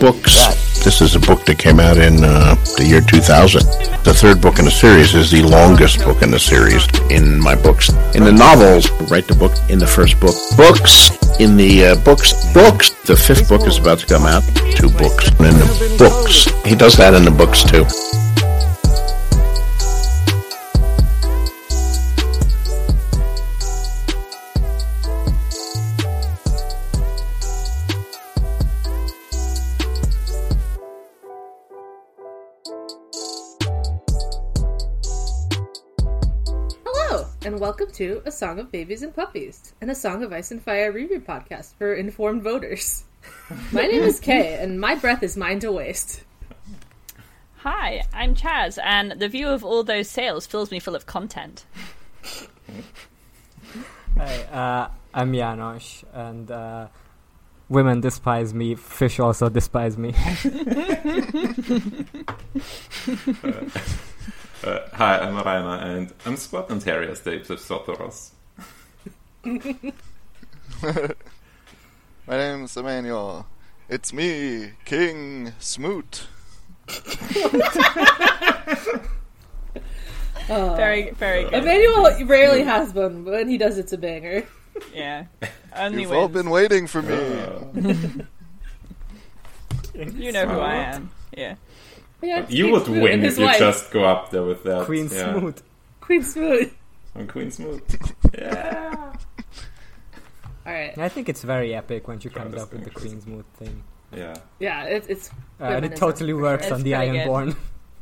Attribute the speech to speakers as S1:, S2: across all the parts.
S1: books. This is a book that came out in uh, the year 2000. The third book in the series is the longest book in the series in my books. In the novels, write the book in the first book. Books in the uh, books. Books. The fifth book is about to come out. Two books. And in the books. He does that in the books too.
S2: Hello, and welcome to A Song of Babies and Puppies and A Song of Ice and Fire review podcast for informed voters. My name is Kay, and my breath is mine to waste.
S3: Hi, I'm Chaz, and the view of all those sales fills me full of content.
S4: Uh, I'm Janosch, and uh, women despise me. Fish also despise me.
S5: Uh, hi, I'm Raina, and I'm Scotland Harriers, the Ipsos Sotoros.
S6: My name's Emmanuel. It's me, King Smoot.
S3: very, very
S5: Uh,
S3: good.
S2: Emmanuel rarely has one, but when he does, it's a banger.
S3: Yeah. Only
S6: You've all
S3: wins.
S6: been waiting for me.
S3: You know who I
S5: Smart.
S3: am. Yeah.
S2: Yeah, it's
S5: You
S2: Queen
S5: would
S2: Smoot
S5: win
S2: and
S5: if
S2: his
S5: you
S2: wife,
S5: just go up there with that.
S4: Queen
S5: yeah.
S4: Smoot.
S2: Queen Smoot.
S5: And Queen Smooth. Yeah.
S2: All right,
S4: I think it's very epic when you come
S5: that's
S4: up with the
S5: interesting.
S4: Queen's Mood thing.
S5: Yeah.
S2: yeah, it, it's
S4: Uh, and
S2: Feminism,
S4: it totally
S2: for
S4: works
S2: sure.
S4: on
S3: It's
S4: the
S3: pretty good.
S4: Ironborn.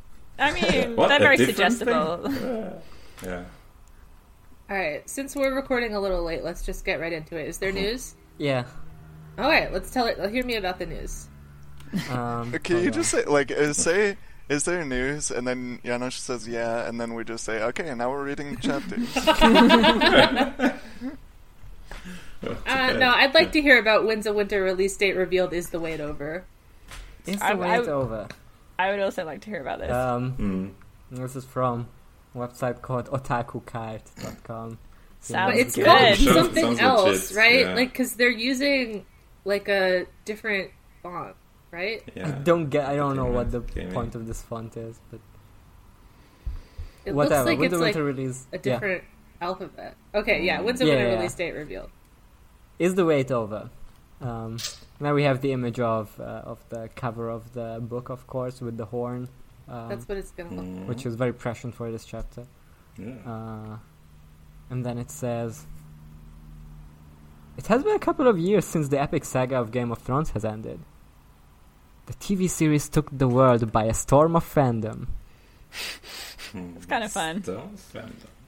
S3: I mean,
S5: What,
S3: they're
S5: a
S3: very
S5: different thing?
S3: suggestible.
S5: Yeah.
S2: all right. Since we're recording a little late, let's just get right into it. Is there news?
S4: yeah.
S2: All right, let's tell it. Hear me about the news.
S4: Um,
S6: Uh, Can
S4: hold
S6: you
S4: on.
S6: just say, like, uh, say, is there news? And then Janosch says, yeah, and then we just say, okay, now we're reading chapters.
S2: Uh, no, I'd like to hear about when's a winter release date revealed is the wait over.
S4: Is
S3: I-
S4: the
S3: I-
S4: wait over?
S3: I would also like to hear about this.
S5: Uh, Hmm,
S4: Um, This is from a website called otakukite.com.
S3: Sounds
S2: But it's
S3: good.
S2: called
S5: Sounds-
S2: something
S5: sounds
S2: else,
S5: legit,
S2: right?
S5: yeah.
S2: Like because they're using like a different font, right?
S5: Yeah.
S4: I don't get. I don't know
S5: Gaming,
S4: what the
S5: gaming.
S4: point of this font is, but
S2: It
S4: whatever.
S2: looks like
S4: With
S2: it's
S4: the
S2: like
S4: winter release,
S2: a
S4: yeah.
S2: different alphabet. Okay, yeah. When's the
S4: Yeah,
S2: winter
S4: yeah.
S2: release date revealed?
S4: is the wait over? Um, now we have the image of uh, of the cover of the book, of course, with the horn, um,
S2: That's what it's gonna look.
S5: Mm.
S4: which was very prescient for this chapter.
S5: Yeah.
S4: Uh, and then it says, "It has been a couple of years since the epic saga of Game of Thrones has ended. The TV series took the world by a storm of fandom.
S5: Hmm,
S3: It's kind of fun.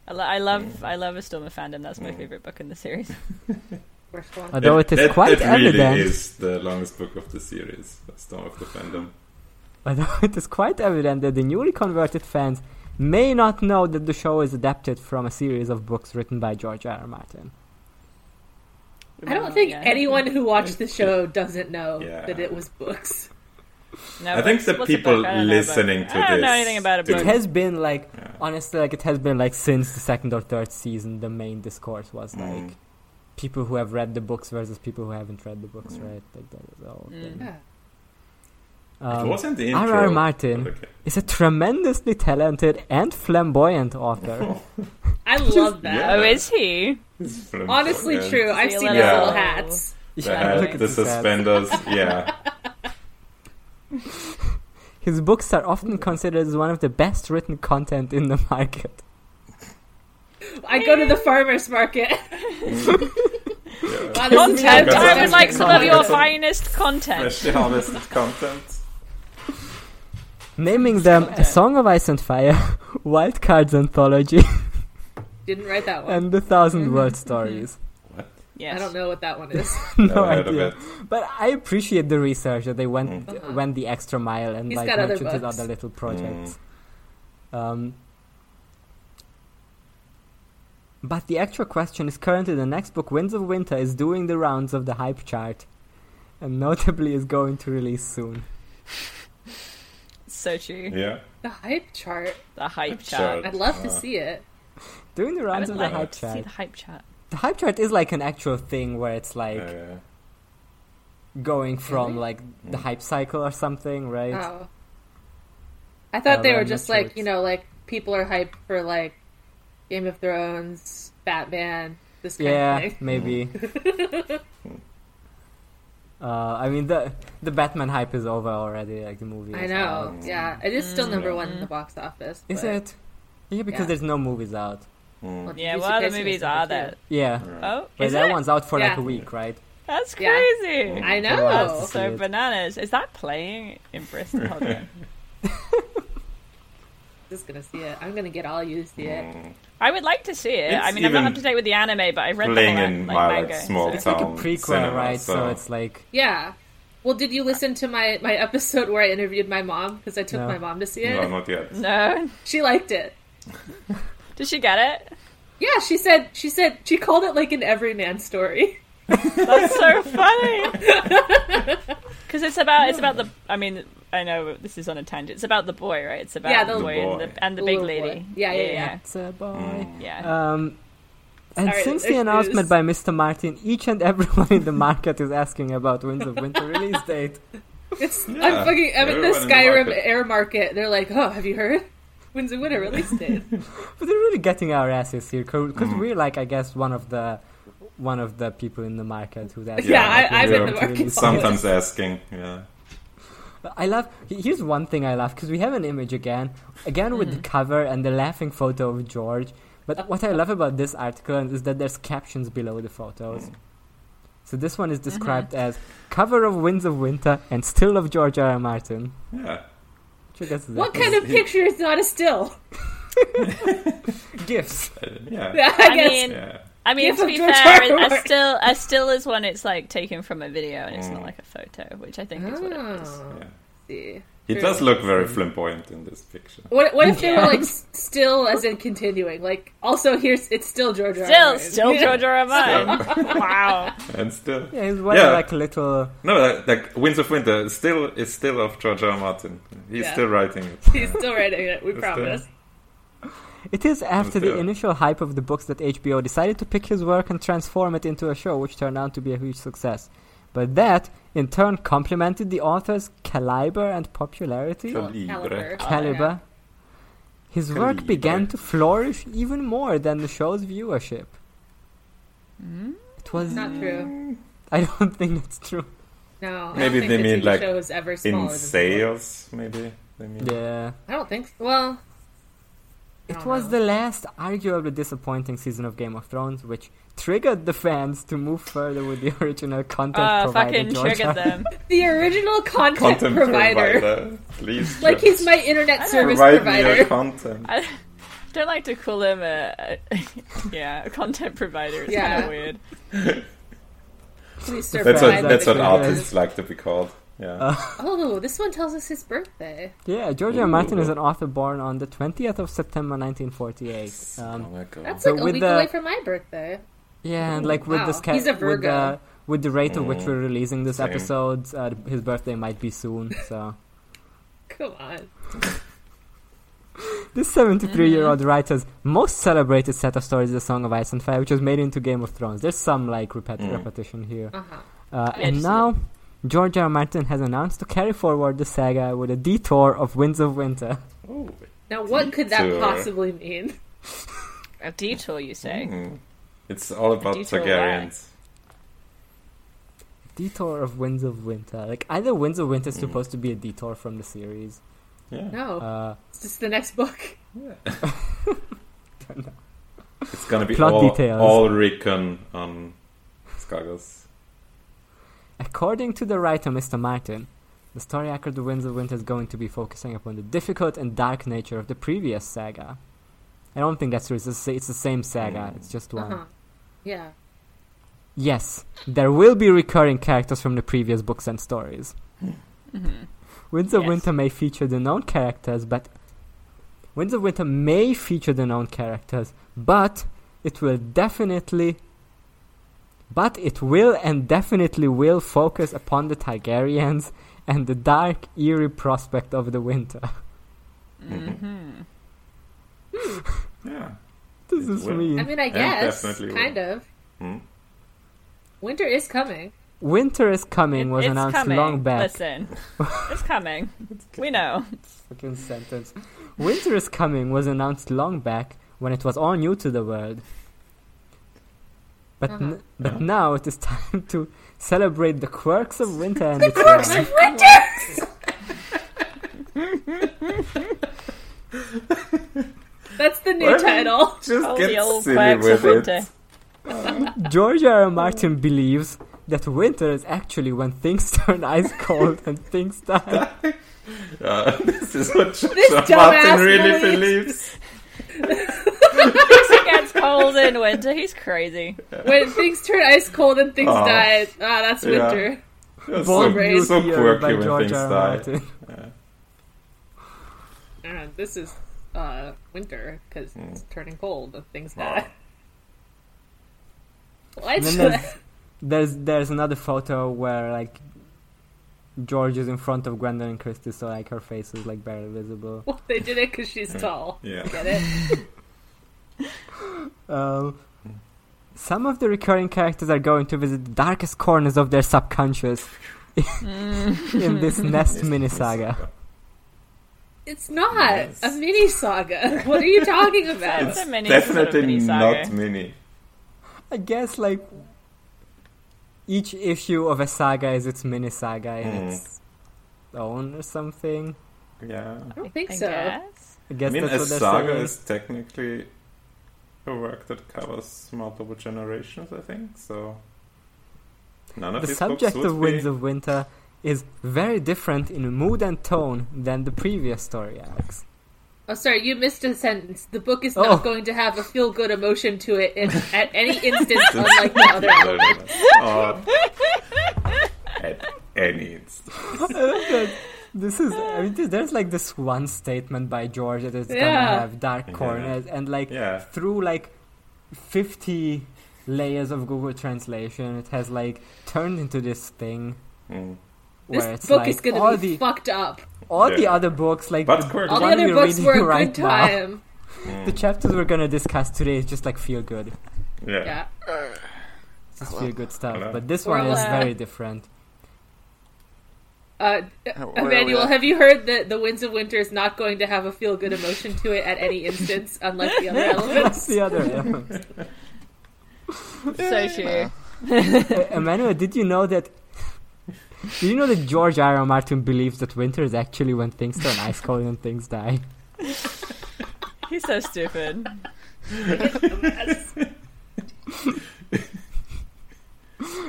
S3: I, lo- I love, I love a storm of fandom. That's my
S5: Mm.
S3: favorite book in the series.
S2: First one.
S4: Although it is
S5: that,
S4: quite
S5: that really
S4: evident."
S5: is the longest book of the series, Storm of the Fandom.
S4: Although it is quite evident that the newly converted fans may not know that the show is adapted from a series of books written by George R. R. Martin.
S2: I don't think
S3: Yeah.
S2: anyone who watched the show doesn't know
S5: Yeah.
S2: that it was books.
S3: No,
S5: I think
S3: what's-
S5: the
S3: what's a
S5: people
S3: book? I don't know about-
S5: listening to
S3: I don't know
S5: this
S3: anything about a
S5: do-
S3: book.
S4: It has been like
S5: Yeah.
S4: honestly, like it has been like since the second or third season, the main discourse was like
S5: Mm.
S4: people who have read the books versus people who haven't read the books,
S5: Mm.
S4: right? Like that was all.
S3: Mm.
S4: thing.
S2: Yeah.
S4: Um,
S5: it wasn't the intro.
S4: R. R. Martin
S5: Okay.
S4: is a tremendously talented and flamboyant author.
S2: I love that.
S3: Oh, is he?
S5: It's from-
S2: Honestly,
S5: and
S2: true. I've
S3: See a
S2: seen his
S5: little-
S2: little
S5: Yeah.
S2: hats.
S5: The,
S4: Yeah,
S5: hat,
S4: look at
S5: the
S4: his hat.
S5: suspenders, yeah.
S4: His books are often considered as one of the best written content in the market.
S2: I go to the farmers market.
S5: yeah.
S2: Wow, this is
S3: Content.
S2: really
S3: I would like some of your
S2: content.
S3: finest content.
S5: Freshly harvested content.
S4: Naming them A
S3: Content.
S4: Song of Ice and Fire, Wild Cards Anthology,
S2: Didn't write that one.
S4: and The Thousand Word Stories.
S3: Yes.
S2: I don't know what that one is.
S4: no
S5: Never heard of
S4: idea.
S5: it.
S4: But I appreciate the research that they went went the extra mile and
S2: He's
S4: like
S2: got other
S4: mentioned his
S2: books.
S4: other little projects. Um, but the actual question is currently the next book, Winds of Winter, is doing the rounds of the hype chart, and notably is going to release soon.
S3: So true.
S5: Yeah.
S2: The hype chart.
S3: The hype
S5: Sure.
S3: chart.
S2: I'd love to
S5: Uh,
S2: see it.
S4: Doing the
S3: I
S4: rounds
S3: would
S4: of
S3: like
S4: the hype
S3: to see
S4: chart.
S3: the hype chart.
S4: The hype chart is like an actual thing where it's like.
S5: Uh,
S4: going from
S2: Really?
S4: like the hype cycle or something, right?
S2: Oh. I thought
S4: Uh,
S2: they
S4: but
S2: were
S4: I'm
S2: just
S4: not sure
S2: like, you know, like people are hyped for like Game of Thrones, Batman, this kind
S4: yeah,
S2: of thing.
S4: maybe. uh, I mean the the Batman hype is over already. Like the movie.
S2: I
S4: is
S2: know.
S4: out.
S2: Yeah, it is still number one in
S3: Mm-hmm.
S2: the box office.
S4: Is
S2: but-
S4: it? Yeah, because
S2: Yeah.
S4: there's no movies out.
S2: well,
S3: Yeah,
S2: Juicy
S3: what other
S2: Casey is
S3: movies
S2: number
S3: are
S2: two.
S3: there?
S4: Yeah,
S5: Mm.
S3: Oh,
S4: but
S3: is
S4: that
S3: it?
S4: one's out for like a
S2: Yeah.
S4: week, right?
S3: That's
S2: Yeah.
S3: crazy.
S2: I know.
S4: Wow.
S3: That's so bananas. Is that playing in Bristol? Hold on.
S2: Just gonna see it. I'm gonna get all you to see
S3: Mm.
S2: it.
S3: I would like to see it.
S5: It's
S3: I mean, I'm not
S5: even
S3: up to date with the anime, but I read
S5: Playing
S3: the whole,
S5: in
S3: like,
S5: my like,
S3: manga.
S5: small
S3: so-
S4: It's like a
S5: town
S4: prequel,
S5: Oh, cinema,
S4: right? So.
S5: So,
S4: it's like
S2: Yeah. Well, did you listen to my my episode where I interviewed my mom? Because I took
S4: No.
S2: my mom to see it.
S5: no, not yet.
S3: No,
S2: She liked it.
S3: did she get it?
S2: Yeah, she said. She said she called it like an everyman story.
S3: That's so funny. Because it's about it's about the. I mean, I know this is on a tangent. It's about the boy, right? It's about
S2: Yeah,
S3: the,
S2: the- The
S3: boy,
S5: boy.
S3: and the, and the
S2: The
S3: big
S2: little boy.
S3: lady.
S2: Yeah, yeah, Uh,
S3: yeah.
S4: it's a boy.
S5: Mm.
S3: yeah.
S4: Um, and
S2: Sorry,
S4: since
S2: there's
S4: the announcement
S2: news.
S4: by Mr. Martin, each and everyone in the market is asking about Winds of Winter release date.
S2: It's
S5: Yeah,
S2: I'm fucking I'm at the
S5: everyone in the
S2: Skyrim
S5: market.
S2: air market. They're like, oh, have you heard? When's the winter release date?
S4: But they're really getting our asses here because we're like, I guess, one of the one of the people in the market who's asking.
S2: Yeah,
S4: about
S2: I- I'm
S4: Winds of
S5: in the
S4: Winter
S2: market.
S4: release date.
S5: Sometimes asking, yeah.
S4: I love. he- Here's one thing I love because we have an image again, again with the
S2: Mm-hmm.
S4: cover and the laughing photo of George.
S2: Oh.
S4: But what I love about this article is that there's captions below the photos. So this one is described
S2: Mm-hmm.
S4: as cover of Winds of Winter and still of George R. R. Martin.
S5: Yeah.
S4: Which I guess is
S2: What
S4: that
S2: kind of picture is not a still?
S4: gifts?
S5: Yeah.
S2: I,
S3: I
S2: guess.
S3: mean,
S5: Yeah.
S3: I mean,
S2: Give
S3: to
S2: him
S3: be
S2: George
S3: fair,
S2: R. R.
S3: a still a still is when it's like taken from a video and it's not
S5: Mm.
S3: like a photo, which I think is what it is.
S2: Oh,
S5: yeah.
S2: see.
S5: He does look very flamboyant in this picture.
S2: What, what if they were
S3: Yeah.
S2: like s- still as in continuing? Like also here's it's still George. R. R.
S3: Still,
S2: Martin.
S3: still
S2: Yeah.
S3: George R. R. Martin. Wow.
S5: And still,
S4: Yeah, he's wearing
S5: Yeah.
S4: like a little.
S5: no, like, like Winds of Winter still is still of George R. R. Martin. He's
S2: Yeah.
S5: still writing it.
S2: He's still writing it. We promise.
S4: It is after the
S5: Yeah.
S4: initial hype of the books that HBO decided to pick his work and transform it into a show, which turned out to be a huge success. But that, in turn, complemented the author's caliber and popularity.
S5: Calibre.
S2: Caliber.
S4: Caliber. His work
S5: Calibre.
S4: began to flourish even more than the show's viewership. It was.
S2: Not true.
S4: I don't think that's true.
S2: No. I
S5: Maybe
S2: don't think
S5: they
S2: the
S5: mean,
S2: TV
S5: like,
S2: show is ever smaller
S5: in
S2: than
S5: sales, maybe. They mean.
S4: Yeah.
S2: four. I don't think. So. Well,
S4: It
S2: don't
S4: was
S2: know.
S4: the last arguably disappointing season of Game of Thrones, which triggered the fans to move further with the original content
S2: Ah,
S3: Oh,
S4: provided.
S3: fucking
S4: George
S3: triggered
S4: R. R.
S3: them.
S2: the original content,
S5: Content provider.
S2: provider.
S5: Please,
S2: Like
S5: just
S2: he's my internet service
S5: provide me your
S2: provider.
S5: content.
S3: Don't like to call him a, a yeah a content provider. It's
S2: Yeah.
S3: kind of weird.
S2: Please
S5: That's
S2: provide
S5: what
S2: me
S5: that's
S2: with
S4: Yeah.
S5: what
S4: Uh,
S2: your-
S5: artists like to be called. Yeah.
S2: Oh, this one tells us his birthday.
S4: Yeah, George R. R. Martin is an author born on the 20th of September 1948.
S5: oh
S4: Um,
S5: my god.
S2: That's
S4: So
S2: like a
S4: with
S2: week
S4: the-
S2: away from my birthday.
S4: yeah, and like with
S2: Wow.
S4: this, ca-
S2: He's a
S4: with the
S2: Virgo.
S4: with the rate at which we're releasing this
S5: Same.
S4: episode, uh, his birthday might be soon. So
S2: Come on.
S4: this 73-year-old
S2: Mm-hmm.
S4: writer's most celebrated set of stories is *The Song of Ice and Fire*, which was made into Game of Thrones. There's some like repet- repetition here.
S2: Uh-huh.
S4: Uh,
S3: Yeah,
S4: and
S3: just-
S4: now, George R. R. Martin has announced to carry forward the saga with a detour of Winds of Winter.
S2: Now, what could that
S5: Detour.
S2: possibly mean?
S3: A detour, you say?
S5: Mm. It's all about
S3: detour
S5: Targaryens.
S4: Detour of Winds of Winter. Like, either Winds of Winter is supposed to be a detour from the series.
S5: Yeah.
S2: No,
S4: Uh,
S2: it's just the next book.
S5: It's gonna be
S4: Plot
S5: all,
S4: details.
S5: all Rickon on Skagos.
S4: according to the writer, Mr. Martin, the story arc of The Winds of Winter is going to be focusing upon the difficult and dark nature of the previous saga. I don't think that's true. It's the, sa- it's the same saga. It's just one.
S2: Uh-huh. Yeah.
S4: Yes, there will be recurring characters from the previous books and stories.
S2: Mm-hmm.
S3: Mm-hmm.
S4: Winds of
S3: Yes.
S4: Winter may feature the known characters, but Winds of Winter may feature the known characters, but it will definitely, but it will and definitely will focus upon the Targaryens and the dark, eerie prospect of the winter.
S5: Mm-hmm.
S3: Mm-hmm.
S5: Yeah.
S4: This
S5: It
S4: is
S5: will.
S4: me.
S2: I mean, I
S5: Yeah,
S2: guess.
S5: definitely
S2: Kind of.
S5: Hmm?
S2: Winter is coming.
S4: Winter is coming was
S3: it's
S4: announced
S3: coming.
S4: long back.
S3: Listen, it's coming. We know.
S4: Fucking sentence. Winter is coming was announced long back when it was all new to the world. But
S2: Uh-huh.
S4: n- but now it is time to celebrate the quirks of winter and its
S2: Quirks
S4: rhyme.
S2: of Winters! That's the new
S5: What?
S2: title.
S5: Just
S3: All
S5: get
S3: the old
S5: silly
S3: quirks of
S5: with it.
S3: winter.
S4: George R. R. Martin believes that winter is actually when things turn ice cold and things die.
S5: Yeah, this is what
S2: This
S5: George
S2: dumbass
S5: Martin really
S2: believes.
S5: believes.
S3: It gets cold in winter. He's crazy.
S2: When things turn ice cold and things
S5: Oh.
S2: die, ah, that's
S5: Yeah.
S2: winter.
S5: You're
S4: Born
S5: so,
S4: New
S5: so
S4: Year
S5: quirky
S4: by
S5: when
S4: George
S5: things
S4: R. R.
S5: die.
S4: Martin.
S2: Ah, this is uh, winter because
S4: Hmm.
S2: it's turning cold and things
S5: Wow.
S2: die. What?
S4: And then there's, there's there's another photo where like George is in front of Gwendolyn Christie, so like her face is like barely visible.
S2: Well, they did it because she's tall.
S5: Yeah.
S2: Get it?
S4: Um, some of the recurring characters are going to visit the darkest corners of their subconscious in this Nest mini saga.
S2: It's not a mini saga. What are you talking about?
S3: It's a mini, sort of
S5: Definitely
S3: mini
S5: not
S3: saga.
S5: mini.
S4: I guess like each issue of a saga is its mini saga in
S5: Mm.
S4: its own or something.
S5: Yeah.
S2: I don't think
S3: I
S2: so.
S3: guess.
S4: I
S5: I
S4: guess
S5: mean,
S4: that's
S5: a
S4: what they're
S5: saga
S4: saying.
S5: is technically a work that covers multiple generations, I think, so. None of
S4: The
S5: these
S4: subject
S5: books would
S4: of Winds
S5: be...
S4: of Winter is very different in mood and tone than the previous story arcs.
S2: Oh, sorry, you missed a sentence. The book is
S4: Oh.
S2: not going to have a feel good emotion to it in, at any instance, unlike the other.
S5: No, no, no. Oh. At any instance.
S4: This is, I mean, th- there's like this one statement by George that it's
S2: Yeah.
S4: gonna have dark corners, and like
S5: Yeah.
S4: through like 50 layers of Google Translation, it has like turned into this thing
S5: Mm.
S4: where
S2: This
S4: it's
S2: book
S4: like
S2: is going
S4: all
S2: to be
S4: the
S2: fucked up.
S4: all the
S5: Yeah.
S4: other books, like
S5: But
S4: the
S5: quirky. Mm.
S2: All the
S4: one
S2: other
S4: we're
S2: books
S4: reading
S2: were a
S4: right
S2: good
S4: now,
S2: time.
S4: the chapters we're gonna discuss today is just like feel good.
S5: Yeah.
S2: Yeah.
S4: It's just feel good stuff.
S5: Hello.
S4: But this
S2: We're
S4: one is
S2: allowed.
S4: very different.
S2: Uh,
S6: Where are we
S2: Emmanuel,
S6: at?
S2: have you heard that The Winds of Winter is not going to have a feel good emotion to it at any instance, unlike the other
S4: That's
S2: elements?
S4: the other element.
S3: So true.
S4: Uh, Emmanuel, did you know that? Did you know that George R. R. Martin believes that winter is actually when things turn ice cold and things die?
S3: He's so stupid.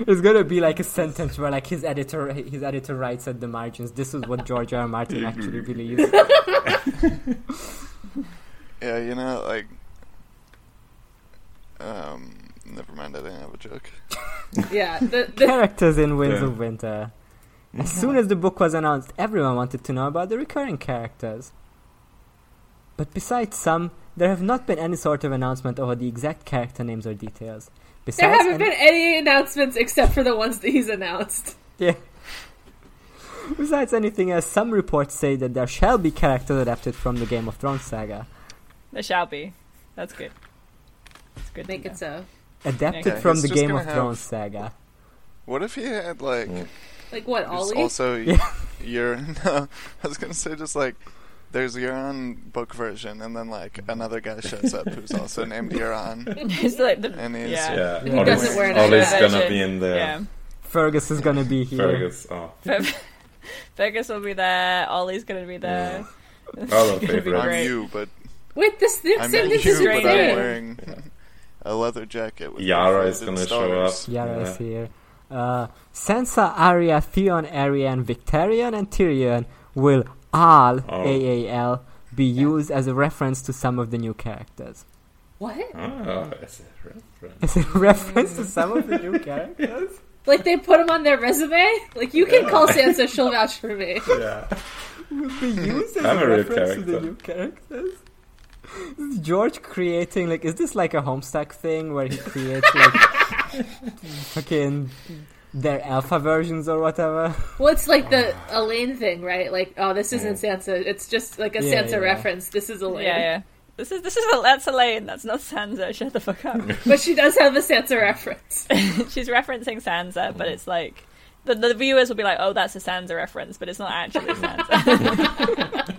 S4: It's gonna be like a sentence where like his editor his editor writes at the margins. This is what George R. R. Martin actually believes.
S6: Yeah, you know, like. Um, never mind, I didn't have a joke.
S2: Yeah. The, the,
S4: Characters in Winds
S5: Yeah.
S4: of Winter. As soon as the book was announced, everyone wanted to know about the recurring characters. But besides some, there have not been any sort of announcement over the exact character names or details.
S2: there
S4: Besides,
S2: haven't
S4: an-
S2: been any announcements except for the ones that he's announced.
S4: Besides anything else, some reports say that there shall be characters adapted from the Game of Thrones saga.
S3: There shall be. That's good. That's good. to
S2: Make it
S3: know.
S2: so.
S4: Adapted
S6: Okay,
S4: from
S6: it's
S4: the
S6: just
S4: Game
S6: gonna
S4: of
S6: have-
S4: Thrones saga.
S6: What if he had, like.
S5: Mm.
S2: Like what,
S6: There's
S2: Ollie?
S6: also
S4: Yeah.
S6: your no, I was gonna say just like there's Euron book version, and then like another guy shows up who's also named Euron,
S3: It's like the-
S6: and he's
S3: Yeah.
S5: Yeah.
S4: He
S5: Ollie's-
S2: doesn't wear an
S5: Ollie's
S3: eye
S5: gonna
S3: patch.
S5: be in there.
S3: yeah.
S4: Fergus is gonna be here.
S5: Fergus. Oh,
S3: Fer- Fergus will be there. Ollie's gonna be there.
S5: All our
S3: It's gonna be
S5: favourites.
S6: I'm
S3: great.
S6: you, but
S2: Wait, this new
S6: I'm
S2: sentence
S6: you,
S2: is
S6: but I'm
S3: strange. Yeah.
S2: insane.
S6: wearing a leather jacket. With
S5: Yara is
S6: faded
S5: gonna show up.
S6: stars.
S4: Yara
S5: Yeah.
S4: is here. Uh, Sansa, Arya, Theon, Arianne, Victarion, and Tyrion will all
S5: Oh.
S4: AAL be used as a reference to some of the new characters.
S2: What?
S5: Ah, it's a reference.
S4: As a reference to some of the new characters?
S2: Like they put him on their resume? Like you can call Sansa, she'll vouch for me.
S5: yeah.
S4: Would be used as
S5: I'm
S4: a
S5: a real
S4: reference to the
S5: character.
S4: new characters? Is George creating like is this like a Homestuck thing where he creates like fucking their alpha versions or whatever?
S2: Well, it's like the Elaine thing, right? Like, oh, this isn't Sansa. It's just like a
S4: Yeah,
S2: Sansa
S4: yeah.
S2: reference. This is Elaine.
S3: Yeah, yeah. This is this is a, that's Elaine. That's not Sansa. Shut the fuck up.
S2: But she does have a Sansa reference.
S3: She's referencing Sansa, but it's like the, the viewers will be like, "Oh, that's a Sansa reference," but it's not actually Sansa.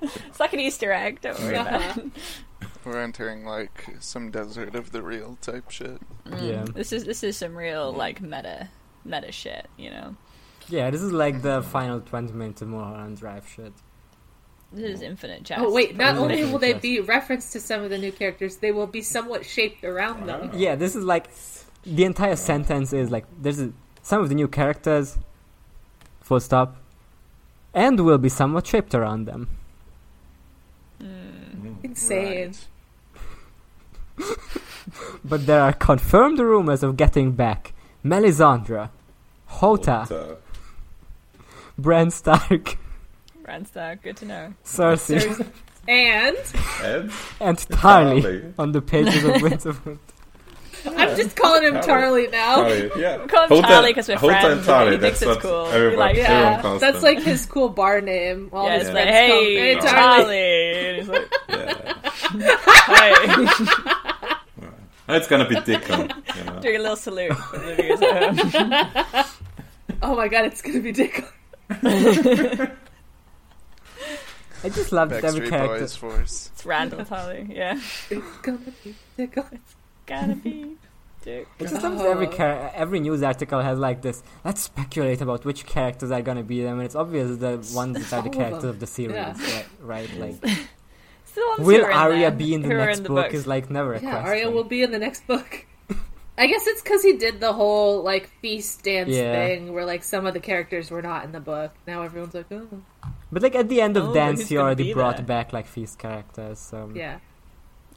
S3: it's like an Easter egg. Don't worry about
S2: Uh-huh.
S3: it.
S6: We're entering like some desert of the real type shit.
S4: Yeah.
S3: Mm. This is this is some real like meta meta shit. You know,
S4: Yeah, this is like the final 20 minutes of Mulholland Drive shit.
S3: this is infinite Mm. chess.
S2: Oh wait, not
S4: Oh,
S2: only will they
S4: interesting.
S2: be referenced to some of the new characters, they will be somewhat shaped around them.
S4: Yeah, this is like the entire sentence is like there's a, some of the new characters, full stop, and will be somewhat shaped around them.
S3: Mm.
S5: Mm.
S2: Insane.
S4: But there are confirmed rumors of getting back Melisandre, Hota,
S5: What
S4: Bran Stark,
S3: Ranstar, good to know.
S4: Cersei,
S2: Cersei. And
S5: the- Ed?
S4: and Tarly
S5: Tarly.
S4: on the pages of Winds of Winter.
S2: I'm just calling him
S5: Charlie.
S2: Tarly now.
S5: Tarly, yeah.
S3: We call him
S5: Hold
S3: Tarly
S5: on-
S3: 'cause we're
S5: hold on,
S3: friends and
S5: Tarly,
S3: he
S5: that's
S3: thinks it's
S5: what
S3: cool. We
S5: Everybody
S3: like-
S5: say on
S2: Yeah, that's
S5: Constance.
S2: like his cool bar name. All
S3: yeah,
S2: his
S3: it's like,
S2: friends call him,
S3: hey,
S2: hey, Tarly.
S3: Charlie. And he's like,
S5: Yeah.
S3: hey,
S5: It's gonna be Dickon. You know?
S3: doing a little salute for the viewers at home.
S2: Oh my god, it's gonna be Dick.
S4: I just love that every
S6: Backstreet
S4: character.
S6: Boys force.
S3: It's Randall Tarly. Yeah,
S2: It's gonna be Dick.
S3: gotta be. Dick.
S4: Sometimes every
S2: Uh-huh.
S4: char- every news article has like this. Let's speculate about which characters are gonna be them, and it's obvious the ones that
S2: All
S4: are the
S2: of
S4: characters
S2: them.
S4: of the series,
S2: Yeah.
S4: right, right? Like,
S3: It's the ones who
S4: will
S3: are in
S4: Arya
S3: there,
S4: be in the
S3: who are
S4: next
S3: in the
S4: book?
S3: books.
S4: Is like never a
S2: Yeah,
S4: question.
S2: Arya will be in the next book. I guess it's because he did the whole like feast dance
S4: Yeah.
S2: thing, where like some of the characters were not in the book. Now everyone's like, oh,
S4: But like at the end of
S3: Oh, but
S4: Dance,
S3: who's
S4: he
S3: gonna
S4: already
S3: be
S4: brought
S3: there?
S4: back like feast characters. So
S2: yeah.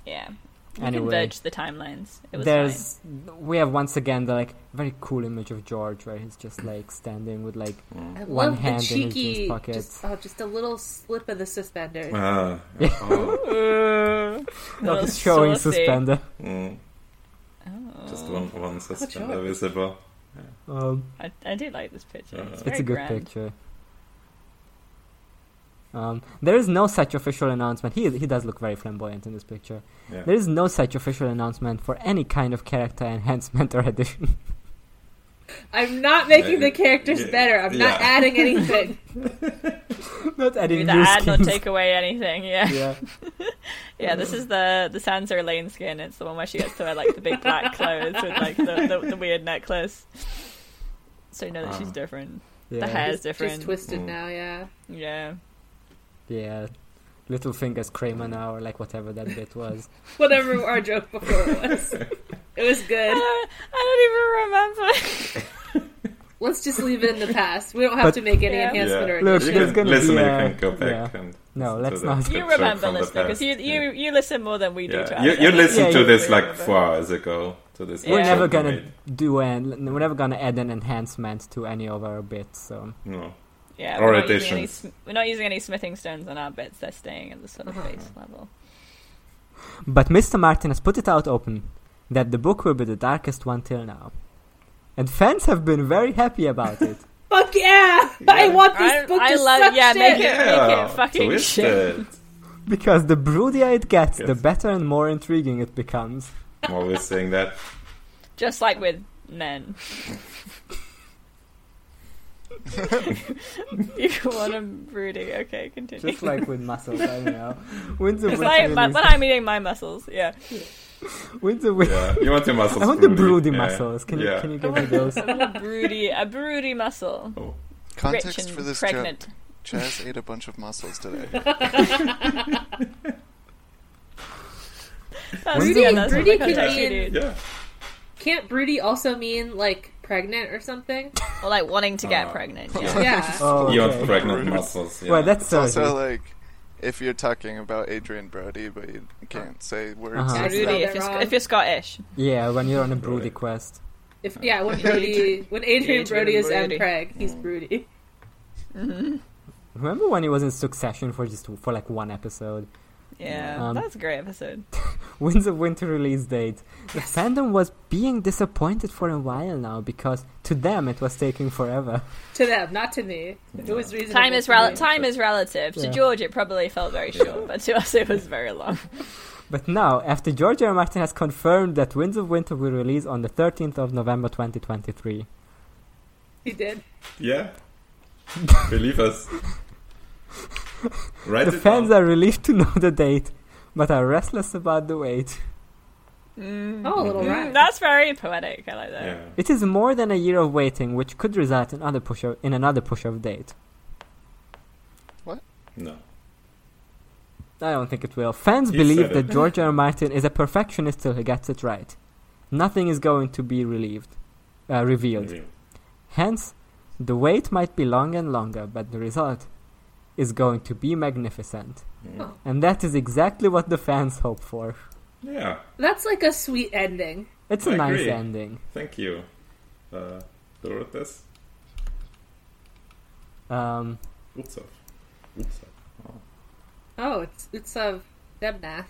S3: Yeah. We
S4: anyway,
S3: converged the timelines. It was
S4: there's we have once again the like very cool image of George where he's just like standing with like
S5: Mm.
S2: I
S4: One
S2: love
S4: hand in
S2: the
S4: his jeans
S2: cheeky,
S4: pocket.
S2: just, oh, just a little slip of the suspender.
S5: Ah, oh,
S3: fine. Ooh.
S4: not
S3: Little
S4: just showing
S3: saucy.
S4: suspender.
S5: mm,
S3: Oh.
S5: just one, one suspender
S2: job.
S5: visible.
S4: Um,
S3: I, I do like this picture.
S5: Uh,
S3: it's,
S5: It's
S4: it's
S3: very
S4: a good
S3: grand.
S4: picture. Um, there is no such official announcement. He he does look very flamboyant in this picture.
S5: Yeah.
S4: There is no such official announcement for any kind of character enhancement or addition.
S2: I'm not making
S5: Yeah,
S2: the characters
S5: yeah,
S2: better. I'm not
S5: yeah.
S2: adding anything.
S4: Not adding
S3: Neither
S4: new
S3: add nor
S4: skins.
S3: take away anything. Yeah,
S4: yeah.
S3: yeah. This is the the Sansa Elaine skin. It's the one where she gets to wear like the big black clothes with like the, the, the weird necklace. So you know that she's
S5: Ah.
S3: different.
S4: yeah.
S3: The hair's
S2: She's
S3: different.
S2: twisted
S5: Mm.
S2: now, yeah.
S3: Yeah.
S4: Yeah. Little fingers Kramer now, or like whatever that bit was.
S2: Whatever our joke before was, it was
S3: I
S2: good.
S3: don't, I don't even remember.
S2: Let's just leave it in the past. We don't have
S4: But-
S2: to make any
S3: Yeah.
S2: enhancement
S5: Yeah.
S2: or
S4: Look,
S2: addition.
S4: there's
S5: You can,
S4: gonna
S5: listen,
S4: be
S5: you
S4: a-
S5: can go back
S4: yeah.
S5: and
S4: No,
S5: listen
S4: let's
S5: to the
S4: not.
S3: you
S5: picture
S3: remember,
S5: from the
S3: listener, because you
S5: past.
S3: you, you listen more than we do. To
S5: Yeah.
S3: us, I
S5: You, you
S3: think.
S5: listened
S4: Yeah,
S5: to
S4: you-
S5: this like
S3: remember.
S5: four hours ago. To this
S3: Yeah.
S4: We're never
S5: picture
S4: gonna
S5: we made.
S4: do an. We're never gonna add an enhancement to any of our bits. So
S5: No.
S3: Yeah,
S5: Or
S3: we're not, using any,
S5: additions.
S3: sm- we're not using any smithing stones on our bits. They're staying at the sort of base level.
S4: But Mr. Martin has put it out open that the book will be the darkest one till now. And fans have been very happy about it.
S2: Fuck yeah! I want this
S3: I,
S2: book to
S3: I love.
S2: suck
S3: yeah,
S2: shit.
S3: make it,
S5: Yeah.
S3: make it fucking shit.
S5: twisted.
S4: because the broodier it gets, the
S5: Yes.
S4: better and more intriguing it becomes.
S5: I'm always saying that.
S3: Just like with men. you want them broody? Okay, continue.
S4: Just like with muscles, I don't know. Winds of
S3: It's like
S4: Winter
S3: my-
S4: is-
S3: when I'm eating my muscles, yeah.
S4: Winds of Winter.
S5: Yeah. You want your muscles
S4: I want the broody
S5: broody yeah.
S4: muscles. Can
S5: yeah.
S4: you can you give me those?
S3: A little broody, a broody muscle.
S5: Oh.
S6: Context
S3: Rich and
S6: for this
S3: pregnant.
S6: joke: Chaz ate a bunch of mussels today.
S3: That's,
S2: Broody-
S3: yeah, that's
S2: broody
S3: what the context
S2: can
S3: you
S2: be in-
S3: need.
S5: Yeah.
S2: Can't broody also mean like pregnant or something?
S3: Or like wanting to get
S5: Uh,
S3: pregnant.
S5: yeah.
S3: Yeah.
S2: Yeah.
S4: Oh,
S5: You want
S4: okay.
S5: pregnant muscles. Yeah.
S4: Well, that's
S6: It's
S4: so.
S6: also like if you're talking about Adrian Brody, but you can't say words.
S4: Uh-huh.
S6: like
S2: Broody.
S6: that.
S3: Broody, if you're, if you're Scottish.
S4: yeah, when you're on a broody
S5: Right.
S4: quest.
S2: If yeah, when Brody, when Adrian
S3: Adrian
S2: Brody is M.
S3: Brody.
S2: Craig, he's broody.
S3: Mm-hmm.
S4: Remember when he was in Succession for just for like one episode,
S3: Yeah,
S4: Um,
S3: that's a great episode.
S4: Winds of Winter release date. The fandom was being disappointed for a while now because to them it was taking forever.
S2: To them, not to me. It was reasonable.
S3: Time is
S2: to
S3: rel-
S2: me.
S3: time is relative. To
S4: Yeah.
S3: George, it probably felt very short, but to us, it was very long.
S4: But now, after George R. R. Martin has confirmed that Winds of Winter will release on the 13th of November 2023.
S2: He did.
S5: Yeah. Believe us. Right.
S4: The fans are relieved to know the date, but are restless about the wait.
S2: Oh, a little
S3: Mm,
S2: rat.
S3: that's very poetic. I like that.
S5: Yeah.
S4: It is more than a year of waiting, which could result in, other push of, in another push of date.
S5: No.
S4: I don't think it will. Fans
S5: He
S4: believe
S5: said
S4: that
S5: it.
S4: George R. R. Martin is a perfectionist till he gets it right. Nothing is going to be relieved, uh, revealed.
S5: Real.
S4: Hence, the wait might be long and longer, but the result is going to be magnificent.
S5: Mm.
S4: And that is exactly what the fans hope for.
S5: Yeah.
S2: That's like a sweet ending.
S4: It's a
S5: I
S4: nice
S5: agree.
S4: ending.
S5: Thank you, uh, Dorothus
S4: Um,
S5: Utsov. Utsov.
S2: Oh, it's it's a uh, Debna.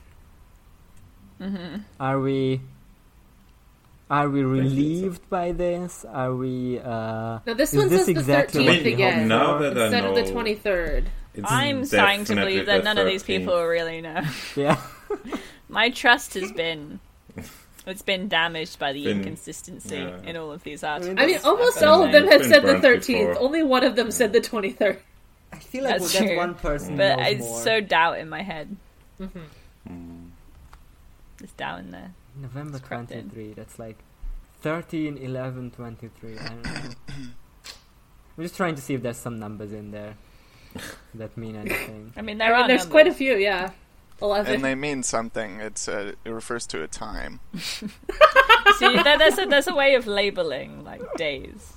S4: are we are we
S5: you, Lisa.
S4: relieved by this? Are we uh
S2: No, this
S4: Is
S2: one
S4: this
S2: says
S4: exactly
S2: the
S5: what
S2: 13th
S5: we
S2: again.
S5: hope now that I
S2: instead of the
S5: know-
S2: 23rd.
S5: It's
S3: I'm starting to
S5: definitely
S3: believe that
S5: the
S3: none of these
S5: 13th.
S3: people really know.
S4: yeah.
S3: My trust has been. It's been damaged by the
S5: Been-
S3: inconsistency
S5: yeah.
S3: in all of these articles.
S2: I mean,
S3: I've
S2: almost
S3: been
S2: all of them
S3: saying.
S5: It's
S2: have said the
S5: been burnt
S2: 13th.
S5: before.
S2: Only one of them said the 23rd.
S7: I feel like
S3: That's
S7: we'll
S3: true.
S7: get one person.
S3: But
S7: knows
S3: it's
S7: more.
S3: so doubt in my head.
S5: Mm.
S3: There's doubt in there.
S4: November
S3: It's crept in.
S4: 23. That's like 13 11 23. I don't know. I'm just trying to see if there's some numbers in there that mean anything.
S3: I mean, there
S2: I mean,
S3: are.
S2: there's
S3: numbers.
S2: quite a few, yeah. 11.
S6: And they mean something. It's a, it refers to a time.
S3: See, there, there's a there's a way of labeling like days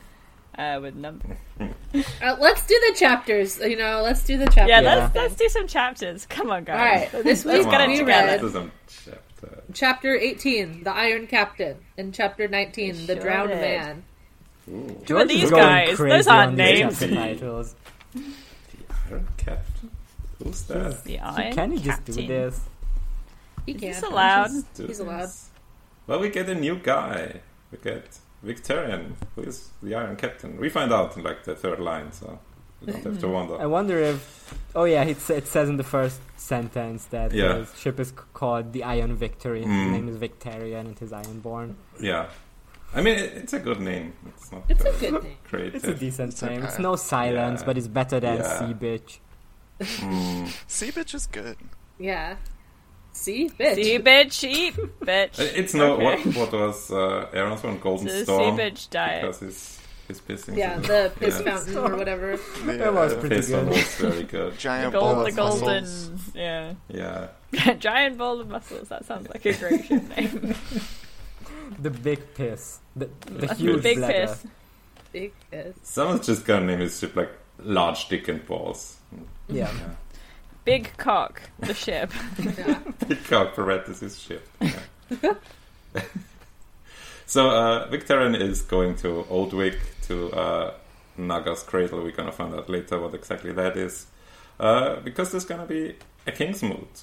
S3: uh, with numbers.
S2: Uh, let's do the chapters. You know, let's do the chapters.
S3: Yeah,
S4: Yeah.
S3: let's let's do some chapters. Come on,
S2: All
S3: guys.
S2: right. This
S3: Let's
S2: week
S3: get it
S2: we
S3: together.
S2: read
S5: This is a chapter.
S2: chapter 18, the Iron Captain, and chapter 19, the
S3: sure
S2: Drowned
S3: did.
S2: Man.
S5: Ooh.
S4: George
S3: these
S4: is going
S3: guys?
S4: crazy
S3: Those aren't
S4: on these
S5: names.
S4: chapter titles.
S5: Iron Captain. Who's that?
S3: The
S4: He-
S3: Iron
S4: Can you just do
S3: Captain.
S4: this?
S2: He
S3: Is
S2: can.
S3: this allowed?
S2: He's
S5: Do this.
S2: allowed.
S5: Well, we get a new guy. We get Victorian, who is the Iron Captain. We find out in like the third line, so we don't have to wonder.
S4: I wonder if. Oh yeah, it, sa- it says in the first sentence that
S5: Yeah.
S4: his ship is c- called the Ion Victory. His
S5: Mm.
S4: name is Victoria and it is Ironborn.
S5: Yeah. I mean, it, it's a good name. It's not
S2: It's a
S5: uh,
S2: good thing.
S5: creative.
S4: It's a decent
S6: It's
S4: name.
S6: okay.
S4: It's no silence,
S5: Yeah.
S4: but it's better than
S5: Yeah.
S4: Sea Bitch.
S5: Mm.
S6: Sea bitch is good.
S2: Yeah. See, bitch.
S3: Sea bitch, eat bitch.
S5: It's no
S3: Okay.
S5: what, what was uh, Aaron's one golden
S3: The sea
S5: storm
S3: bitch diet.
S5: because he's he's pissing.
S2: Yeah, the piss
S5: Yeah.
S2: fountain or whatever.
S6: The,
S4: That was
S6: uh,
S5: The
S4: Pretty
S5: piss one
S4: good.
S5: was very good.
S6: giant ball
S3: Gold, the
S6: of
S3: golden,
S6: muscles.
S3: yeah,
S5: Yeah,
S3: giant ball of muscles. That sounds like a great ship name.
S4: The big piss. The, the
S5: That's
S4: huge
S3: Big
S4: bladder.
S3: piss.
S2: Big piss.
S5: someone's just gonna name his ship like large dick and balls.
S4: Yeah.
S3: Big cock, the ship.
S5: Peacock parenthesis ship. Yeah. so uh, Victorian is going to Oldwick to uh, Naga's cradle. We're gonna find out later what exactly that is, uh, because there's gonna be a king's moot,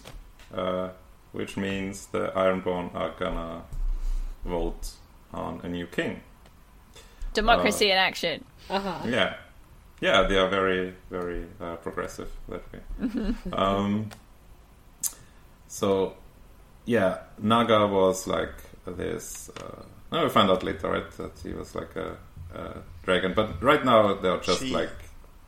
S5: uh, which means the Ironborn are gonna vote on a new king.
S3: Democracy in action.
S2: Uh-huh.
S5: Yeah, yeah, they are very, very uh, progressive that way.
S3: Mm-hmm.
S5: um, so, yeah, Naga was like this. Uh, no, we find out later, right, that he was like a, a dragon. But right now, they are just
S6: She-
S5: like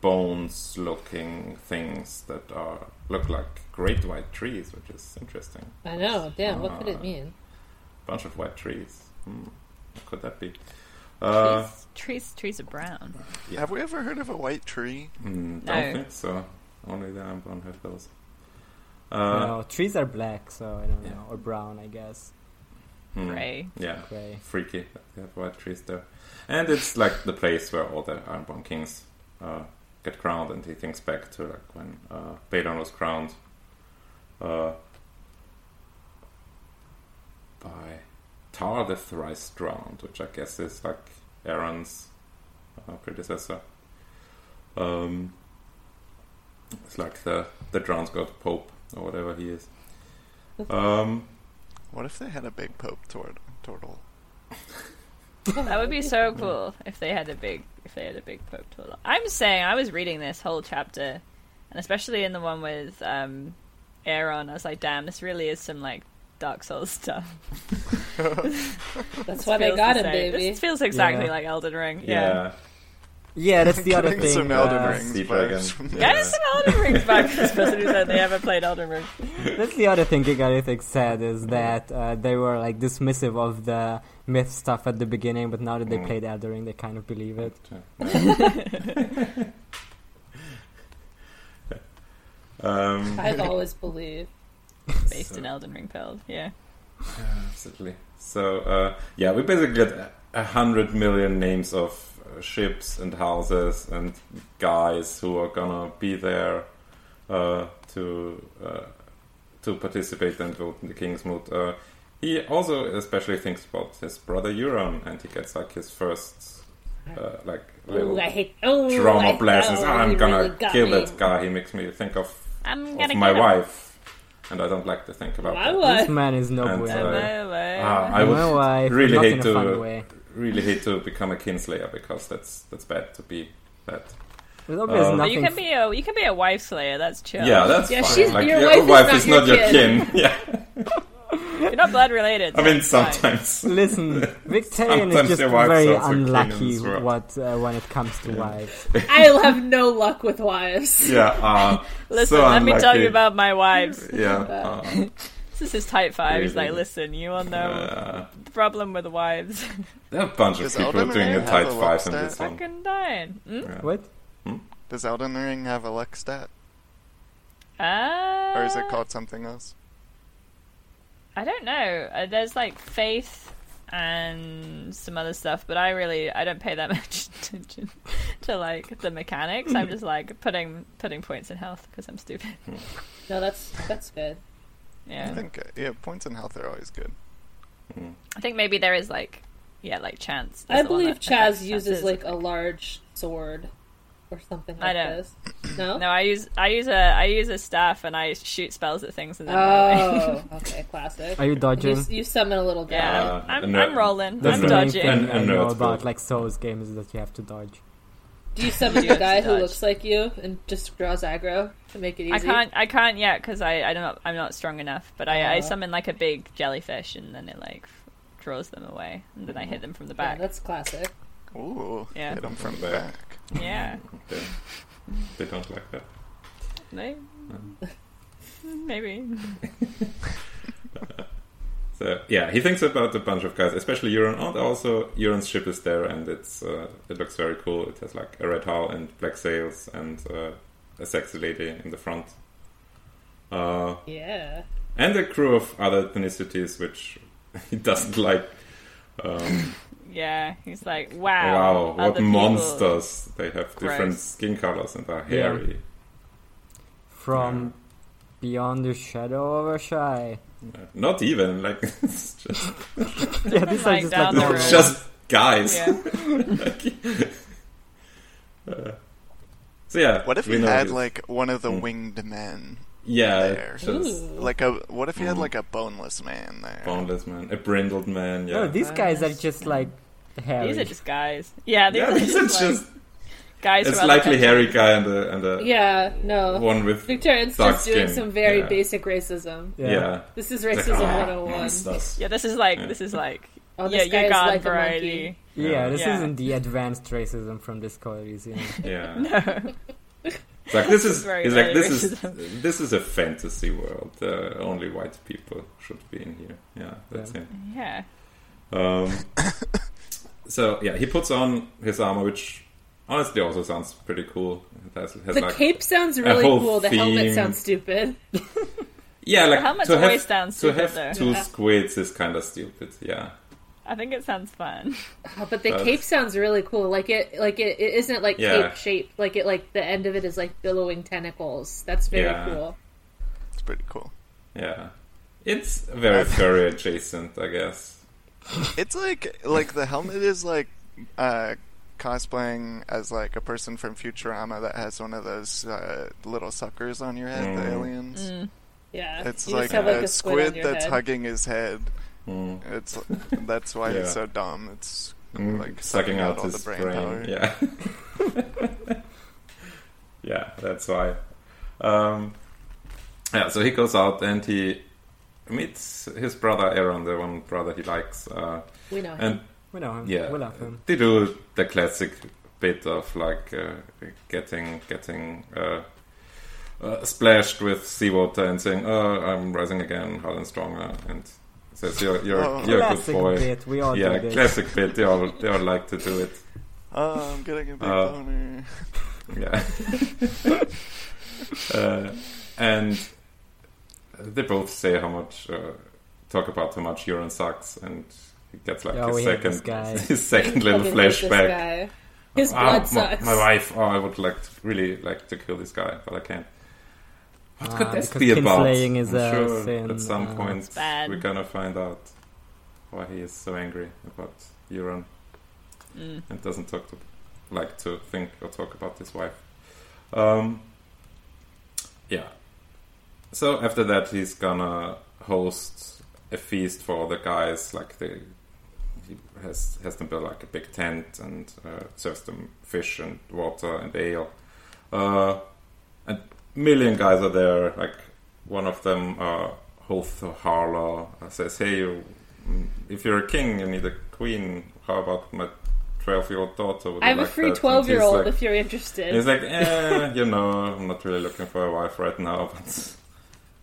S5: bones-looking things that are look like great white trees, which is interesting.
S2: I know. Damn, what
S3: Uh,
S2: could it mean?
S5: Bunch of white trees. Hmm, what could that be? Uh,
S3: trees, trees are brown.
S5: Yeah.
S6: Have we ever heard of a white tree?
S5: mm,
S3: No.
S5: Don't think so. Only the Ambon have those.
S4: You
S5: Uh,
S4: know, trees are black, so I don't
S5: Yeah.
S4: know, or brown, I guess.
S5: mm,
S3: Gray.
S5: Yeah,
S4: Gray.
S5: freaky. They have white trees there, and it's like the place where all the Ironborn kings uh, get crowned. And he thinks back to like when uh, Balon was crowned uh, by Tar the Thrice Drowned, which I guess is like Aaron's uh, predecessor. Um, it's like the the drowned god pope or whatever he is. Um,
S6: What if they had a big pope tort- turtle?
S3: That would be so cool if they had a big if they had a big Pope turtle. I'm saying I was reading this whole chapter, and especially in the one with um, Aaron, I was like, damn, this really is some like Dark Souls stuff.
S2: That's
S3: This
S2: why they
S3: feels
S2: got
S3: the
S2: him,
S3: same.
S2: baby.
S3: This feels exactly
S4: Yeah.
S3: like Elden Ring. Yeah.
S5: yeah.
S4: Yeah, that's the other
S6: Getting
S4: thing.
S6: some Elden
S4: uh,
S6: Ring
S5: Sea
S6: vibes
S5: Dragon.
S6: from
S5: Yeah.
S3: Guys, some Elden Ring back this person who said they ever played Elden Ring.
S4: That's the other thing Gigalythic said is that uh, they were like dismissive of the myth stuff at the beginning, but now that they
S5: Mm.
S4: played Elden Ring, they kind of believe it.
S5: um,
S2: I've always believed.
S3: Based in Elden Ring Pearl. Yeah.
S5: Absolutely. So uh, yeah, we basically got a- a hundred million names of uh, ships and houses and guys who are gonna be there uh, to uh, to participate and vote in the king's mood. Uh, he also especially thinks about his brother Euron, and he gets like his first uh, like
S2: Ooh,
S5: little
S2: I hate. Oh, I
S5: trauma
S2: know,
S5: blasts. I'm
S2: you
S5: gonna
S2: really got
S5: kill
S2: me.
S5: that guy. He makes me think of
S3: I'm
S5: of
S3: gonna
S5: my
S3: get him.
S5: wife, and I don't like to think about
S2: My
S5: that.
S4: This
S2: wife.
S4: man is no
S5: And,
S4: bueno.
S5: uh,
S3: My wife.
S5: Ah, I would
S4: My wife, but
S5: really
S4: not
S5: hate
S4: in a
S5: to- uh,
S4: fun way.
S5: really hate to become a kinslayer because that's that's bad to be that.
S4: There's obviously
S5: Um,
S3: But you
S4: nothing.
S3: can be a you can be a wife slayer. That's chill.
S5: Yeah, that's
S2: Yeah,
S5: fine.
S2: she's-
S5: like
S2: your
S5: your
S2: wife is not
S5: your
S2: your
S5: kin. yeah,
S3: You're not blood related.
S5: I
S3: so
S5: mean
S3: it's fine.
S5: sometimes.
S4: Listen, Victorian
S5: Sometimes
S4: is just
S5: their wives
S4: very
S5: are so clean in
S4: unlucky
S5: this world.
S4: what uh, when it comes to wives.
S2: I'll have no luck with wives.
S5: Yeah. Uh,
S3: Listen,
S5: so
S3: let me tell
S5: unlucky.
S3: you about my wives.
S5: Yeah. Uh,
S3: This is his type five. He's like,
S5: Really?
S3: listen, you all know
S5: uh,
S3: the problem with wives.
S5: there are a bunch of
S6: Does
S5: people
S6: Elden
S5: doing
S6: Ring
S5: a
S6: have
S5: tight
S6: a
S5: five in
S6: lockstep?
S5: this one.
S3: Fucking dying. Mm?
S5: Yeah.
S4: what?
S6: Does Elden Ring have a luck stat,
S3: Uh,
S6: or is it called something else?
S3: I don't know. Uh, there's like faith and some other stuff, but I really I don't pay that much attention to like the mechanics. I'm just like putting putting points in health because I'm stupid.
S2: No, that's that's good.
S6: I
S3: Yeah,
S6: think uh, yeah, points in health are always good.
S3: I think maybe there is like yeah like chance.
S2: I
S3: There's the one
S2: believe
S3: that affects
S2: Chaz uses
S3: chances.
S2: like a large sword or something like
S3: I don't.
S2: this. No?
S3: No, I use I use a I use a staff and I shoot spells at things and then run away.
S2: Oh, okay, classic.
S4: Are you dodging?
S2: You, you summon a little guy.
S3: yeah,
S5: Uh,
S3: I'm, I'm,
S5: no.
S3: I'm rolling.
S4: That's
S3: I'm
S4: the main
S3: dodging.
S4: thing
S5: And- and
S4: I know
S5: nerds,
S4: about
S5: cool.
S4: like Souls games is that you have to dodge.
S2: Do you summon
S3: You
S2: a
S3: have to
S2: guy who
S3: dodge.
S2: looks like you and just draws aggro to make it easy?
S3: I can't I can't yet because I I'm not I'm not strong enough. But I, I
S2: Aw.
S3: summon like a big jellyfish and then it like draws them away and then I hit them from the
S2: Yeah,
S3: back.
S2: that's classic.
S6: Ooh,
S3: Yeah.
S6: hit them from the
S5: Back.
S6: back.
S3: Yeah,
S5: They, they don't like that.
S3: May- maybe.
S5: So yeah, he thinks about a bunch of guys, especially Euron. And also, Euron's ship is there, and it's uh, it looks very cool. It has like a red hull and black sails, and uh, a sexy lady in the front. Uh,
S3: Oh.
S2: Yeah.
S5: and a crew of other ethnicities, which he doesn't like. Um,
S3: Yeah, he's like wow.
S5: wow, what
S3: other people-
S5: monsters! They have different
S3: Gross.
S5: skin colors and are hairy.
S4: From beyond the shadow of a shy.
S5: Uh, Not even like it's just,
S4: Yeah, these are
S3: Like
S4: just
S3: down the
S4: like normal.
S3: road.
S5: just guys.
S3: Yeah.
S5: Uh, so yeah,
S6: What if
S5: we
S6: he
S5: know
S6: had
S5: he's-
S6: like one of the
S5: Mm.
S6: winged men?
S5: yeah,
S6: there.
S5: just
S2: Ooh.
S6: Like a what if he had
S5: Mm.
S6: like a boneless man there?
S5: boneless man, a brindled man. Yeah,
S4: No, Oh, these guys are just like hairy.
S3: These are just guys. Yeah, these
S5: yeah,
S3: are
S5: these
S3: just,
S5: are
S3: like,
S5: just
S3: guys.
S5: a
S3: from other
S5: slightly
S3: countries.
S5: hairy guy and a
S3: Uh,
S5: and a
S2: Yeah, no.
S5: one with
S2: Victorian's
S5: dark
S2: just doing
S5: skin.
S2: some very
S5: yeah.
S2: basic racism.
S5: Yeah,
S2: This is
S5: It's
S2: racism
S5: like, ah,
S2: 101.
S5: monsters.
S3: Yeah, this is like this is like
S2: Oh,
S3: yeah,
S2: this guy
S3: you
S2: is
S3: got
S2: like a monkey.
S3: variety.
S4: Yeah, this
S3: Yeah.
S4: isn't the advanced racism from Discoveries, you know.
S5: Yeah.
S3: No.
S5: It's like this is
S3: Very
S5: it's like
S3: early
S5: this is this is a fantasy world. Uh, only white people should be in here. Yeah, that's
S4: Yeah.
S5: him.
S3: Yeah.
S5: Um, so yeah, he puts on his armor, which honestly also sounds pretty cool. It has, has
S2: The
S5: like,
S2: cape sounds
S5: a
S2: really
S5: whole
S2: cool. The helmet
S5: theme.
S2: sounds stupid.
S5: yeah, like
S3: The helmet's
S5: to
S3: always
S5: have,
S3: sounds
S5: to
S3: stupid,
S5: have
S3: though.
S5: two
S2: Yeah.
S5: squids is kind of stupid. Yeah,
S3: I think it sounds fun.
S2: Oh, but the
S5: That's-
S2: cape sounds really cool. Like it, like it, it isn't like
S5: Yeah.
S2: cape shaped. Like it, like the end of it is like billowing tentacles. That's very
S5: Yeah.
S2: cool.
S6: It's pretty cool.
S5: yeah, it's very furry adjacent, I guess.
S6: It's like like the helmet is like uh, cosplaying as like a person from Futurama that has one of those uh, little suckers on your head, the
S5: Mm.
S6: aliens.
S2: Yeah.
S6: It's
S2: you
S6: like,
S2: just have, like
S6: a,
S2: a
S6: squid,
S2: on your
S6: that's
S2: head.
S6: hugging his head.
S5: Mm.
S6: It's that's why
S5: Yeah.
S6: he's so dumb. It's
S5: Mm,
S6: like
S5: sucking out
S6: all
S5: his
S6: the brain,
S5: brain.
S6: power.
S5: Yeah. yeah, that's why. Um, yeah, so he goes out and he meets his brother Aaron, the one brother he likes, uh,
S2: We know him.
S5: and
S4: We know him.
S5: yeah,
S4: We love him.
S5: They do the classic bit of like uh, getting getting uh, uh, splashed with seawater and saying, "Oh, I'm rising again, hard and stronger," and says, "You're you're,
S6: Oh.
S5: you're a good
S4: classic
S5: boy."
S4: bit. We all
S5: Yeah,
S4: do this.
S5: classic bit. They all they all like to do it.
S6: Oh, I'm getting a big
S5: Uh,
S6: boner.
S5: Yeah. uh, and they both say how much, uh, talk about how much urine sucks, and he gets like
S4: Yeah,
S5: his
S4: we hate this
S5: second,
S4: guy.
S5: his second little
S2: Fucking hate this
S5: flashback.
S2: guy. His
S5: Ah,
S2: blood
S5: my-
S2: sucks.
S5: My, wife. Oh, I would like to, really like to kill this guy, but I can't. What
S4: Ah,
S5: could this
S4: because
S5: be about?
S4: kinslaying is
S5: I'm
S4: a
S5: sure
S4: sin,
S5: at some
S4: uh,
S5: point
S3: bad.
S5: we're gonna find out why he is so angry about urine
S3: Mm.
S5: and doesn't talk to like to think or talk about his wife. Um, yeah. So after that, he's gonna host a feast for all the guys. Like they, he has has them build like a big tent and uh, serves them fish and water and ale. Uh, a million guys are there. Like one of them, uh, Hoth Harlow, uh, says, "Hey, you, mm, if you're a king, you need a queen. How about my twelve-year-old daughter?" Would
S2: I have
S5: you
S2: a
S5: like
S2: free
S5: that?" And he's
S2: 12 year old
S5: like-
S2: if you're
S5: He's
S2: interested.
S5: like, eh, you know, I'm not really looking for a wife right now, but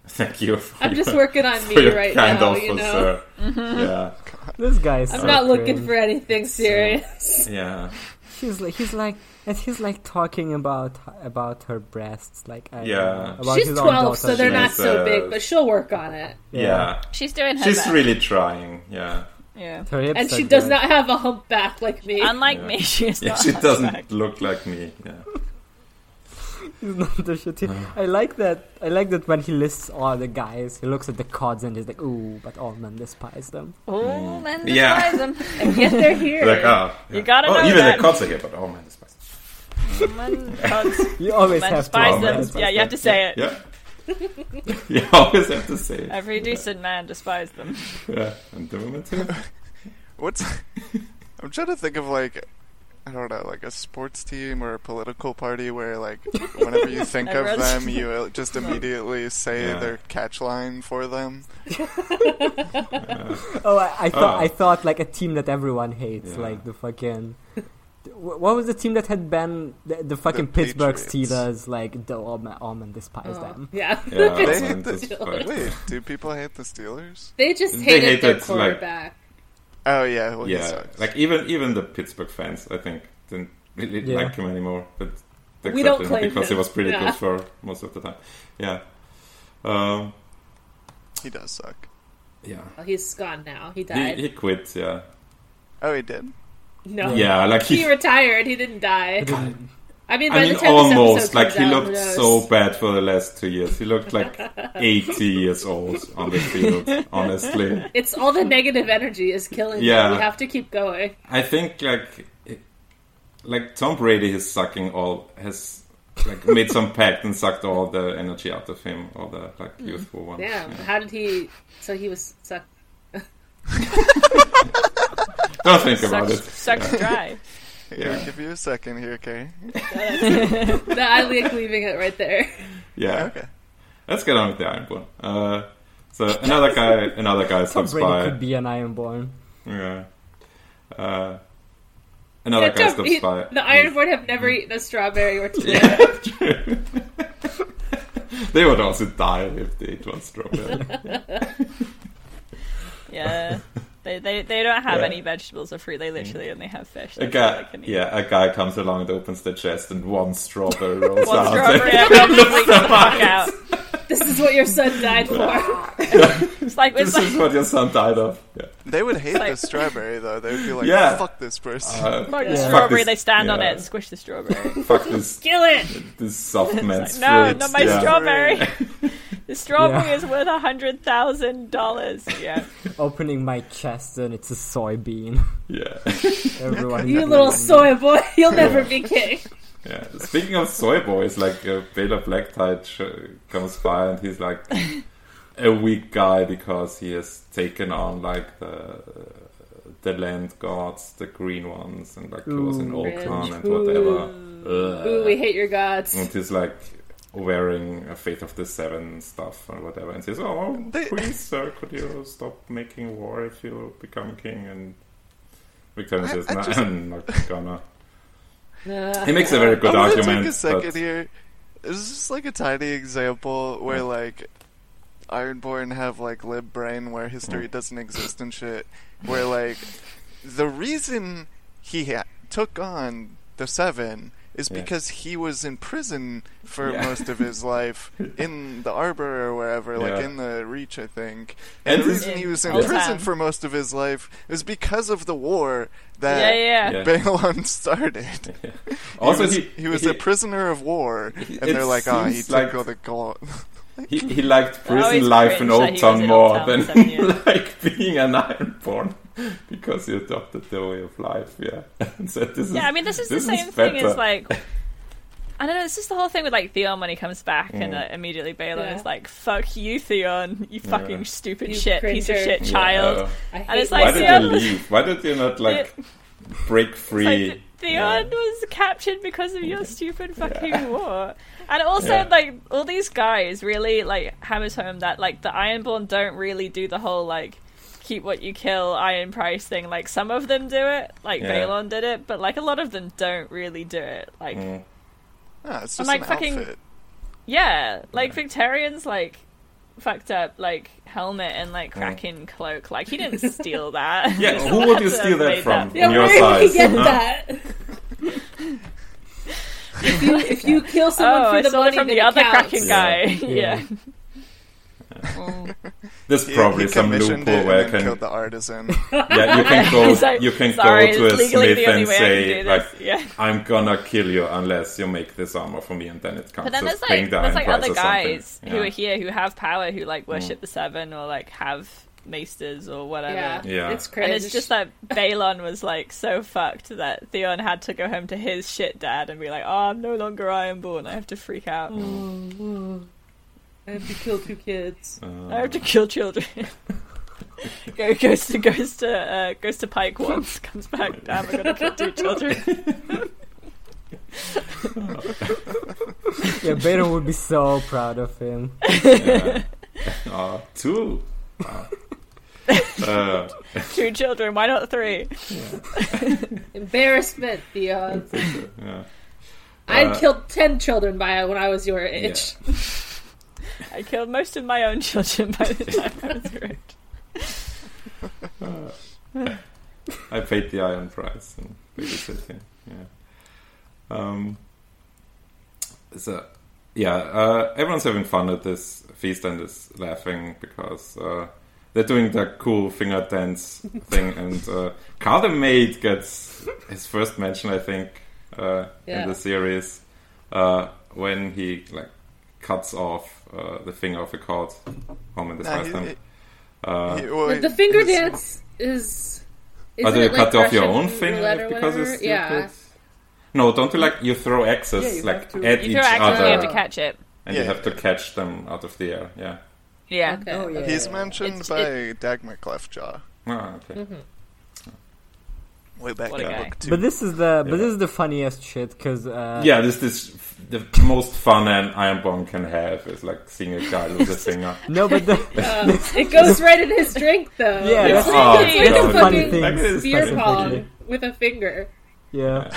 S5: thank you for
S2: I'm
S5: your,
S2: just working on
S5: for
S2: me
S5: your
S2: right
S5: kind
S2: now,
S5: offer,
S2: you know? Mm-hmm.
S5: sir. Yeah,
S4: This guy is
S2: I'm
S4: so
S2: not looking
S4: cringe.
S2: for anything serious.
S5: yeah,
S4: He's like, he's like, and he's like talking about about her breasts, like I,
S5: Yeah.
S4: about
S2: She's
S4: his own
S2: 12, so
S4: daughter.
S2: they're not
S5: She's,
S2: so
S5: uh,
S2: big, but she'll work on it.
S5: yeah.
S3: She's doing her
S5: She's
S3: best.
S5: really trying, yeah.
S3: yeah.
S4: Her hips
S2: And
S4: are
S2: she does
S4: good.
S2: not have a humpback like me.
S3: Unlike
S5: Yeah.
S3: me, she is
S5: Yeah,
S3: not.
S5: she
S3: back.
S5: doesn't look like me, yeah.
S4: He's not the shitty. I like that. I like that when he lists all the guys, he looks at the cods and he's like, "Ooh, but all men despise them."
S3: Oh, man,
S5: Yeah.
S3: despise him.
S2: and yet they're here.
S5: Like, ah, yeah.
S3: You gotta
S5: oh,
S3: know
S5: even
S3: that.
S5: the cops are here, but oh man, this person.
S3: Man, dogs,
S4: You always
S3: man
S4: have to. all
S3: despise
S4: men
S5: despise
S3: them.
S4: despise
S3: Yeah, you have to
S4: them.
S3: say it.
S5: Yeah. you always have to say it.
S3: Every decent man despise them.
S5: Yeah, and the women too.
S6: What's? I'm trying to think of like. I don't know, like a sports team or a political party where, like, whenever you think of
S3: Everyone's-
S6: them, you uh, just immediately say
S5: Yeah.
S6: their catch line for them.
S4: Oh, I, I thought
S5: Ah.
S4: I thought like a team that everyone hates,
S5: Yeah.
S4: like the fucking. Wh- What was the team that had been the, the fucking Pittsburgh
S6: Patriots.
S4: Steelers? Like the all men, all men despise
S2: Oh,
S4: them.
S2: yeah.
S5: Yeah,
S6: They
S5: man,
S6: hate the-
S5: this part.
S6: Wait, do people hate the Steelers?
S2: They just
S5: They
S2: hated
S5: hate
S2: their
S5: it's like-
S2: quarterback.
S6: Oh yeah, well, he
S5: yeah,
S6: sucks.
S5: like even even the Pittsburgh fans, I think, didn't really
S4: Yeah.
S5: like him anymore. But they
S2: We
S5: accepted
S2: don't
S5: him
S2: claim
S5: because
S2: him.
S5: he was pretty
S2: Yeah.
S5: good for most of the time. Yeah, um,
S6: he does suck.
S5: yeah.
S2: Well, he's gone now. He
S5: He,
S2: died.
S5: he quit. Yeah,
S6: Oh, he did.
S2: no.
S5: yeah. Like he,
S2: He retired. He didn't die. I mean, by
S5: I
S2: the
S5: mean,
S2: time
S5: almost.
S2: this episode
S5: Like
S2: comes
S5: he
S2: out,
S5: looked
S2: who knows?
S5: so bad for the last two years. He looked like eighty years old on the field. Honestly,
S2: It's all the negative energy is killing.
S5: Yeah.
S2: him. we have to keep going.
S5: I think like it- like Tom Brady is sucking all has like made some pact and sucked all the energy out of him, all the like
S3: Mm.
S5: youthful ones.
S2: Damn,
S5: yeah.
S2: how did he? So he was sucked.
S5: Don't think about
S3: Sucks,
S5: it.
S3: sucks dry.
S6: Here,
S5: Yeah.
S6: give you a second here, okay?
S2: No, I like leaving it right there.
S5: Yeah.
S6: Okay.
S5: Let's get on with the Ironborn. Uh, so another guy, another guy
S4: Tom
S5: stops
S4: Brady
S5: by.
S4: could be an Ironborn.
S5: Yeah. Uh, another
S2: Yeah,
S5: guy
S2: don't
S5: stops
S2: eat-
S5: by.
S2: the Ironborn have never eaten a strawberry or two.
S5: Yeah, true. they would also die if they ate one strawberry.
S3: Yeah. They, they, they don't have
S5: Yeah.
S3: any vegetables or fruit. They literally only have fish.
S5: A
S3: That's all
S5: guy,
S3: they can eat.
S5: yeah, a guy comes along and opens the chest, and one strawberry rolls
S3: One
S5: out.
S3: strawberry, everyone just leaks the fuck out.
S2: This is what your son died for.
S3: It's like, it's
S5: this is
S3: like,
S5: what your son died of. Yeah.
S6: They would hate
S3: Like-
S6: the strawberry though. They would be like,
S5: Yeah.
S6: "Fuck this person."
S5: Uh,
S3: fuck the
S4: this.
S3: strawberry, they stand on
S5: Yeah.
S3: it, squish the strawberry.
S5: fuck this,
S2: Kill it.
S5: this soft man's
S3: No,
S5: fruit.
S3: not my
S5: yeah.
S3: strawberry. the strawberry
S4: Yeah.
S3: is worth a hundred thousand dollars. Yeah,
S4: Opening my chest and it's a soybean.
S5: Yeah.
S4: Everyone,
S2: You little soy boy. You'll never be king.
S5: Yeah. Speaking of soy boys, like uh, Bela Black Tide sh- comes by and he's like, a weak guy because he has taken on like the the land gods, the green ones, and like he was in
S4: Ooh.
S5: Okan and
S2: Ooh.
S5: whatever.
S2: Ooh, we
S5: Ugh.
S2: hate your gods.
S5: And he's like wearing a Faith of the Seven stuff or whatever, and says, "Oh,
S6: They-
S5: please, sir, could you stop making war if you become king?" And Victorian
S6: I-
S5: says,
S6: I
S5: "No,
S6: just-
S5: I'm not gonna."
S2: Ugh.
S5: He makes a very good
S6: I'm gonna
S5: argument.
S6: Take a second
S5: but-
S6: here. This is just like a tiny example where
S5: Mm.
S6: like Ironborn have like lib brain where history
S5: Mm.
S6: doesn't exist and shit. Where like the reason he ha- took on the Seven is
S5: Yeah.
S6: because he was in prison for
S5: Yeah.
S6: most of his life in the arbor or wherever, like
S5: Yeah.
S6: in the Reach, I think.
S5: And
S6: And the
S5: this-
S6: reason he was in
S3: Old
S6: prison
S3: town.
S6: for most of his life is because of the war that
S3: Yeah, yeah.
S5: Yeah.
S6: Balon started.
S5: Yeah. Also,
S6: he was,
S5: he
S6: he was a prisoner of war, and
S5: It
S6: they're like, "Ah, he
S5: seems
S6: took
S5: like-
S6: all the gold."
S5: He, he liked
S3: I always
S5: prison life in
S3: Oh, cringe that
S5: Old
S3: he was
S5: Town
S3: in Old
S5: more
S3: Town
S5: than
S3: for seven years.
S5: like being an ironborn because he adopted the way of life. Yeah, and so this is,
S3: Yeah, I mean, this is
S5: this
S3: the
S5: is
S3: same thing
S5: better.
S3: as like. I don't know. It's just the whole thing with like Theon when he comes back, and uh, immediately Balin
S2: Yeah.
S3: is like, "Fuck you, Theon! You fucking
S5: Mm. Yeah.
S3: stupid
S2: You
S3: shit, piece of
S2: cringer."
S3: shit,
S5: Yeah,
S3: child!"
S5: uh,
S2: I hate
S3: And it's
S5: why
S3: like
S5: did
S2: myself.
S5: they
S3: Theon,
S5: leave? Why did you not like break
S3: it's
S5: free?
S3: like Theon
S5: Yeah.
S3: was captured because of your stupid fucking war. And also,
S5: Yeah.
S3: like all these guys really like hammers home that like the Ironborn don't really do the whole like keep what you kill iron price thing like some of them do it like
S5: Yeah.
S3: Balon did it but like a lot of them don't really do it like
S5: Mm.
S6: Ah, it's
S3: I'm
S6: just
S3: like
S6: an
S3: fucking-
S6: outfit.
S3: Yeah, like Victorians like fucked up like helmet and like kraken cloak. Like he didn't steal that.
S5: Mm. Yeah,
S3: He's
S5: who
S3: allowed
S5: would you
S3: to have
S5: steal that
S3: made
S5: from?
S2: Yeah,
S5: On your
S2: where did
S5: side,
S2: you get
S5: huh?
S2: that? if you if you kill someone
S3: Oh,
S2: for
S3: I
S2: the
S3: stole
S2: money,
S3: it from
S2: then
S3: the
S2: it
S3: other
S2: counts.
S3: kraken
S5: Yeah.
S3: guy.
S4: Yeah.
S3: Yeah.
S5: There's
S6: He,
S5: probably
S6: he
S5: some
S6: commissioned
S5: loophole
S6: it
S5: where I
S6: and then
S5: can
S6: killed the artisan.
S5: yeah, you can go.
S3: It's like,
S5: you can
S3: sorry,
S5: go to a
S3: it's legally the
S5: smith
S3: only
S5: and
S3: way I can
S5: say,
S3: do
S5: like,
S3: this. Yeah.
S5: "I'm gonna kill you unless you make this armor for me," and then it comes.
S3: But then
S5: to
S3: there's
S5: paying
S3: like
S5: the
S3: there's
S5: iron
S3: like
S5: price
S3: other
S5: or something.
S3: guys
S5: yeah.
S3: who are here who have power who like worship the seven or like have maesters or whatever.
S2: Yeah.
S5: Yeah.
S2: it's crazy.
S3: And it's just that Balon was like so fucked that Theon had to go home to his shit dad and be like, "Oh, I'm no longer Ironborn. I have to freak out.
S2: I have to kill two kids.
S3: I
S5: Uh,
S3: have to
S5: Mm.
S3: kill children." go goes to goes to uh, goes to Pike once, comes back. Damn, I'm gonna kill two children.
S4: Yeah, Baron would be so proud of him.
S5: Yeah. Uh, two. Wow. Uh,
S3: two children. Why not three?
S2: Embarrassment, Theon.
S5: yeah.
S2: I
S5: Uh,
S2: killed ten children by when I was your age.
S3: I killed most of my own children by the time I was rich.
S5: I paid the iron price in babysitting. Yeah. Um, so, yeah, uh, everyone's having fun at this feast and is laughing because uh, they're doing the cool finger dance thing. And uh, Carl the Maid gets his first mention, I think, uh,
S2: Yeah.
S5: in the series uh, when he like cuts off uh, the finger of a card home in the
S6: Nah, he-
S5: Iceland.
S6: he-
S5: Uh,
S6: he- well,
S2: the finger
S6: his-
S2: dance is.
S5: Oh,
S2: Isn't
S5: do you
S2: it like
S5: cut off your
S2: Russian
S5: own
S2: roulette
S5: finger
S2: or
S5: because it's
S2: whatever? yeah.
S5: stupid? No, don't you like you throw axes
S4: Yeah, you
S5: like
S4: have to-
S5: at
S3: You
S5: each
S3: throw axes,
S5: other,
S3: you have to catch it.
S5: and
S6: Yeah,
S5: you have to
S6: yeah.
S5: catch them out of the air. Yeah.
S3: Yeah.
S2: Okay.
S4: Oh, yeah.
S6: He's mentioned
S3: It's-
S6: by
S3: it-
S6: Dagmar Cleftjaw
S5: Ah, okay.
S6: way back
S3: What a
S6: in
S3: guy.
S6: book two.
S4: But this is the but
S5: Yeah.
S4: this is the funniest shit because uh,
S5: Yeah, this is the most fun an ironborn can have is like seeing a guy lose a finger.
S4: no, but the,
S2: Um, It goes right in his drink, though.
S4: Yeah,
S2: it's
S4: that's-
S2: like,
S3: oh,
S2: it's like
S3: that's
S2: a
S3: the
S4: funny
S2: fucking
S4: thing.
S5: Like, it is
S2: beer
S5: funny.
S2: pong with a finger.
S4: yeah.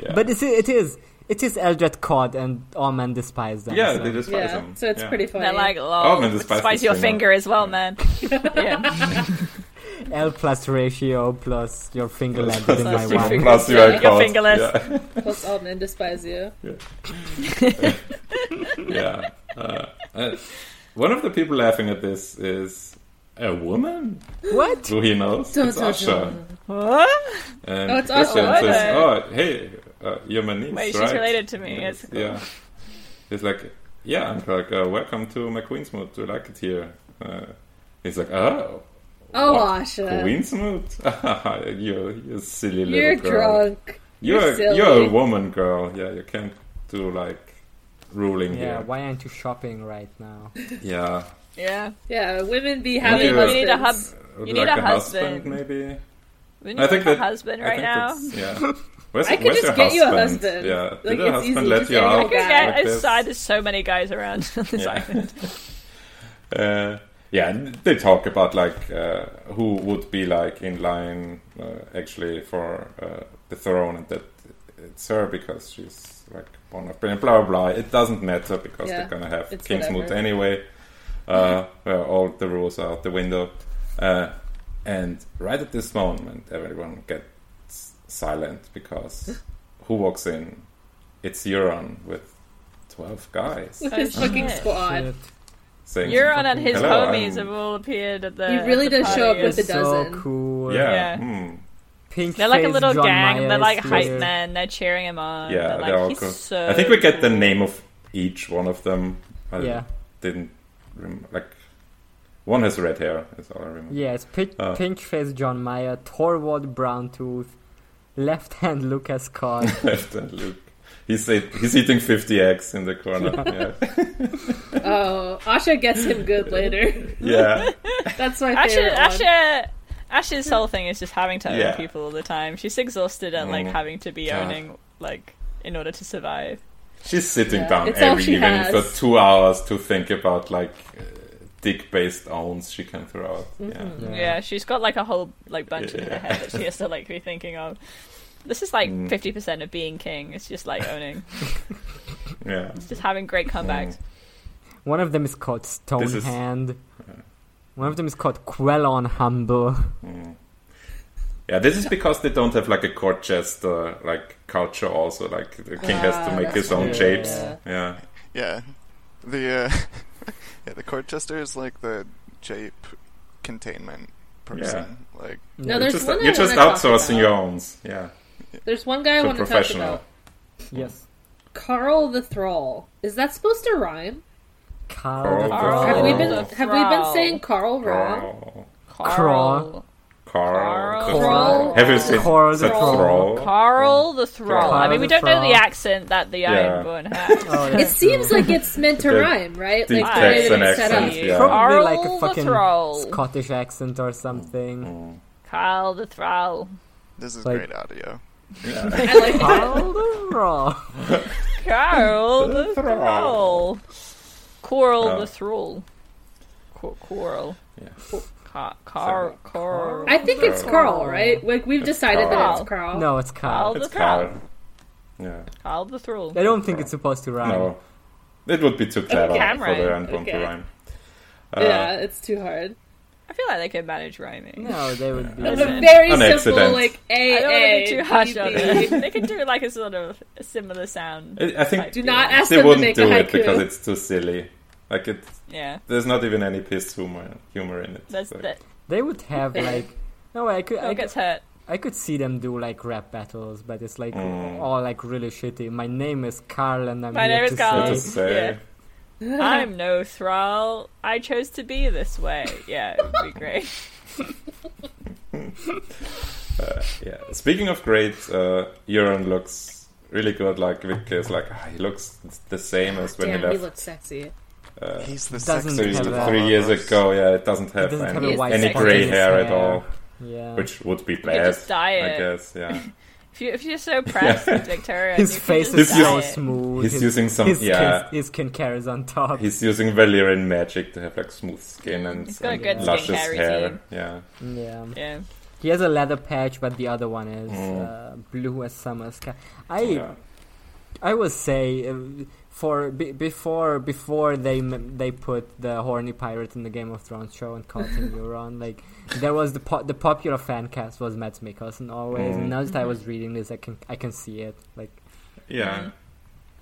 S5: Yeah.
S4: But it's, it is it is Eldred cod and all men despise them.
S5: yeah,
S4: so.
S5: they despise
S2: Yeah,
S5: him.
S2: so it's
S5: yeah.
S2: pretty funny.
S3: They're like,
S5: Oh,
S3: lol,
S5: man, the
S3: spice,
S5: spice is
S3: your
S5: thing
S3: finger
S5: up.
S3: as well, man. yeah.
S4: L plus ratio plus your finger length in my
S3: Plus your
S4: one.
S3: finger.
S5: Plus you
S3: Yeah,
S5: are
S3: you're
S5: caught.
S3: fingerless.
S5: Yeah.
S2: Plus, all men despise you.
S5: yeah. Uh, uh, one of the people laughing at this is a woman
S4: What?
S5: who he knows.
S2: Dun,
S5: It's
S2: dun,
S5: Asha.
S3: What?
S5: And
S2: Oh, it's
S5: Christian
S2: Asha.
S5: says,
S3: Oh,
S5: "Oh, hey, uh, you're my niece,
S3: Wait, she's
S5: right?"
S3: related to me.
S5: Yeah.
S3: It's cool.
S5: Yeah, he's like, "Yeah," I'm like, uh, "Welcome to my Queensmoot. Do you like it here?" Uh, he's like, "Oh,
S2: Oh,
S5: What?
S2: Asha.
S5: Queensmoot? you, you silly little
S2: You're
S5: girl.
S2: drunk.
S5: You're
S2: You're
S5: a, you're
S2: silly."
S5: a woman, girl. Yeah, you can't do like ruling
S4: Yeah,
S5: here.
S4: why aren't you shopping right now?
S5: Yeah,
S3: Yeah.
S2: Yeah, women be having
S5: do it. We
S3: need a hub-
S2: husbands.
S5: Would
S3: You
S5: like
S3: need a
S5: a husband,
S3: husband.
S5: maybe.
S3: We need
S5: I think
S3: a
S5: that
S3: husband
S5: I
S3: right
S5: think
S3: now.
S5: that's- Yeah. Where's,
S2: I could
S5: where's
S2: just
S5: your
S2: get you a husband.
S5: Yeah.
S2: Like,
S5: Did
S2: it's
S5: your husband
S2: easy,
S5: let
S2: just
S5: you
S2: get
S5: out?
S2: like a guy.
S5: like
S3: Yeah,
S5: this?
S3: aside, there's so many guys around on this
S5: Yeah.
S3: island.
S5: uh, yeah, and they talk about like uh, who would be like in line uh, actually for uh, the throne, and that it's her because she's like born of blah blah blah. It doesn't matter because
S2: Yeah,
S5: they're gonna have
S2: it's
S5: Kingsmoot
S2: whatever.
S5: anyway. Uh, where all the rules are out the window, uh, and right at this moment, everyone gets silent because who walks in? It's Euron with twelve guys
S2: With his
S3: Oh,
S2: fucking
S3: shit.
S2: squad.
S4: Shit.
S5: saying
S3: Euron and his
S5: Hello,
S3: homies
S5: I'm-
S3: have all appeared at the.
S2: He really
S3: at the
S2: does show up
S3: party.
S2: with the
S4: so
S2: dozen.
S4: cool.
S5: Yeah.
S3: Yeah.
S5: hmm.
S4: Pink
S3: They're like a little
S4: John
S3: gang.
S4: Myers,
S3: they're like hype
S4: weird.
S3: men. They're cheering him on.
S5: Yeah,
S3: they're like,
S5: they're all
S3: He's
S5: cool.
S3: so
S5: I think we get the
S3: cool."
S5: name of each one of them. I
S4: Yeah.
S5: didn't rem- like one has red hair. That's all I remember.
S4: Yeah, it's pink,
S5: Oh.
S4: pink face John Mayer, Torvald Browntooth, left hand Lucas Cod.
S5: Left and Luke. He's ate- he's eating fifty eggs in the corner. Yeah,
S2: Oh, Asha gets him good later.
S5: yeah.
S2: That's my
S3: Asha,
S2: favorite one.
S3: Asha, Asha's whole thing is just having to own
S5: Yeah.
S3: people all the time. She's exhausted at like
S5: Mm.
S3: having to be
S5: Yeah.
S3: owning like in order to survive.
S5: She's sitting
S2: Yeah,
S5: down
S2: it's all
S5: every
S2: she
S5: evening
S2: has.
S5: for two hours to think about like uh, dick-based owns she can throw out. Yeah.
S3: Yeah. she's got like a whole like bunch in her
S5: Yeah.
S3: head that she has to like be thinking of. This is like
S5: Mm.
S3: fifty percent of being king. It's just like owning,
S5: yeah.
S3: It's just having great
S5: Mm.
S3: comebacks.
S4: One of them is called
S5: This is-
S4: Stonehand. One of them is called Quellon Humble.
S5: Yeah, this is because they don't have like a court jester like culture. Also, like the king has to
S2: Ah,
S5: make
S2: that's
S5: his own
S2: true,
S5: shapes.
S2: yeah.
S5: Yeah,
S6: Yeah, the uh, yeah the court jester is like the jape containment person. Like
S2: No,
S5: You're
S2: there's
S5: just,
S2: one I
S5: you're
S2: wanna
S5: just
S2: talk
S5: outsourcing
S2: about.
S5: your own. Yeah,
S2: There's one guy I
S5: to
S2: want to talk
S5: professional.
S2: about.
S4: Yes.
S2: Carl the Thrall. Is that supposed to rhyme?
S4: Carl. the
S5: Carl.
S2: Have we
S4: Thrall.
S2: been
S3: Oh.
S2: have we been
S3: Thrall.
S2: saying Carl wrong?
S3: Carl,
S5: Carl, Carl,
S3: Carl.
S2: Carl.
S5: Have you seen
S4: Carl
S5: the
S4: the Thrall.
S5: Thrall?
S3: Carl the Thrall. I
S4: Carl
S3: mean, we
S4: the
S3: don't know
S4: Thrall.
S3: the accent that the Ironborn has.
S4: Oh,
S2: It
S4: that's
S2: seems
S4: true.
S2: like it's meant to
S5: The
S2: rhyme, right?
S5: deep
S2: Like the way
S5: text
S2: that
S5: and
S2: it's set up.
S5: accents, yeah.
S4: Probably
S3: Carl
S4: like a
S3: the
S4: fucking
S3: Thrall.
S4: Scottish accent or
S5: Mm.
S4: something.
S3: Carl the Thrall.
S6: this is
S4: Like-
S6: great audio.
S2: I like that.
S4: Carl the Thrall.
S3: Carl
S5: The
S3: the
S5: Thrall.
S3: Thrall. Coral
S5: Oh.
S3: the Thrall. Cor- Coral.
S5: Yeah.
S3: Car, car, car.
S2: I think it's
S5: Carl.
S2: Carl, right? Like we've decided that it's Carl.
S4: No, it's Carl.
S3: Carl.
S5: It's
S3: the Thrall.
S5: Carl. Yeah,
S3: Carl the Thrall.
S4: I don't think it's supposed to rhyme.
S5: no, it would be too clever
S3: can
S5: for
S3: rhyme.
S5: the Ironborn to
S2: Okay.
S5: rhyme. Uh,
S2: Yeah, it's too hard.
S3: I feel like they could manage rhyming.
S4: No, they would be.
S2: It's
S3: Listen.
S2: a very
S5: An
S2: simple
S5: accident.
S2: like
S3: I
S2: A
S3: don't want
S2: A
S3: to be
S2: B,
S3: too harsh on
S2: B.
S3: them. They could do like a sort of a similar sound.
S5: I I think
S3: type
S2: Do
S3: deal.
S2: not ask
S5: they
S2: them to
S5: wouldn't
S2: make a
S5: do it
S2: haiku.
S5: because it's too silly. Like it,
S3: Yeah,
S5: there's not even any piss humor humor in it.
S3: that's
S5: So-
S3: that.
S4: They would have like. No, I could,
S3: Who
S4: I, could,
S3: gets hurt?
S4: I could see them do like rap battles, but it's like
S5: Mm.
S4: all like really shitty. My name is Carl, and I'm
S3: My
S4: here
S3: name is
S4: to
S5: What
S3: Carl.
S5: to
S4: say-
S5: say?
S3: Yeah. I'm no thrall. I chose to be this way. Yeah, it would be great.
S5: Yeah. Speaking of great, uh, Euron looks really good. Like Vic is like ah, he looks the same as when
S2: Damn,
S5: he
S2: he
S5: left
S2: looks sexy.
S6: He's the
S4: uh, Doesn't
S5: three,
S6: sexiest
S4: have
S6: of
S4: a-
S6: all
S5: three years
S6: of us.
S5: ago. Yeah, it doesn't have
S4: doesn't have
S5: any,
S4: a white
S5: any
S2: spot in
S5: gray
S4: his
S5: hair at
S4: hair.
S5: all,
S4: Yeah.
S5: which would be
S3: could
S5: bad.
S3: just dye
S5: I
S3: it.
S5: guess. Yeah.
S3: If, you, if you're so pressed with Victoria,
S4: His
S3: you could
S4: face
S3: just
S4: is
S5: He's
S3: dye
S4: so
S5: using-
S3: it.
S4: smooth.
S5: he's
S4: his,
S5: using some-
S4: His
S5: yeah.
S4: skin, his skin care is on top.
S5: He's using Valyrian magic to have like smooth skin and,
S3: He's got a
S5: and
S3: good
S5: luscious
S3: skincare
S5: hair.
S3: routine.
S5: Yeah.
S4: yeah.
S3: Yeah.
S4: He has a leather patch, but the other one is
S6: Mm.
S4: uh, blue as summer sky. I
S5: yeah.
S4: I will say uh, for be, before before they m- they put the horny pirate in the Game of Thrones show and called him Euron, like there was the po- the popular fan cast was Matt Mikkelsen always.
S6: Mm.
S4: And now that I was reading this, I can I can see it. Like
S5: Yeah.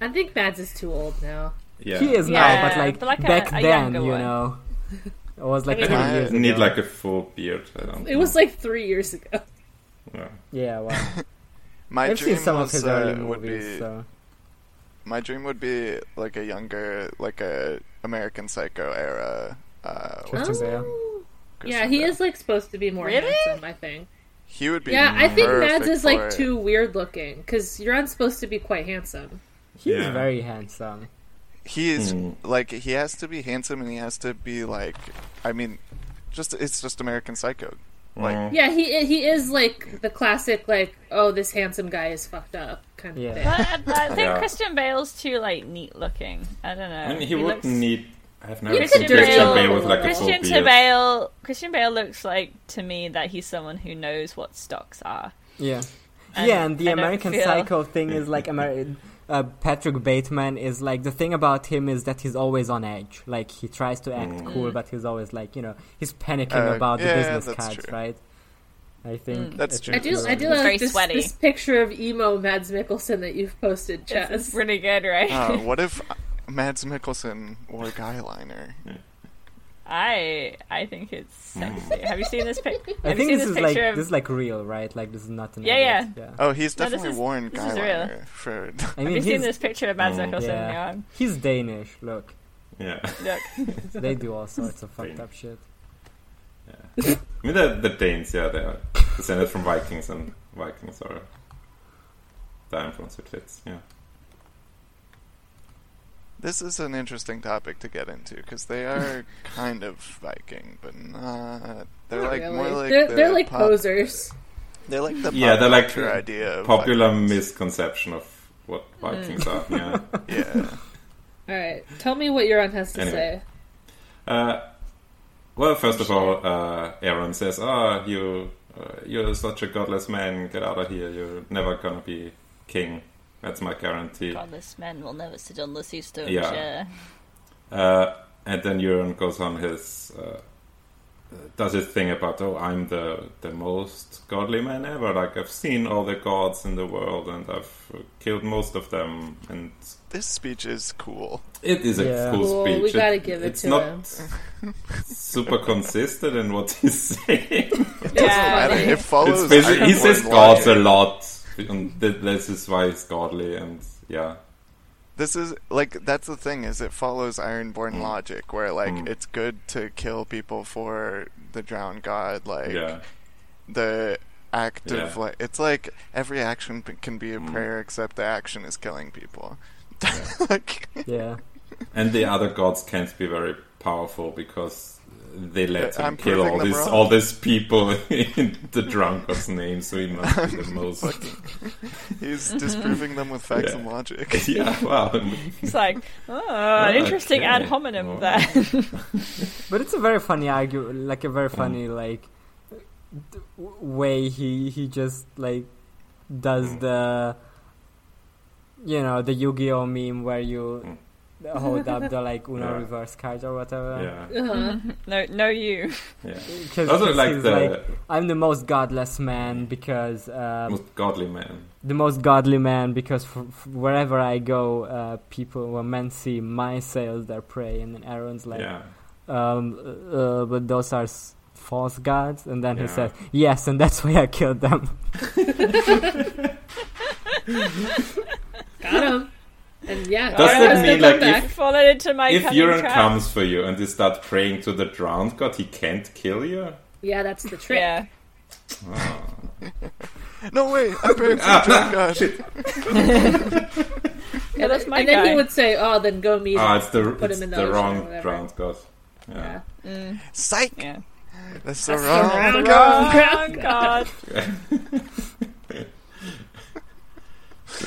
S2: I think Mads is too old now.
S5: Yeah.
S4: he is now, but
S3: Yeah,
S4: like,
S3: but like a-
S4: back
S3: a
S4: then,
S3: younger
S4: you
S3: one.
S4: know, it was like
S2: I mean,
S4: twenty
S6: I
S4: years ago.
S5: Need like a full beard. I don't.
S2: It was like three years ago.
S5: Yeah.
S4: yeah. Well,
S6: My
S4: I've
S6: dream
S4: seen some of
S6: was,
S4: his
S6: uh,
S4: early
S6: would
S4: movies.
S6: be
S4: So
S6: my dream would be like a younger, like a American Psycho era. Uh,
S4: Sure. Christian Bale.
S2: Oh. Yeah,
S6: Christian
S2: he
S6: Bale.
S2: is like supposed to be more
S3: Really?
S2: handsome, I think.
S6: He would be.
S2: Yeah, I think
S6: perfect
S2: Mads is
S6: for
S2: like
S6: it.
S2: too weird looking because Euron's supposed to be quite handsome.
S4: he's
S5: Yeah.
S4: very handsome.
S6: he is
S5: Mm.
S6: like he has to be handsome and he has to be like I mean, just it's just American Psycho. Like
S5: Mhm.
S2: Yeah, he i- he is like the classic like oh this handsome guy is fucked up kind of
S4: Yeah.
S2: thing.
S3: But I, I think
S5: Yeah.
S3: Christian Bale's too like neat looking. I don't know.
S5: I mean, he, would
S3: looks-
S5: need. I've never
S3: Christian
S5: seen
S2: dirty
S5: Christian
S2: old-
S5: Bale with like a full
S3: Christian
S5: beard.
S3: Bale. Christian Bale looks like to me that he's someone who knows what stocks are.
S4: Yeah.
S3: And
S4: yeah, and the
S3: I don't
S4: American
S3: feel-
S4: Psycho thing is like Ameri- uh, Patrick Bateman is like the thing about him is that he's always on edge. Like he tries to act cool, but he's always like you know he's panicking
S6: Mm. Uh,
S4: about the
S6: yeah,
S4: business
S6: that's
S4: cards,
S6: true.
S4: right? I think
S3: Mm.
S6: That's
S4: I
S6: true.
S2: I
S4: think
S2: do
S4: you're
S2: I do
S4: right.
S3: very
S2: like this,
S3: sweaty.
S2: this picture of emo Mads Mikkelsen that you've posted,
S3: It's
S2: Chaz.
S3: pretty good, right?
S6: uh,
S5: Oh.
S6: what if Mads Mikkelsen wore guy liner?
S3: I I think it's sexy. Have you seen this picture?
S4: I think
S3: seen
S4: this
S3: this
S4: is
S3: picture
S4: like
S3: of-
S4: this is like real, right? Like this is not an
S3: Yeah,
S4: edit.
S6: Oh, he's
S3: No, this
S6: definitely
S3: is-
S6: worn
S3: this
S6: guy
S3: is real.
S6: liner for
S4: I
S3: Have
S4: mean
S3: you seen
S4: he's
S3: this picture of Mads
S5: Mm.
S3: Mikkelsen?
S4: Yeah.
S3: Yeah.
S4: he's Danish. Look,
S5: Yeah.
S3: Look,
S4: they do all sorts of fucked up shit.
S5: I mean, the, the Danes, yeah, they are descended from Vikings, and Vikings are the influence of tits, yeah.
S6: This is an interesting topic to get into because they are kind of Viking, but not. They're
S2: Not
S6: like
S2: really.
S6: more like
S2: they're,
S6: the
S2: they're like
S6: pop-
S2: posers.
S6: They're like the
S5: Yeah,
S6: pop
S5: they're like
S6: culture idea of
S5: Popular
S6: Vikings.
S5: misconception of what
S3: Hmm.
S5: Vikings are, yeah.
S6: Yeah,
S2: All right, tell me what Euron has to
S5: Anyway. Uh, well, first of all, uh, Aaron says, "Ah, you, uh, you're such a godless man. Get out of here. You're never gonna be king. That's my guarantee."
S3: godless men will never sit on the sea stones.
S5: Yeah.
S3: Yeah.
S5: Uh, and then Euron goes on his uh, does his thing about oh I'm the the most godly man ever like I've seen all the gods in the world and I've killed most of them and
S6: this speech is cool.
S5: it is a
S4: Yeah.
S5: cool
S2: Cool, we
S5: speech.
S2: gotta give it
S5: it's
S2: to
S5: not
S2: him.
S5: super consistent in what he's saying.
S6: It doesn't
S3: Yeah.
S6: matter. Oh, It follows.
S5: it's basically,
S6: Iron
S5: he says
S6: Man
S5: gods a
S6: logic.
S5: lot, and th- this is why he's godly, and yeah,
S6: This is like that's the thing is it follows
S5: Mm.
S6: Ironborn logic where like it's good to kill people for the drowned god like
S5: yeah,
S6: the act of
S5: Yeah. Mm.
S6: like it's like every action p- can be a prayer except the action is killing people. Like,
S4: Yeah,
S5: and the other gods can't be very powerful because they let him
S6: I'm
S5: kill
S6: proving
S5: all
S6: them
S5: these
S6: wrong.
S5: all these people in the drunkard's name, so he must be the most.
S6: he's disproving them with facts
S5: Yeah.
S6: and logic.
S5: yeah, wow,
S4: Uh,
S3: It's like, oh, an interesting
S5: Okay.
S3: ad hominem
S5: Well.
S3: there.
S4: but it's a very funny argue, like a very funny
S5: Mm.
S4: like d- w- way he he just like does
S5: Mm.
S4: the you know the Yu-Gi-Oh meme where you hold up the like Uno
S5: Mm. Yeah.
S4: reverse card or whatever.
S5: yeah,
S2: say.
S3: Mm-hmm.
S2: Uh-huh.
S3: no, no, you.
S5: yeah.
S4: Because
S5: Also, like
S4: he's
S5: the
S4: like I'm the most godless man because um,
S5: most godly man.
S4: the most godly man because f- f- wherever I go, uh, people well, men see my sails their prey, and then Aaron's like,
S5: yeah,
S4: um, uh, but those are s- false gods. And then he
S5: Yeah.
S4: says, yes, and that's why I killed them.
S2: Got him. And yeah,
S5: Does
S2: Euron
S5: that
S2: has no
S5: mean, like,
S2: comeback.
S3: I've fallen into my
S5: if
S3: cunning
S5: Euron
S3: trap.
S5: comes for you and you start praying to the drowned god, he can't kill you.
S2: yeah, that's the trick.
S3: yeah,
S6: No way, I'm praying for the drowned god.
S3: yeah, that's my
S2: and then
S3: guy.
S2: he would say, "Oh, then go meet
S5: Ah,
S2: him."
S5: it's the
S2: Put
S5: it's
S2: him in
S5: the,
S2: the ocean or
S5: wrong
S2: whatever.
S5: drowned god.
S2: Yeah.
S5: Yeah.
S6: Psych.
S3: Yeah.
S6: That's the
S2: the
S6: wrong.
S2: wrong
S6: god.
S3: Oh God!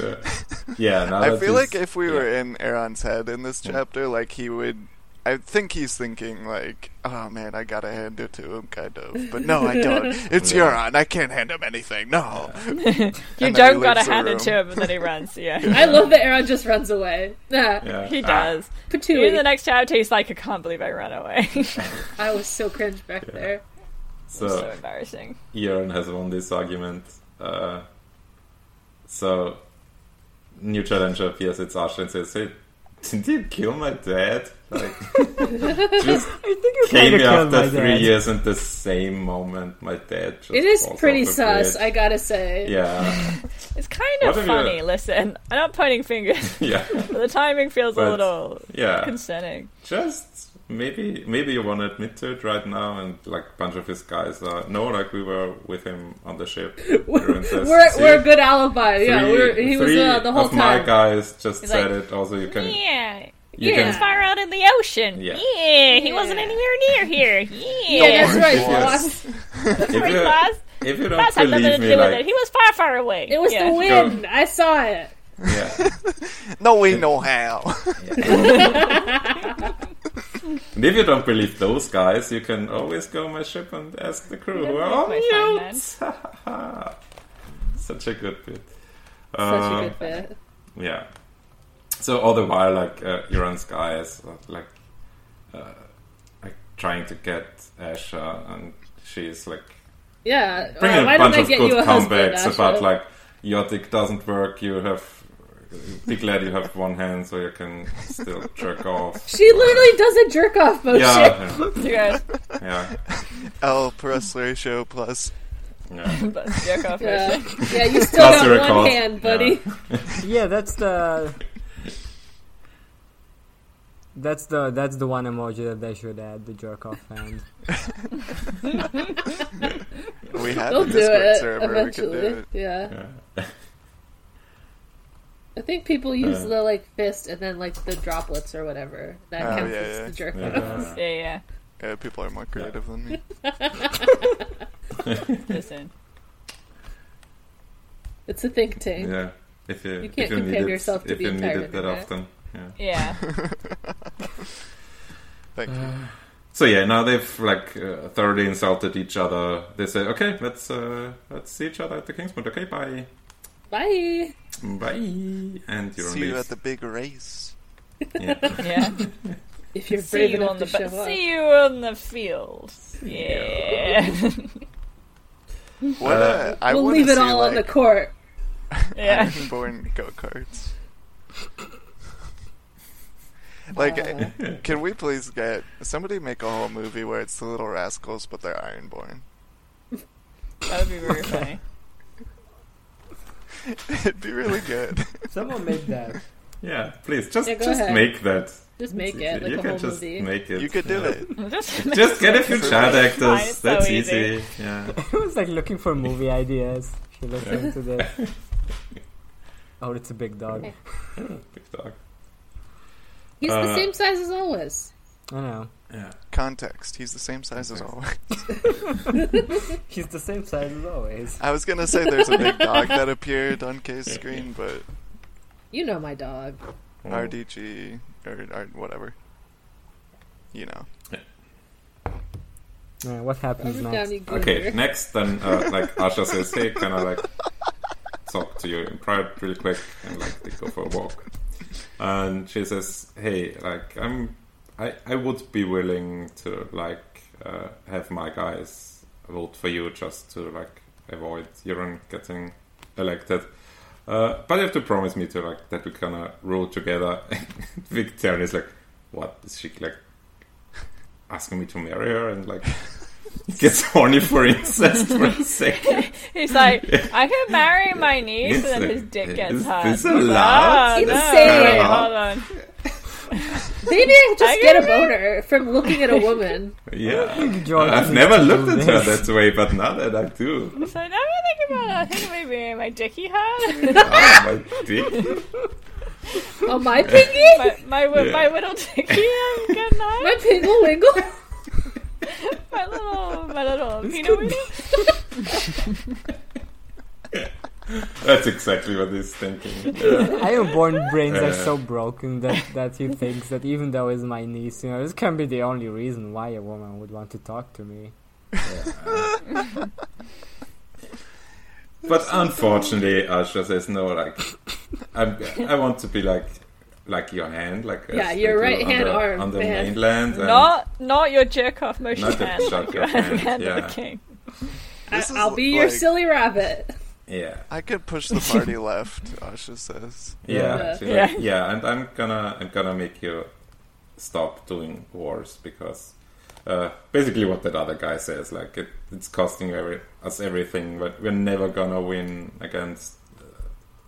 S5: Yeah, yeah now
S6: I
S5: that
S6: feel
S5: is-
S6: like if we
S5: yeah.
S6: were in Aaron's head in this chapter, like he would. I think he's thinking like, "Oh man, I gotta hand it to him," kind of. But no, I don't. It's
S5: Yeah.
S6: Euron. I can't hand him anything. No.
S3: You
S6: And then he
S3: don't gotta
S6: leaves the
S3: hand it to
S6: room.
S3: him, and then he runs. Yeah,
S2: I love that Aaron just runs away. Ah,
S5: Yeah.
S3: he
S5: Ah,
S3: does.
S2: Patooey.
S3: In the next chapter, he's like, "I can't believe I ran away."
S2: I was so cringe back there.
S3: so
S5: so
S3: embarrassing.
S5: Euron has won this argument. Uh, so new challenger appears. It's Ashley and says, "Hey, did you kill my dad? Like, just
S4: I think you
S5: came
S4: kind of
S5: here
S4: killed my
S5: after
S4: dad.
S5: three years, and the same moment my dad just
S2: It is
S5: falls
S2: pretty
S5: off a
S2: sus, I
S5: bridge.
S2: gotta say.
S5: yeah,
S3: It's kind
S5: What
S3: of
S5: have you-
S3: funny. Listen, I'm not pointing fingers,
S5: yeah,
S3: but the timing feels
S5: But-
S3: a little
S5: yeah.
S3: concerning.
S5: just maybe maybe you want to admit to it right now and like a bunch of his guys are no like we were with him on the ship
S2: We're,
S5: During this-
S2: we're,
S5: see,
S2: a good alibi. yeah,
S5: three-
S2: we're, he was
S5: three
S2: uh, the whole
S5: of my
S2: time.
S5: guys just
S3: He's
S5: said
S3: like,
S5: it also you can
S3: Yeah,
S5: You
S3: Yeah,
S5: can-
S3: it's far out in the ocean.
S5: Yeah.
S3: Yeah, he wasn't
S2: Yeah.
S3: anywhere near here. Yeah,
S2: Yeah, that's
S5: Yes.
S2: right.
S5: Yes.
S2: Floss.
S5: if
S3: Sorry,
S5: you-
S3: Boz.
S5: If you
S3: Boz
S5: don't
S3: had nothing to
S5: believe
S3: do
S5: me,
S3: with
S5: like
S3: it. He was far, far away.
S2: It was
S3: yeah.
S2: the wind. I saw it.
S5: yeah.
S6: No, we know how.
S5: And if you don't believe those guys, you can always go on my ship and ask the crew. Oh, We're all
S3: my phone,
S5: mutes. Such a good bit.
S2: Such
S5: Um,
S2: a good fit.
S5: Yeah. So all the while, like uh, Euron's guys, uh, like, uh, like trying to get Asha, and she's like
S2: Yeah.
S5: bringing
S2: Uh, why
S5: a bunch
S2: don't I
S5: of
S2: get
S5: good
S2: you a husband?
S5: comebacks
S2: Asha?
S5: about like your dick doesn't work. You have be glad you have one hand so you can still jerk off.
S2: she literally does a jerk off motion.
S5: Yeah, yeah,
S3: You guys,
S5: yeah,
S6: L plus ratio plus.
S5: yeah.
S3: Boz, jerk off
S2: Yeah.
S3: motion.
S2: Yeah, you still got
S5: Cluster
S2: one
S5: records.
S2: hand, buddy.
S4: Yeah, that's the. That's the that's the one emoji that they should add the jerk off hand.
S6: We have
S2: They'll
S6: a
S2: do
S6: Discord
S2: it
S6: server. We
S2: eventually.
S6: can do it.
S2: Yeah.
S5: yeah.
S2: I think people use
S5: Uh.
S2: the like fist and then like the droplets or whatever. That
S6: Oh,
S2: counts
S6: yeah,
S2: as
S6: yeah.
S2: the jerk
S5: Yeah.
S2: off.
S5: Yeah.
S3: Yeah, yeah.
S6: Yeah, people are more creative than me.
S3: Listen,
S2: It's a think tank.
S5: Yeah, if you,
S2: You
S5: if
S2: can't
S5: you need
S2: compare
S5: it,
S2: yourself to
S5: if
S2: the
S5: you need
S2: entire
S5: it that
S2: internet.
S5: often. Yeah.
S3: yeah.
S2: Uh,
S6: Thank you.
S5: So yeah, now they've like uh, thoroughly insulted each other. They say, "Okay, let's uh, let's see each other at the Kingsmount. Okay, bye,
S2: Bye.
S5: bye." And you're
S6: See you at the big race.
S5: yeah.
S3: Yeah.
S2: If you're brave
S3: See you
S2: enough
S3: on the
S2: to show
S3: bu-
S2: up.
S3: see you on the field. Yeah.
S6: What? Uh, I
S2: we'll
S6: wanna
S2: leave it
S6: see,
S2: all on the
S6: like,
S2: court.
S3: yeah.
S6: Ironborn go karts. like, can we please get somebody make a whole movie where it's the Little Rascals but they're Ironborn?
S3: That would be very funny.
S6: It'd be really good.
S4: Someone made that.
S5: yeah, please just
S2: Yeah, go
S5: just
S2: ahead.
S5: make that.
S2: Just make it like
S5: you
S2: a
S5: can
S2: whole
S5: just
S2: movie.
S5: make it.
S6: you could do
S5: yeah.
S6: it.
S3: Just,
S5: Just get a few
S6: It's
S5: child
S6: fine,
S5: actors.
S3: it's so
S5: That's
S3: easy.
S5: easy. Yeah.
S4: I was like looking for movie ideas. She looked into this. Oh, it's a big dog.
S5: Big dog.
S2: He's the
S5: Uh,
S2: same size as always.
S4: I know.
S5: Yeah.
S6: Context. He's the same size as
S5: Context.
S6: always.
S4: He's the same size as always.
S6: I was gonna say there's a big dog that appeared on Kay's screen, but
S2: You know my dog.
S5: Oh.
S6: RDG or, or whatever. You know.
S4: Yeah, what happens
S2: Robert
S4: next?
S2: Downey Jr.
S5: Okay, next then, uh, like Asha says, "Hey, can I like talk to you in private real quick?" And like they go for a walk, and she says, "Hey, like I'm, I I would be willing to like uh, have my guys vote for you just to like avoid Euron getting elected." Uh, but you have to promise me to like that we're gonna rule together. Victorian is like, what is she like asking me to marry her? And like, gets horny for incest for a second.
S3: he's like, I can marry my niece, and then his dick gets
S5: Is
S3: hard.
S5: this allowed?
S3: Oh,
S2: It's
S3: no.
S2: insane.
S3: Wait, hold on.
S2: Maybe I just
S3: I
S2: get a
S3: agree.
S2: boner from looking at a woman.
S5: Yeah.
S4: George
S5: I've
S4: needs
S5: never
S4: to
S5: looked
S4: do
S5: at her
S4: this.
S5: that way, but now that I do,
S3: So now that I think about it, I think maybe my dicky hard,
S5: oh, my dick.
S2: Oh, my piggy?
S3: my my, wi-
S5: Yeah.
S3: my little dicky hard, good
S2: My
S3: night,
S2: pingle wingle?
S3: my little my little peanut butter.
S5: That's exactly what he's thinking. Yeah.
S4: Ironborn brains are so broken that, that he thinks that even though it's my niece, you know, this can be the only reason why a woman would want to talk to me.
S5: But unfortunately, Asha says no. Like, I'm, I want to be like, like your hand, like
S2: Yeah,
S5: as
S2: your
S5: they
S2: right
S5: do on
S2: hand
S5: the,
S2: arm,
S5: on the
S2: man.
S5: mainland. and-
S3: Not not your jerk off motion
S5: Not the
S3: hand, like
S5: jerk-off
S3: your hand,
S5: hand,
S3: of
S5: yeah.
S3: the king.
S2: I,
S6: This is
S2: I'll be your
S6: like-
S2: silly rabbit.
S5: yeah.
S6: I could push the party left, Asha says.
S5: Yeah,
S2: Yeah.
S5: she's
S3: Yeah.
S5: like, yeah, and I'm gonna I'm gonna make you stop doing wars because uh, basically what that other guy says, like it, it's costing every, us everything, but we're never gonna win against uh,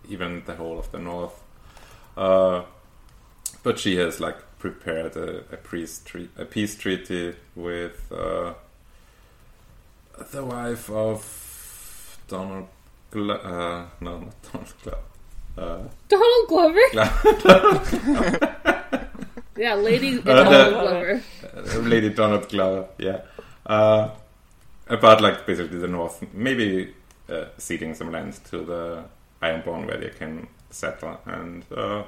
S5: even the whole of the north. Uh, but she has like prepared a, a peace treaty, a peace treaty with uh, the wife of Donald. Gla- uh, no, not Donald Glover. Uh,
S2: Donald Glover?
S5: Gla-
S2: Yeah, Lady
S5: Uh,
S2: Donald
S5: the-
S2: Glover.
S5: Uh, Lady Donald Glover, yeah. Uh, about like basically the north, maybe uh, ceding some land to the Ironborn where they can settle, and uh,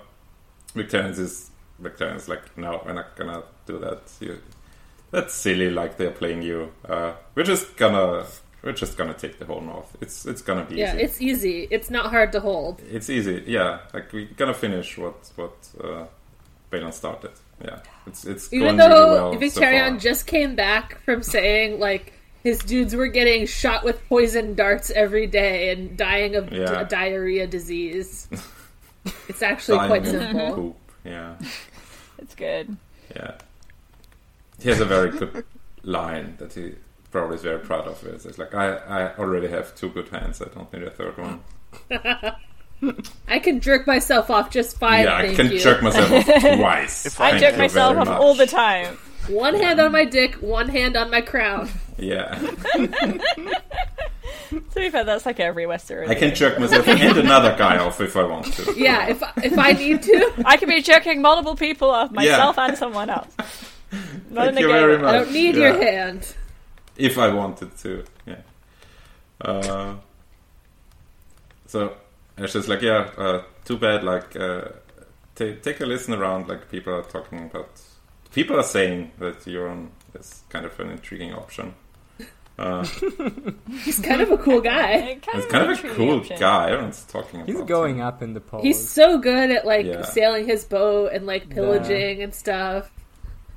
S5: Victorians is Victorians like no, we're not gonna do that. You, that's silly. Like they're playing you. Uh, we're just gonna we're just gonna take the whole north. It's it's gonna be
S2: Yeah,
S5: easy.
S2: it's easy. It's not hard to hold.
S5: It's easy, yeah. Like we're gonna finish what what uh, Balin started. Yeah, it's it's
S2: Even
S5: going
S2: though
S5: really well so
S2: Victorion
S5: far.
S2: just came back from saying like his dudes were getting shot with poison darts every day and dying of d-
S5: Yeah.
S2: diarrhea disease. It's actually quite
S5: Diamond
S2: simple.
S5: Poop. Yeah,
S3: It's good.
S5: yeah. He has a very good line that he probably is very proud of. It's it's like I I already have two good hands. I don't need a third one.
S2: I can jerk myself off just fine.
S5: yeah, I
S2: thank
S5: can
S2: you.
S5: jerk myself off twice.
S6: If
S5: Thank
S3: I jerk
S5: you
S3: myself
S5: very
S3: off
S5: much.
S3: all the time.
S2: One hand on my dick, one hand on my crown.
S5: Yeah,
S3: To be fair, that's like every Western.
S5: I can jerk myself and another guy off if I want to.
S2: Yeah, if if I need to,
S3: I can be jerking multiple people off, myself and someone else. Not in
S5: Thank
S3: the
S5: you
S3: game.
S5: very
S2: I
S5: much.
S2: don't need
S5: Yeah.
S2: your hand.
S5: if I wanted to. Yeah. Uh, so it's just like, yeah, uh, too bad. Like, uh, ta take a listen around. Like, people are talking about. People are saying that Euron is kind of an intriguing option. Uh,
S2: He's kind of a cool guy.
S3: It kind
S5: it's
S3: of
S5: kind
S3: an
S5: of a
S3: intriguing
S5: cool
S3: option.
S5: guy. Everyone's talking about
S4: He's going
S5: him.
S4: up in the polls.
S2: He's so good at like
S5: Yeah.
S2: sailing his boat and like pillaging and stuff.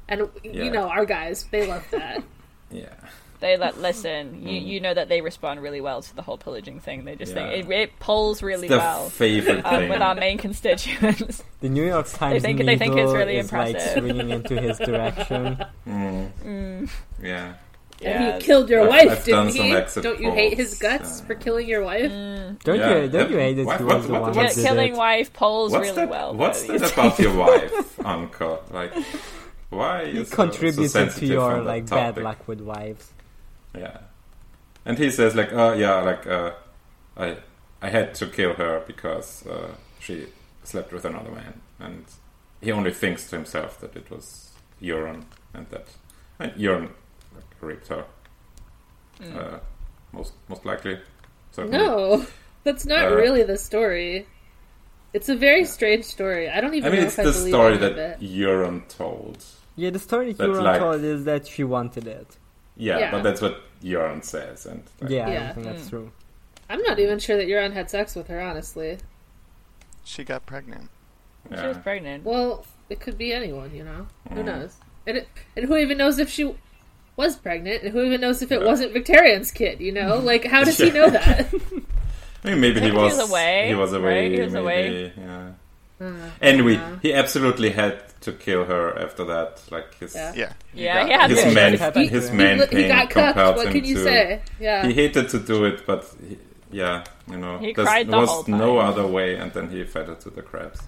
S2: And
S5: Yeah.
S2: you know our guys, they love that.
S5: Yeah.
S3: They like listen. You, you know that they respond really well to the whole pillaging thing. They just
S5: Hmm. Yeah.
S3: think it, it polls really
S5: The
S3: well
S5: favorite
S3: um,
S5: thing.
S3: with our main constituents.
S4: The New York Times
S3: think-
S4: needle
S3: they think it's really
S4: is like
S3: impressive.
S4: swinging into his direction.
S5: Mm.
S3: Mm.
S5: yeah.
S2: And
S3: Yeah.
S2: he killed your
S5: I've-
S2: wife,
S5: I've done
S2: didn't
S5: some
S2: he?
S5: exit
S2: Don't you hate his
S5: polls,
S2: guts
S5: uh,
S2: for killing your wife?
S4: Don't
S5: Yeah.
S4: you? Don't you hate that
S5: What-
S4: he
S5: what-
S4: was the
S5: what-
S4: one
S5: what-
S4: that
S3: Kill-
S4: did
S3: killing
S4: it?
S3: wife polls
S5: What's
S3: really
S5: that?
S3: well.
S5: what's
S3: though,
S5: that
S3: these
S5: about
S3: days.
S5: your wife, Anka? Like, why are you
S4: He
S5: so- so
S4: contributed to
S5: sensitive on
S4: your
S5: that
S4: like
S5: topic?
S4: bad luck with wives.
S5: Yeah. And he says like, uh, yeah, like, uh, I, I had to kill her because uh, she slept with another man, and he only thinks to himself that it was Euron, and that and Euron like, raped her, uh, most most likely. Certainly.
S2: Mm. No, that's not
S5: Uh,
S2: really the story. It's a very strange story. I don't even
S5: I mean
S2: know
S5: it's
S2: if I
S5: the
S2: believe
S5: story
S2: any of
S5: that
S2: it.
S5: Euron told.
S4: Yeah, the story
S5: But,
S4: Huron
S5: like-
S4: told is that she wanted it.
S5: Yeah,
S2: Yeah.
S5: but that's what Euron says, and like,
S4: Yeah, I
S2: Yeah.
S4: don't think
S3: Mm.
S4: that's true.
S2: I'm not even sure that Euron had sex with her, honestly.
S6: She got pregnant.
S3: She was
S5: yeah.
S3: pregnant.
S2: Well, it could be anyone, you know.
S5: Mm.
S2: Who knows? And it, and who even knows if she was pregnant? And who even knows if it
S5: Yeah.
S2: wasn't Victorian's kid? You know, like how does he
S5: Yeah.
S2: know that?
S5: I mean, maybe he
S3: Maybe he
S5: was,
S3: was away,
S5: He was away.
S3: right? He was
S5: maybe,
S3: away.
S5: Yeah. anyway,
S2: yeah.
S5: he absolutely had to kill her after that. Like his
S2: Uh, Yeah.
S6: Yeah.
S3: yeah,
S4: got-
S3: he had
S5: his
S4: Yeah,
S3: to.
S5: man,
S4: it happened.
S5: his
S4: He-
S5: man
S2: he
S5: pain
S2: got cucked.
S5: compelled
S2: What
S5: him
S2: can you
S5: to.
S2: say? Yeah,
S5: He hated to do it, but he, yeah, you know,
S3: He
S5: there
S3: cried the
S5: was
S3: whole
S5: no
S3: time.
S5: other way, and then he fed it to the crabs.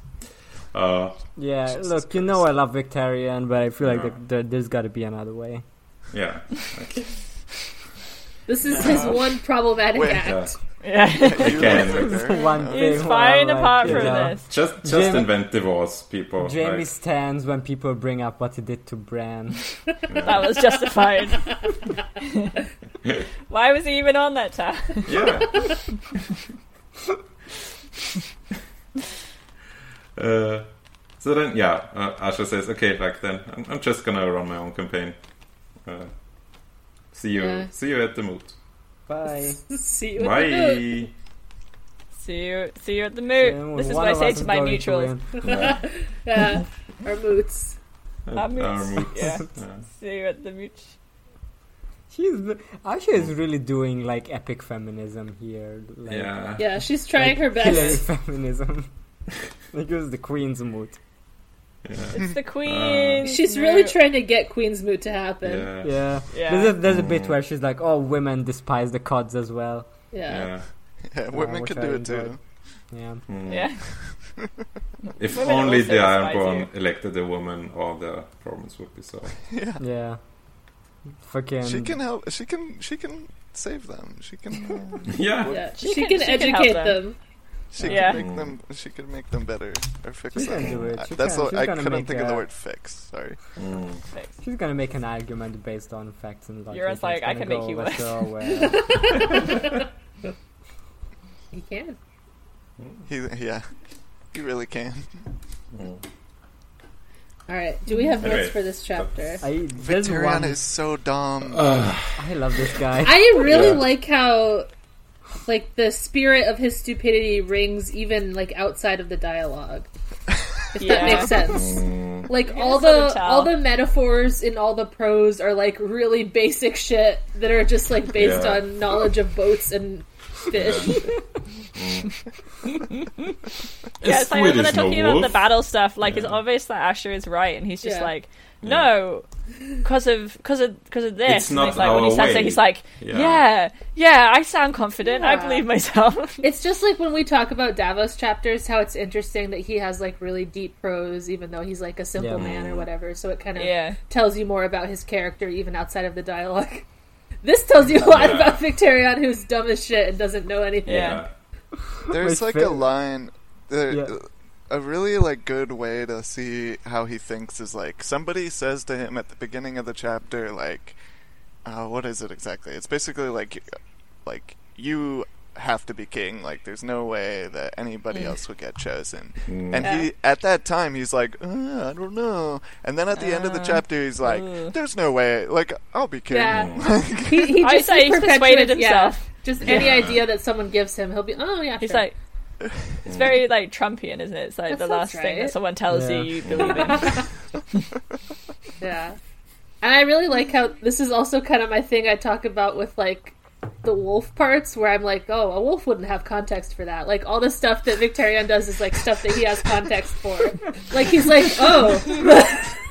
S5: Uh,
S4: Yeah,
S6: Jesus
S4: look, you
S6: Christ.
S4: know I love Victorian, but I feel like
S5: Yeah.
S4: th- th- there's got to be another way.
S5: yeah,
S2: this is his one problematic
S6: Wait,
S5: yeah.
S2: act.
S3: Yeah.
S6: You
S5: Again.
S6: live with her.
S4: One
S6: Uh,
S4: thing
S3: He's
S4: where
S3: fine
S4: I'm
S3: apart
S4: like, you
S3: from
S4: know,
S3: this.
S5: Just just
S4: Jamie-
S5: invent divorce, people.
S4: Jamie
S5: Like,
S4: stands when people bring up what he did to Bran.
S3: That was justified. Why was he even on that tab?
S5: yeah. uh, so then, yeah, uh, Asha says, "Okay, like then, I'm, I'm just gonna run my own campaign. Uh, see you,
S2: Yeah.
S5: see you at the moot.
S4: Bye.
S2: See you in the boot.
S5: Bye."
S3: See you, see you at the moot.
S4: Yeah,
S3: this is
S4: one
S3: what I
S4: of
S3: say
S4: us
S3: to
S4: is
S3: my
S4: going
S3: neutrals.
S4: win.
S5: Yeah.
S2: Yeah, our moots.
S3: Our moots.
S5: Our moots.
S3: Yeah.
S5: Yeah.
S3: See you at the moot.
S4: She's Asha is really doing like epic feminism here. Like, uh,
S5: yeah.
S2: Yeah, she's trying
S4: like,
S2: her
S4: Hillary
S2: best.
S4: feminism. like it was the queen's mood.
S3: It's
S5: Uh,
S3: the queen.
S2: She's really trying to get Queen's moot to happen.
S5: Yeah.
S4: Yeah.
S3: Yeah. Mm.
S4: There's a, there's a bit where she's like, "Oh, women despise the cods as well."
S2: Yeah,
S5: Yeah.
S6: Yeah, women
S4: which
S6: could
S4: I
S6: do it
S4: enjoyed.
S6: too.
S4: Yeah.
S5: Mm.
S3: Yeah.
S5: If
S3: Women
S5: only
S3: also
S5: the
S3: despise
S5: Ironborn elected a woman, all the problems would be solved.
S6: Yeah.
S4: Yeah. Fucking.
S6: She can help. She can. She can save them. She can. uh,
S5: yeah.
S2: yeah. She,
S3: She
S2: can,
S3: can- she can help
S2: educate
S3: them.
S2: them.
S6: She
S3: Yeah.
S6: could make them. She could make them better or fix
S4: She
S6: them.
S4: can do it. She
S6: That's
S4: can.
S6: what
S4: She's
S6: I
S4: gonna
S6: couldn't
S4: make
S6: think of the
S4: a-
S6: word fix. Sorry.
S5: Mm.
S4: She's gonna make an argument based on facts and logic.
S3: Euron's
S4: and
S3: like,
S4: it's
S3: "I
S4: gonna
S3: can make
S4: go
S3: you
S4: over
S3: worse."
S4: so well.
S2: He can.
S6: He yeah. He really can.
S5: Mm.
S2: All right. Do we have notes
S5: Anyway.
S2: for this chapter?
S4: I, there's
S6: Victoriana
S4: one. Oh,
S6: is so dumb.
S4: I love this guy.
S2: I really
S5: Yeah.
S2: like how, like, the spirit of his stupidity rings even like outside of the dialogue. If that
S3: Yeah.
S2: makes sense. Like all
S3: just let
S2: the
S3: it
S2: all
S3: tell.
S2: the metaphors in all the prose are like really basic shit that are just like based
S5: Yeah.
S2: on knowledge of boats and fish.
S3: Yeah, it's like when
S5: Swedish,
S3: they're
S5: no
S3: talking about the
S5: wolf.
S3: battle stuff, like it's obvious that Asher is right, and he's just
S2: Yeah.
S3: like, no, because of because of because of this.
S5: It's not
S3: and it's like when he
S5: our
S3: says
S5: way.
S3: it, he's like,
S5: Yeah.
S3: yeah, yeah, I sound confident. I
S2: Yeah.
S3: believe myself.
S2: It's just like when we talk about Davos chapters, how it's interesting that he has like really deep prose, even though he's like a simple
S4: Yeah.
S2: man or whatever. So it kind of
S3: yeah,
S2: tells you more about his character, even outside of the dialogue. This tells you a lot
S5: Yeah.
S2: about Victorion, who's dumb as shit and doesn't know anything.
S5: Yeah.
S6: There's
S4: My
S6: like a
S4: favorite-
S6: line. The,
S4: Yeah.
S6: A really like good way to see how he thinks is like somebody says to him at the beginning of the chapter like, uh, what is it exactly? It's basically like, like you have to be king. Like there's no way that anybody else would get chosen.
S5: Mm.
S6: And he at that time he's like, uh, I don't know. And then at the end of the chapter he's like,
S3: ooh.
S6: there's no way. Like I'll be king.
S2: Yeah. He, he
S3: I
S2: just
S3: say
S2: he
S3: he's persuaded
S2: perpetuates- yeah.
S3: himself.
S2: just any idea that someone gives him, he'll be, oh yeah,
S3: he's
S2: sure."
S3: like. It's very like Trumpian, isn't it? It's like
S2: That
S3: the
S2: sounds
S3: last thing
S2: right.
S3: that someone tells
S4: Yeah.
S3: you you believe in.
S2: Yeah. And I really like how this is also kind of my thing I talk about with like the wolf parts where I'm like, oh, a wolf wouldn't have context for that. Like all the stuff that Victorian does is like stuff that he has context for. Like he's like, oh,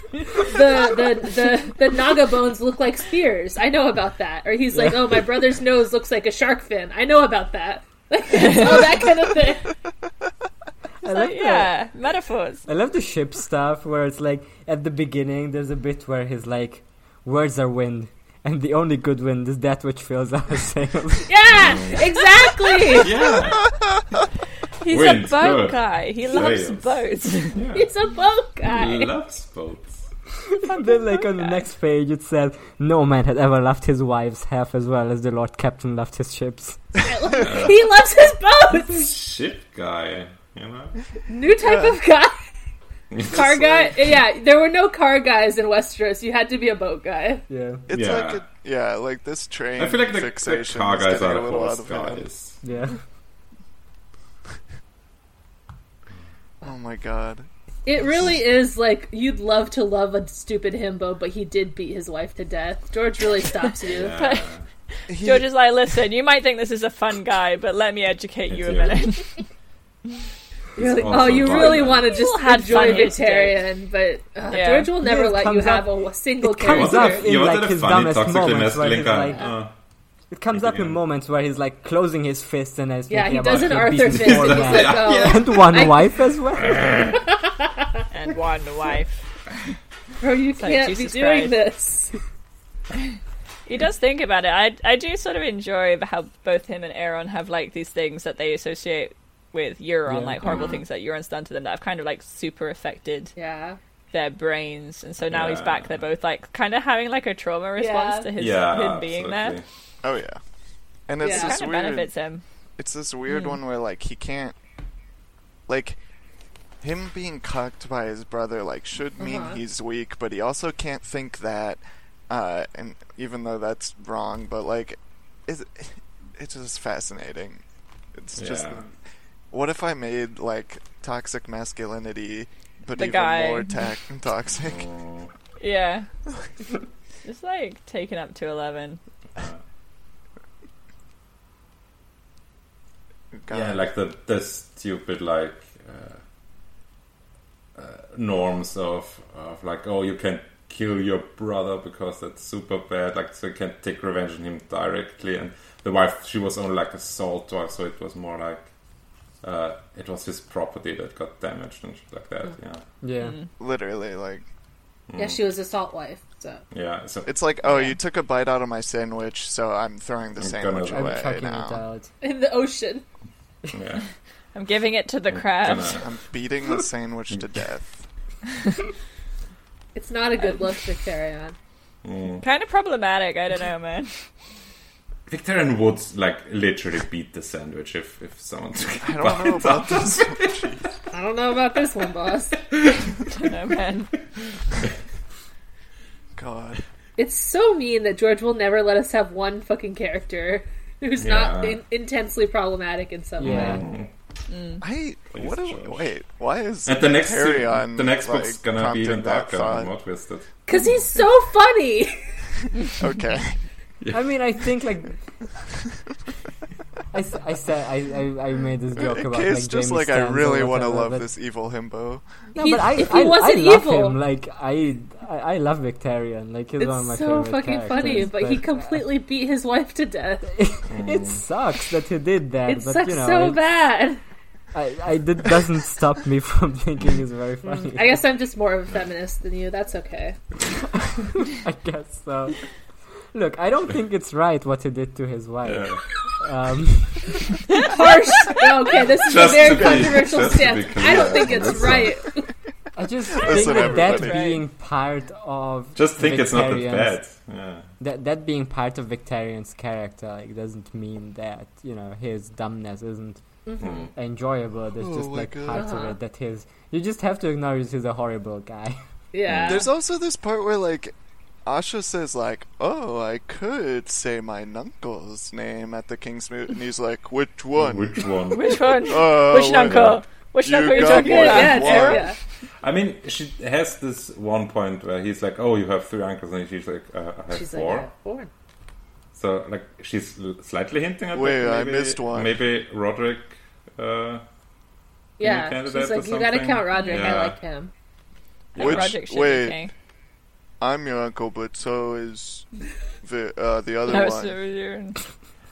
S2: the, the the the naga bones look like spears. I know about that. Or he's like, oh, my brother's nose looks like a shark fin. I know about that. Like it's all that kind of thing.
S4: I
S3: Like,
S4: love the-
S3: yeah, metaphors.
S4: I love the ship stuff where it's like at the beginning there's a bit where he's like words are wind and the only good wind is that which fills our sails.
S2: Yeah, exactly.
S5: Yeah.
S3: He's
S5: Wind,
S3: a boat
S5: good.
S3: guy. He loves
S5: Sails.
S3: boats.
S2: He's a boat guy.
S5: He loves boats.
S4: and then like on the next page it says no man had ever loved his wives half as well as the Lord Captain loved his ships.
S2: he loves his boats.
S5: Ship guy. You know?
S2: New type
S6: Yeah.
S2: of guy. Car
S6: It's
S2: guy.
S6: like-
S2: Yeah, there were no car guys in Westeros. You had to be a boat guy.
S4: Yeah.
S6: It's
S5: Yeah.
S6: like a, yeah, like this train.
S5: I feel like the, the
S6: fixation
S5: car
S6: is
S5: guys
S6: getting
S5: are
S6: a
S5: the
S6: little
S5: horse
S6: out of hand.
S5: guys.
S4: Yeah.
S6: Oh my god.
S2: It really is like you'd love to love a stupid himbo, but he did beat his wife to death. George really stops you.
S5: Yeah.
S6: He-
S3: George is like, listen, you might think this is a fun guy, but let me educate you a
S5: Yeah.
S3: minute.
S2: You're like,
S5: awesome
S2: oh, you really
S5: violent.
S2: want to just
S3: People had
S2: enjoy
S3: fun these
S2: Victorian, but uh,
S3: Yeah.
S2: George will never
S4: Yeah, it
S2: let you
S4: comes
S2: have
S4: up-
S2: a single
S4: it comes
S2: character.
S4: up in,
S5: you
S4: like,
S5: wanted a
S4: his
S5: funny
S4: dumbest
S5: toxically
S4: moments where
S5: masculine
S4: he's
S5: guy.
S4: like-
S5: Uh,
S4: It comes up in
S5: Yeah.
S4: moments where he's like closing his fist and is
S2: Yeah,
S4: thinking
S2: he
S4: about
S2: does an
S4: the
S2: Arthur
S4: beaten
S2: fist. He's
S4: poor man.
S2: like, oh,
S4: and one
S2: I-
S4: wife as well.
S3: and one wife.
S2: bro, you
S3: like,
S2: can't be
S3: Jesus
S2: doing
S3: Christ.
S2: this.
S3: He does think about it. I, I do sort of enjoy how both him and Aaron have like these things that they associate with Euron,
S4: Yeah.
S3: like horrible things that Euron's done to them that have kind of like super affected
S2: Yeah.
S3: their brains. And so now he's
S5: Yeah.
S3: back. They're both like kind of having like a trauma response
S2: Yeah.
S3: to his
S5: yeah.
S3: him being
S5: absolutely.
S3: there.
S6: Oh yeah. And it's
S2: Yeah.
S6: this
S3: Kind of
S6: weird.
S3: benefits him.
S6: It's this weird one where like he can't, like, him being cucked by his brother like should mean
S2: Uh-huh.
S6: he's weak, but he also can't think that. Uh, and even though that's wrong, but like, it's it's just fascinating. It's just
S5: Yeah.
S6: what if I made like toxic masculinity, but
S3: The
S6: even
S3: guy.
S6: more ta- toxic?
S3: Yeah. Just like taken up to 11.
S6: God.
S5: Yeah, like the the stupid like uh, uh, norms of of like oh you can kill your brother because that's super bad like so you can't take revenge on him directly and the wife she was only like a salt wife so it was more like uh, it was his property that got damaged and shit like that yeah
S4: Yeah.
S6: literally like.
S4: Mm.
S2: Yeah, she was a salt wife, so.
S5: yeah so
S6: It's like, oh, you took a bite out of my sandwich, so I'm throwing the
S5: I'm gonna-
S6: sandwich
S5: I'm
S4: I'm
S6: away
S4: chucking it
S6: now.
S4: out.
S2: In the ocean.
S5: yeah
S3: I'm giving it to the
S5: I'm
S3: crabs.
S5: gonna-
S6: I'm beating the sandwich to death.
S2: It's not a good look, Victarion.
S5: Mm.
S3: Kind of problematic. I don't know, man.
S5: Victorian would like literally beat the sandwich if if someone took
S6: I
S5: it
S6: don't
S5: by
S6: know
S5: its
S6: about
S5: arm.
S6: this.
S2: I don't know about this one, boss.
S3: I don't know, man.
S6: God.
S2: It's so mean that George will never let us have one fucking character who's not
S5: Yeah.
S2: in- intensely problematic in some
S4: Yeah.
S2: way.
S6: I
S5: Please,
S6: what? do-
S5: Josh.
S6: wait, why is
S5: And the next
S6: Hyperion,
S5: the next
S6: like,
S5: book's gonna be even
S6: prompted that
S5: darker and more
S6: thought?
S5: twisted.
S2: Because he's so funny!
S6: Okay,
S4: I mean, I think like. I, s- I said I, I, I made this joke about
S6: Case
S4: like
S6: just
S4: Jamie
S6: like I
S4: Stans or
S6: really want to
S4: whatever,
S6: love
S4: but-
S6: this evil himbo.
S4: No,
S2: He-
S4: but I,
S2: if he
S4: I,
S2: wasn't
S4: I love
S2: evil-
S4: him. Like I, I, I love Victarion. Like he's one of my
S2: It's so
S4: favorite
S2: fucking
S4: characters, uh,
S2: funny, but he completely beat his wife to death.
S4: it sucks that he did that.
S2: It
S4: but
S2: sucks
S4: you know,
S2: so
S4: it-
S2: bad.
S4: I, I it doesn't stop me from thinking he's very funny.
S2: Mm. I guess I'm just more of a feminist than you. That's okay.
S4: I guess so. Look, I don't think it's right what he did to his wife.
S5: Yeah.
S4: Um,
S2: Harsh. Oh, okay, this is
S5: Just
S2: a very
S5: to be-
S2: controversial
S5: just to be
S2: stance.
S5: clear,
S2: I don't think it's
S5: that's
S2: right.
S4: I just
S6: Listen,
S4: think that that
S6: everybody.
S4: being part of
S5: Just think it's not that
S4: Victarian's-
S5: bad. Yeah.
S4: That that being part of Victarian's character like doesn't mean that you know his dumbness isn't
S2: Mm-hmm.
S5: Mm.
S4: enjoyable. There's
S6: Oh
S4: just
S6: my
S4: like
S6: God.
S4: parts of
S2: Uh-huh.
S4: it that his you just have to acknowledge he's a horrible guy.
S5: Mm,
S2: Yeah.
S6: There's also this part where like Asha says like, "Oh, I could say my nuncle's name at the King's Moot," and he's like, "Which one?
S5: Which one?
S3: Which one?
S6: Uh,
S3: Which
S6: wait-
S3: uncle? Which
S6: You
S3: uncle are you
S6: got
S3: talking
S6: one.
S3: about?
S2: yeah,
S6: Why?
S3: Aaron?
S2: yeah.
S5: I mean, she has this one point where he's like, "Oh, you have three uncles," and she's like, uh, "I have
S2: She's like,
S5: four.
S2: yeah, four.
S5: So, like, she's l- slightly hinting at
S6: Wait, I
S5: that. maybe-
S6: missed one.
S5: Maybe Roderick. Uh,
S2: Yeah,
S5: candidate
S2: she's
S5: or
S2: like, you gotta
S5: something?
S2: count Roderick.
S5: Yeah.
S2: I like him.
S3: Yeah,
S6: Which-
S3: Roderick should be
S6: wait.
S3: king.
S6: I'm your uncle, but so is the uh, the other
S3: No,
S6: one."
S3: so you're-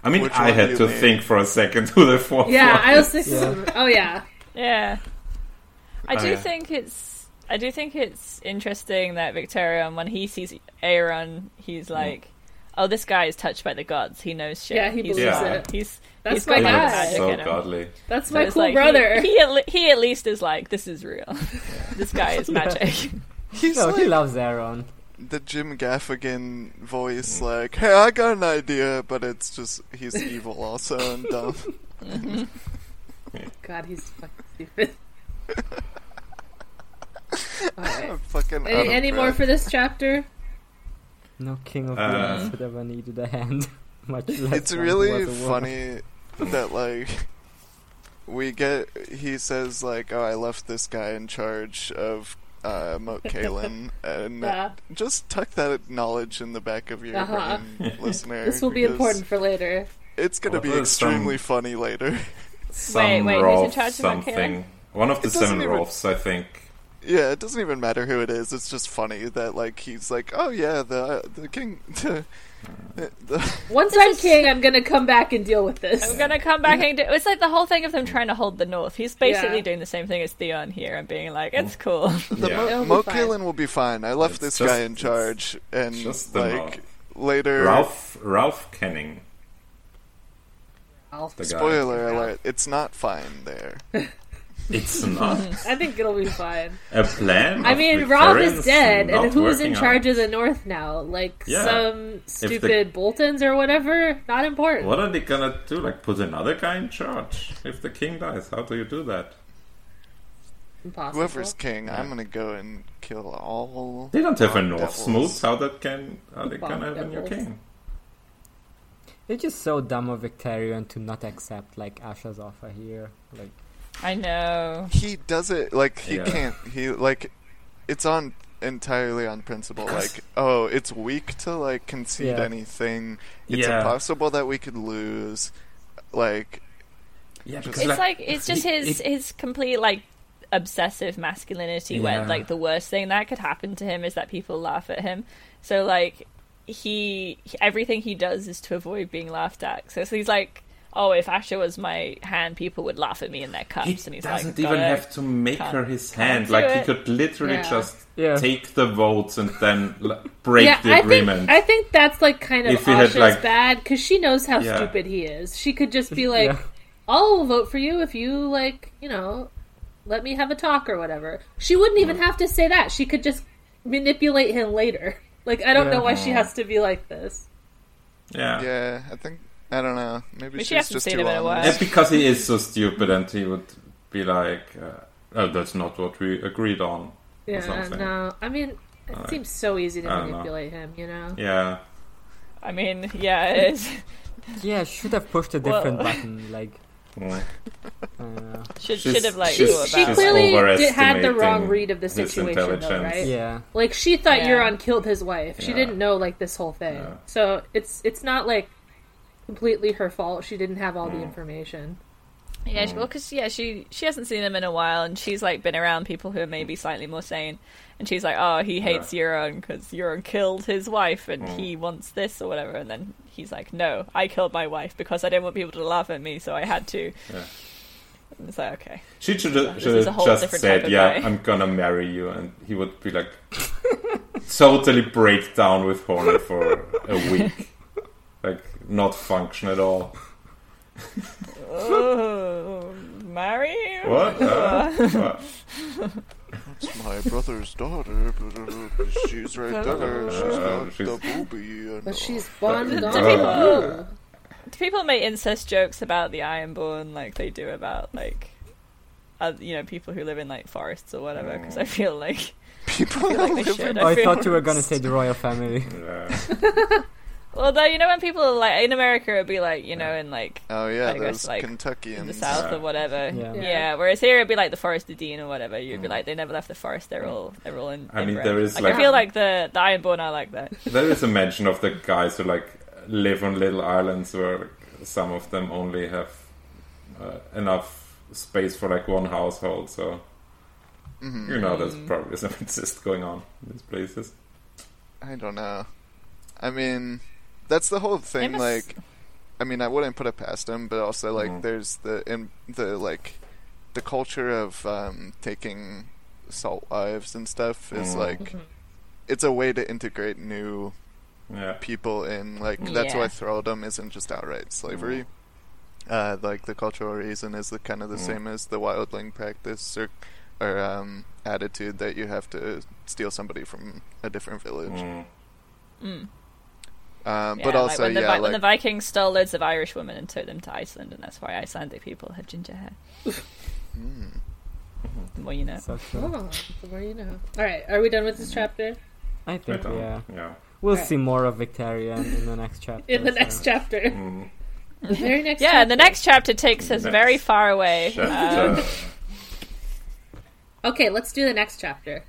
S5: I mean,
S6: Which
S5: I
S6: one do
S5: had
S6: you
S5: to
S6: mean?
S5: think for a second who the fourth.
S2: Yeah,
S5: was.
S2: I was thinking.
S4: Yeah.
S2: Oh yeah,
S3: Yeah. I
S5: Oh,
S3: do
S5: yeah.
S3: think it's I do think it's interesting that Victorian when he sees Aaron, he's like, "Oh, this guy is touched by the gods. He knows shit.
S2: Yeah, he
S3: he's,
S5: believes
S3: uh,
S2: it.
S3: He's
S2: That's
S3: he's
S2: my
S3: got
S5: He
S3: that
S2: guy.
S5: looks
S3: magic
S5: so
S3: in him.
S5: godly.
S2: that's
S3: So
S2: my
S3: it's
S2: cool
S3: like,
S2: brother.
S3: He, he, at le- he at least is like, "This is real. this guy is magic."
S6: He's
S4: no, he
S6: like
S4: loves Aaron.
S6: the Jim Gaffigan voice, like, "Hey, I got an idea," but it's just he's evil also and dumb.
S2: Mm-hmm. God, he's fucking stupid. All right.
S6: I'm fucking. out
S2: Any,
S6: of
S2: any more
S6: breath.
S2: for this chapter?
S4: No king of the
S5: Uh.
S4: earth would ever needed a hand. Much less
S6: it's
S4: one who
S6: really
S4: was a woman.
S6: funny that like we get he says like oh i left this guy in charge of uh moat Kalen," and
S2: Yeah.
S6: just tuck that knowledge in the back of your
S2: Uh-huh.
S6: brain, listener
S2: This will be
S6: because
S2: important for later.
S6: it's gonna
S5: What
S6: be
S5: was
S6: extremely
S5: some-
S6: funny later
S5: Some
S3: Wait, wait, who's in
S5: Rolf
S3: charge of
S5: something.
S3: Akira?
S5: One of the
S6: It doesn't
S5: seven
S6: even-
S5: Rolfs, I think.
S6: yeah it doesn't even matter who it is it's just funny that like he's like oh yeah the the king the, the
S2: Once I'm king, I'm gonna come back and deal with this.
S3: I'm gonna come back and do. It's like the whole thing of them trying to hold the north. He's basically
S2: Yeah.
S3: doing the same thing as Theon here and being like, "It's cool."
S6: The
S5: Yeah.
S2: It'll
S6: Mo,
S2: be
S6: Mo
S2: fine.
S6: Kalen will be fine. I left
S5: It's
S6: this
S5: just-
S6: guy in
S5: it's
S6: charge, and
S5: just the
S6: like
S5: Mo.
S6: later,
S5: Ralph Ralph Kenning.
S2: I'll-
S5: The guy.
S6: spoiler alert, it's not fine there.
S5: It's not
S2: I think it'll be fine.
S5: a plan.
S2: I
S5: of
S2: mean, Rob
S5: Victorians
S2: is dead,
S5: not
S2: and who's in
S5: working out.
S2: charge of the North now? Like
S5: Yeah.
S2: some
S5: the-
S2: stupid Boltons or whatever? Not important.
S5: What are they gonna do? Like put another guy in charge? If the king dies, how do you do that?
S2: Impossible.
S6: Whoever's king, I'm gonna go and kill all.
S5: They don't have a
S6: Dark
S5: north
S6: devils.
S5: smooth. How that can are they
S2: Dark
S5: gonna have a new
S2: devils.
S5: king?
S4: It's just so dumb of Victarion to not accept like Asha's offer here. Like
S3: I know.
S6: He does it like he
S5: Yeah.
S6: can't. He like, it's on entirely on principle. Like, oh, it's weak to like concede
S4: Yeah.
S6: anything. It's
S5: Yeah.
S6: impossible that we could lose. Like,
S5: Yeah,
S6: It's
S5: because
S3: It's like it's just
S5: it-
S3: his
S5: it-
S3: his complete like obsessive masculinity where
S5: Yeah.
S3: like the worst thing that could happen to him is that people laugh at him. So like he he- everything he does is to avoid being laughed at. So, so he's like, oh, if Asher was my hand, people would laugh at me in their cups.
S5: he
S3: and he's
S5: doesn't
S3: like,
S5: even
S3: "Gotta-
S5: have to make
S3: can't-
S5: her his
S3: can't
S5: hand.
S3: do
S5: Like he
S3: it."
S5: could literally
S2: Yeah.
S5: just
S4: Yeah.
S5: take the votes and then l- break
S2: yeah,
S5: the
S2: I think
S5: agreement.
S2: I think that's like kind of
S5: If he had,
S2: Asha's
S5: like-
S2: bad because she knows how
S5: Yeah.
S2: stupid he is. She could just be like,
S4: Yeah.
S2: I'll vote for you if you like, you know, let me have a talk or whatever. She wouldn't even have to say that. She could just manipulate him later. Like I don't know why she has to be like this.
S5: Yeah.
S6: Yeah, I think I don't know. Maybe
S3: We should have to
S6: she's just
S3: see it
S6: too
S3: a bit of
S6: honest.
S3: work.
S5: Yeah, because he is so stupid, and he would be like, uh, "Oh, that's not what we agreed on."
S2: Yeah,
S5: something.
S2: no. I mean, it
S5: Alright.
S2: seems so easy to
S5: I don't know.
S2: manipulate him, you know.
S5: Yeah,
S3: I mean, yeah, it is.
S4: Yeah, should have pushed a
S3: Well-
S4: different button. Like,
S5: Mm.
S4: I don't know.
S3: Should
S5: She's-
S3: should have like
S5: she's-
S3: thought
S2: She
S3: about.
S5: She's
S2: clearly did, had the
S5: overestimating
S2: wrong read of the
S5: his
S2: situation, though,
S5: intelligence.
S2: right?
S4: yeah.
S2: Like she thought
S3: Yeah.
S2: Euron killed his wife. She
S5: Yeah.
S2: didn't know like this whole thing.
S5: Yeah.
S2: So it's it's not like completely her fault. She didn't have all
S5: Mm.
S2: the information.
S3: Yeah,
S4: Mm.
S3: she- well, because yeah, she she hasn't seen him in a while, and she's like been around people who are maybe slightly more sane, and she's like, oh, he hates Euron because Euron killed his wife, and
S4: Mm.
S3: he wants this or whatever, and then he's like, no, I killed my wife because I didn't want people to laugh at me, so I had to.
S5: Yeah.
S3: And it's like okay,
S5: she should
S3: This
S5: should
S3: is a
S5: have
S3: whole
S5: just
S3: different type
S5: said,
S3: of
S5: "Yeah,
S3: guy."
S5: I'm gonna marry you," and he would be like, totally break down with horror for a week, like not function at all.
S3: oh, marry him?
S5: What? Uh, what?
S6: It's my brother's daughter. but, uh, She's right there. She's
S5: Uh,
S6: got
S5: she's-
S6: the booby. And,
S2: But she's
S5: Uh,
S2: one
S5: uh.
S2: gone.
S3: Do people make incest jokes about the Ironborn like they do about like, uh, you know, people who live in like forests or whatever? Because I feel like
S6: people
S3: I feel like
S6: live
S3: they
S6: in
S3: should.
S4: Mm. I
S3: feel-
S4: thought you were gonna say the royal family.
S5: Yeah.
S3: Although you know when people are, like in America it'd be like you know in like
S6: Oh yeah,
S3: I guess,
S6: those
S3: like, in
S6: Kentuckians.
S3: the South or whatever.
S4: Yeah.
S3: Yeah.
S4: Yeah.
S3: Whereas here it'd be like the Forest of Dean or whatever. You'd be like they never left the forest. They're all they're all in.
S5: Mm. I mean,
S3: inbred.
S5: there is,
S3: like,
S5: like-
S3: I feel like the the Ironborn are like that.
S5: There is a mention of the guys who like live on little islands where like, some of them only have uh, enough space for like one household. So
S6: Mm-hmm.
S5: you know, there's
S3: Mm.
S5: probably some incest going on in these places.
S6: I don't know. I mean, that's the whole thing.
S3: must-
S6: Like, I mean, I wouldn't put it past him, but also like, there's the in the like, the culture of um, taking salt wives and stuff is like, it's a way to integrate new
S5: Yeah,
S6: people in. Like, that's
S3: Yeah.
S6: why thraldom isn't just outright slavery. Uh, like the cultural reason is the kind of the same as the wildling practice or, or um, attitude that you have to steal somebody from a different village.
S5: Mm.
S6: Um,
S3: Yeah,
S6: but also,
S3: like when the,
S6: yeah,
S3: Vi-
S6: like,
S3: when the Vikings stole loads of Irish women and took them to Iceland, and that's why Icelandic people had ginger hair.
S6: Hmm.
S3: the more you know.
S4: So true.
S2: Oh, the more you know. All right, are we done with this chapter?
S4: I
S5: I
S4: think
S5: don't-
S4: yeah.
S5: um, yeah.
S4: We'll
S2: Alright.
S4: see more of Victorian in the next chapter.
S2: In the next
S4: so-
S2: chapter,
S5: Mm.
S2: the very next.
S3: Yeah, and the
S2: chapter.
S3: next chapter takes us
S5: Next
S3: very far away.
S5: Shit,
S3: Um,
S5: uh,
S2: Okay, let's do the next chapter.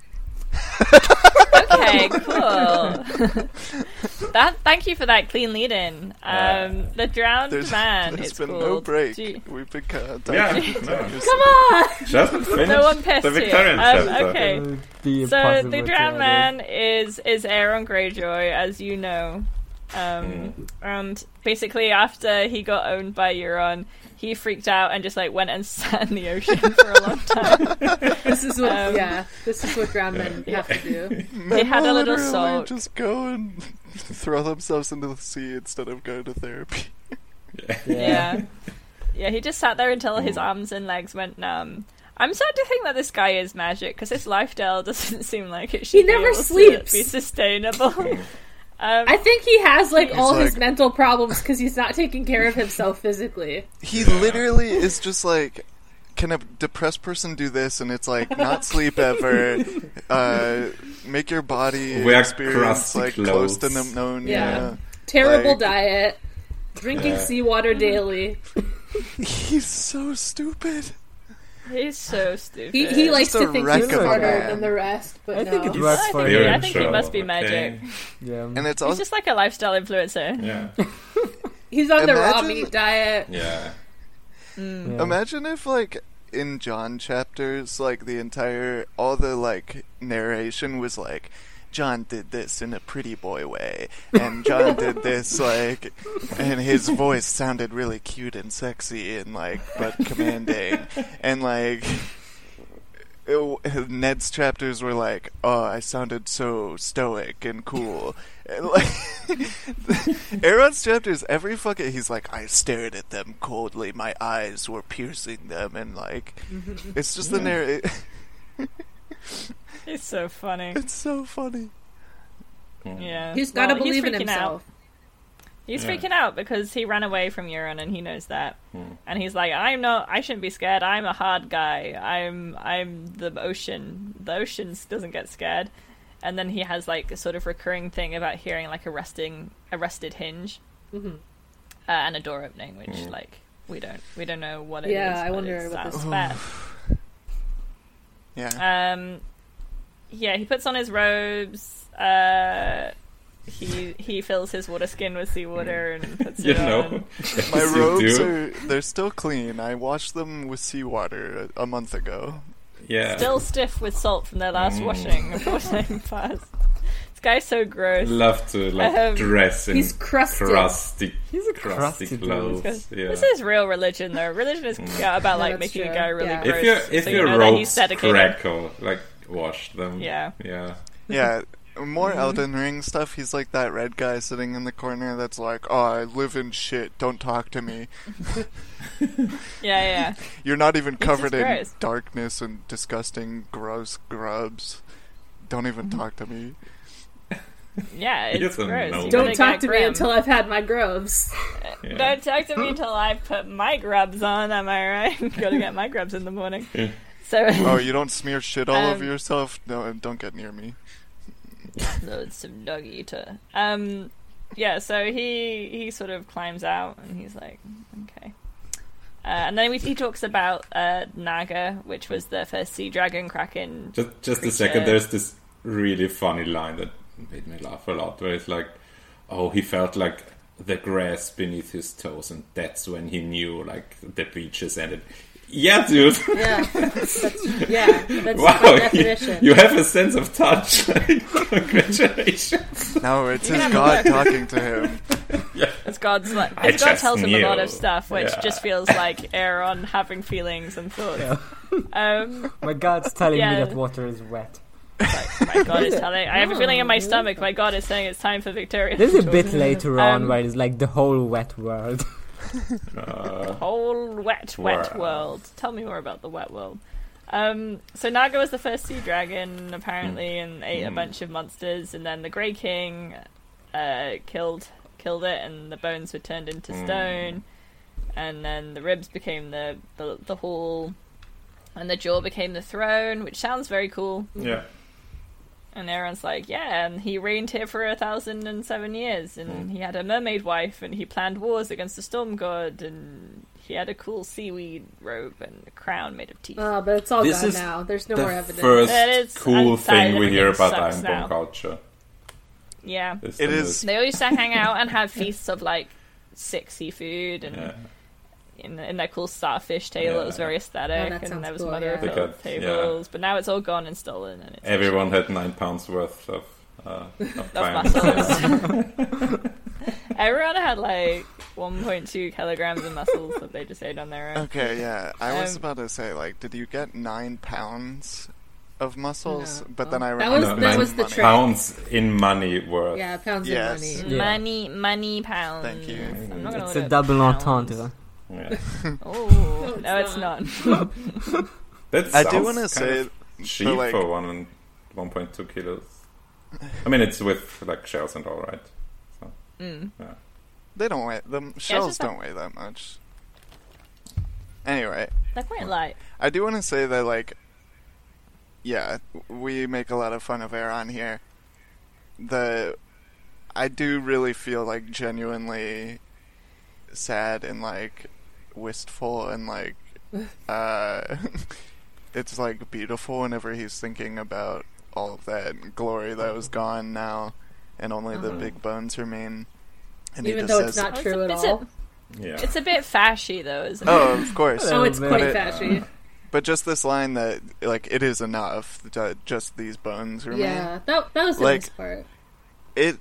S3: okay, cool. that thank you for that clean lead in. Um, the drowned
S6: Uh, there's,
S3: man.
S6: there's
S3: it's
S6: been no
S3: called.
S6: break.
S3: Do you-
S6: We've been kind of
S5: yeah,
S6: talking.
S5: no,
S2: Come on.
S5: just finish
S3: No one pissed
S5: the
S3: here.
S5: Victorian
S3: Um,
S5: chapter.
S3: okay.
S4: It would be
S3: So
S4: impossible
S3: the
S4: to
S3: drowned man
S4: edit.
S3: is is Aaron Greyjoy, as you know,
S5: Mm.
S6: Hmm.
S3: um, and basically after he got owned by Euron, he freaked out and just like went and sat in the ocean for a long time.
S2: This is what.
S3: Um,
S2: yeah, this is what ground men have to do.
S3: They had a little
S6: Literally
S3: salt.
S6: Just go and throw themselves into the sea instead of going to therapy.
S3: Yeah. Yeah, he just sat there until his arms and legs went numb. I'm sad to think that this guy is magic because his lifestyle doesn't seem like it should be
S2: never
S3: able to
S2: sleeps.
S3: be sustainable. Um,
S2: I think he has like all his
S6: like-
S2: mental problems because he's not taking care of himself physically.
S6: He literally is just like, can a depressed person do this? And it's like, not sleep ever. Uh, make your body
S5: Wear
S6: experience
S5: crusty
S6: like
S5: clothes.
S6: close to pneumonia.
S2: Yeah. Terrible
S6: Like-
S2: diet, drinking
S5: Yeah.
S2: seawater daily.
S6: He's so stupid.
S3: he's so stupid.
S2: He, he likes
S6: Just a
S2: to think he's
S6: wreck of a
S2: smarter
S6: man.
S2: than the rest, but
S4: I
S2: no.
S4: think it works
S3: I
S4: for
S3: think,
S4: him.
S3: I
S5: Aaron
S3: think he
S5: Shaw,
S3: must be
S5: okay.
S3: magic.
S4: Yeah.
S6: And
S3: He's
S6: it's also
S3: just like a lifestyle influencer.
S5: Yeah,
S2: he's on the raw
S6: Imagine-
S2: meat diet.
S5: yeah.
S4: yeah.
S6: Imagine if like in John chapters, like the entire all the like narration was like John did this in a pretty boy way, and John did this like, and his voice sounded really cute and sexy and like, but commanding, and like, it- Ned's chapters were like, "Oh, I sounded so stoic and cool." and like Aaron's chapters, every fucking he's like, "I stared at them coldly. My eyes were piercing them," and like, it's just the narrative.
S3: It's so funny.
S6: It's so funny.
S3: Yeah.
S2: He's got to
S3: Well,
S2: believe in
S3: freaking out.
S2: himself.
S3: He's
S5: Yeah.
S3: freaking out because he ran away from Euron and he knows that.
S5: Hmm.
S3: And he's like, I'm not I shouldn't be scared. I'm a hard guy. I'm I'm the ocean. The ocean s- doesn't get scared. And then he has like a sort of recurring thing about hearing like a resting a rested hinge.
S2: Mm-hmm.
S3: Uh, and a door opening, which
S5: Hmm.
S3: like we don't we don't know what it is.
S2: Yeah, I
S3: but
S2: wonder
S3: it
S2: what this-
S3: sounds bad.
S6: Yeah.
S3: Um, yeah, he puts on his robes. Uh, he he fills his water skin with seawater and puts
S5: Hmm. You
S3: it
S5: know,
S3: on.
S6: My
S5: Yes, you
S6: robes
S5: do.
S6: are they're still clean. I washed them with seawater a, a month ago.
S5: yeah,
S3: Still stiff with salt from their last
S5: Mm.
S3: washing before time passed. This guy's so gross.
S5: love to like
S3: Um,
S5: dress in
S2: He's crusty.
S5: crusty,
S4: He's a crusty
S5: crusty
S4: dude.
S5: clothes.
S3: This
S5: Yeah. Mm.
S3: is real religion, though. Religion is yeah, about like
S2: that's
S3: making a
S2: true.
S3: guy really
S2: Yeah.
S3: gross.
S5: if your if
S3: so you
S5: your
S3: know that he's
S5: robes
S3: dedicated.
S5: crackle, like wash them.
S3: Yeah.
S5: yeah.
S6: Yeah. More
S3: Mm-hmm.
S6: Elden Ring stuff. He's like that red guy sitting in the corner that's like, "Oh, I live in shit. Don't talk to me.
S3: Yeah, yeah.
S6: You're not even covered in
S3: gross.
S6: darkness and disgusting, gross grubs. Don't even
S3: Mm-hmm.
S6: talk to me."
S3: Yeah,
S5: He
S3: it's
S5: doesn't
S3: gross.
S5: know.
S3: You
S5: Don't
S3: gotta
S2: Don't talk
S3: get
S2: to me
S3: grim.
S2: until I've had my groves.
S5: yeah.
S3: Don't talk to me until I put my grubs on, am I right? Gotta get my grubs in the morning.
S5: Yeah.
S3: So
S6: Oh, you don't smear shit all over
S3: Um,
S6: yourself? No, and don't get near me.
S3: no, it's some dog eater. Um yeah, so he he sort of climbs out and he's like, okay. Uh, and then we, he talks about uh, Naga, which was the first sea dragon kraken.
S5: Just just a
S3: Creature.
S5: second. There's this really funny line that made me laugh a lot. Where it's like, oh, he felt like the grass beneath his toes, and that's when he knew like the beaches ended. Yeah, dude.
S2: Yeah, that's, yeah, that's
S5: wow,
S2: by
S5: you,
S2: definition.
S5: you have a sense of touch. Congratulations.
S6: No, it's
S3: You
S6: his
S3: can have
S6: God
S3: a look.
S6: talking to him.
S3: It's God's like
S5: I
S3: it's God
S5: just
S3: tells him a lot
S5: knew.
S3: of stuff, which
S5: Yeah.
S3: just feels like Aaron having feelings and thoughts. Um,
S4: My god's telling me
S3: Yeah.
S4: that water is wet.
S3: my God is telling. I have a feeling in my stomach. My God is saying it's time for Victoria.
S4: There's
S3: to
S4: a
S3: talk.
S4: bit later on
S3: Um,
S4: where it's like the whole wet world.
S5: Uh,
S3: whole wet, wet
S5: Wow.
S3: world. Tell me more about the wet world. Um, so Naga was the first sea dragon, apparently, and ate a bunch of monsters. And then the Grey King uh, killed killed it, and the bones were turned into stone. And then the ribs became the, the the hall, and the jaw became the throne, which sounds very cool.
S5: yeah.
S3: And Aaron's like, yeah, and he reigned here for a thousand and seven years,
S5: Hmm.
S3: and he had a mermaid wife, and he planned wars against the storm god, and he had a cool seaweed robe and a crown made of teeth.
S2: Oh, but it's all
S5: This
S2: gone
S5: is
S2: now. There's no more
S5: The
S2: evidence.
S3: That is-
S5: first cool
S3: I'm sorry,
S5: thing we hear
S3: everything
S5: about
S3: sucks
S5: Ironborn
S3: now.
S5: culture.
S3: yeah.
S5: is
S6: It
S5: the
S6: is-
S3: They all used to hang out and have feasts of like sick seafood and
S5: Yeah.
S3: in, in their cool starfish table. It was
S5: Yeah.
S3: very
S2: Oh,
S3: aesthetic,
S2: that
S3: and
S2: sounds
S3: there was
S2: cool,
S3: mother of
S2: yeah.
S3: pearl
S5: Because- yeah.
S3: tables. But now it's all gone and stolen, and it's
S5: Everyone had nine pounds worth of uh, of time.
S3: muscles. everyone had like 1.2 kilograms of muscles that they just ate on their own.
S6: Okay, yeah. I was
S3: Um,
S6: about to say, like, did you get nine pounds of muscles?
S2: No.
S6: But then I
S2: That
S6: remember
S2: was-
S5: that was
S2: the
S6: money.
S2: trick.
S5: pounds in money worth.
S2: yeah, pounds
S6: Yes.
S2: of money.
S4: Yeah.
S3: Money, money pounds.
S6: Thank you.
S3: I'm not gonna
S4: It's
S3: look
S4: a
S3: at
S4: double
S3: pounds.
S4: entendre.
S5: Yeah.
S3: Oh,
S2: No,
S3: no,
S2: it's
S3: it's not.
S5: That
S6: I do
S5: sounds
S6: want to
S5: kind
S6: say,
S5: of cheap
S6: but, like,
S5: for one and one point two kilos. I mean, it's with like shells and all, right?
S3: Mm.
S6: they don't weigh the shells
S3: just a-
S6: don't weigh that much. Anyway,
S3: They're quite light.
S6: I do want to say that, like, yeah, we make a lot of fun of Aaron here. The I do really feel like genuinely sad and like wistful and like uh, it's like beautiful whenever he's thinking about all of that glory that was gone now, and only the big bones remain. And he
S2: Uh-huh. Even
S6: just
S2: though
S6: says,
S2: it's not
S3: Oh, it's
S2: true
S3: a-
S2: at
S3: it's a-
S2: all.
S5: Yeah.
S3: It's a bit fashy though, isn't it?
S6: "Oh, of course."
S2: Oh, it's
S4: Yeah.
S2: quite
S6: But
S2: fashy.
S6: But just this line that, like, it is enough. That just these bones remain.
S2: Yeah, that that was the
S6: Like-
S2: best part.
S6: It.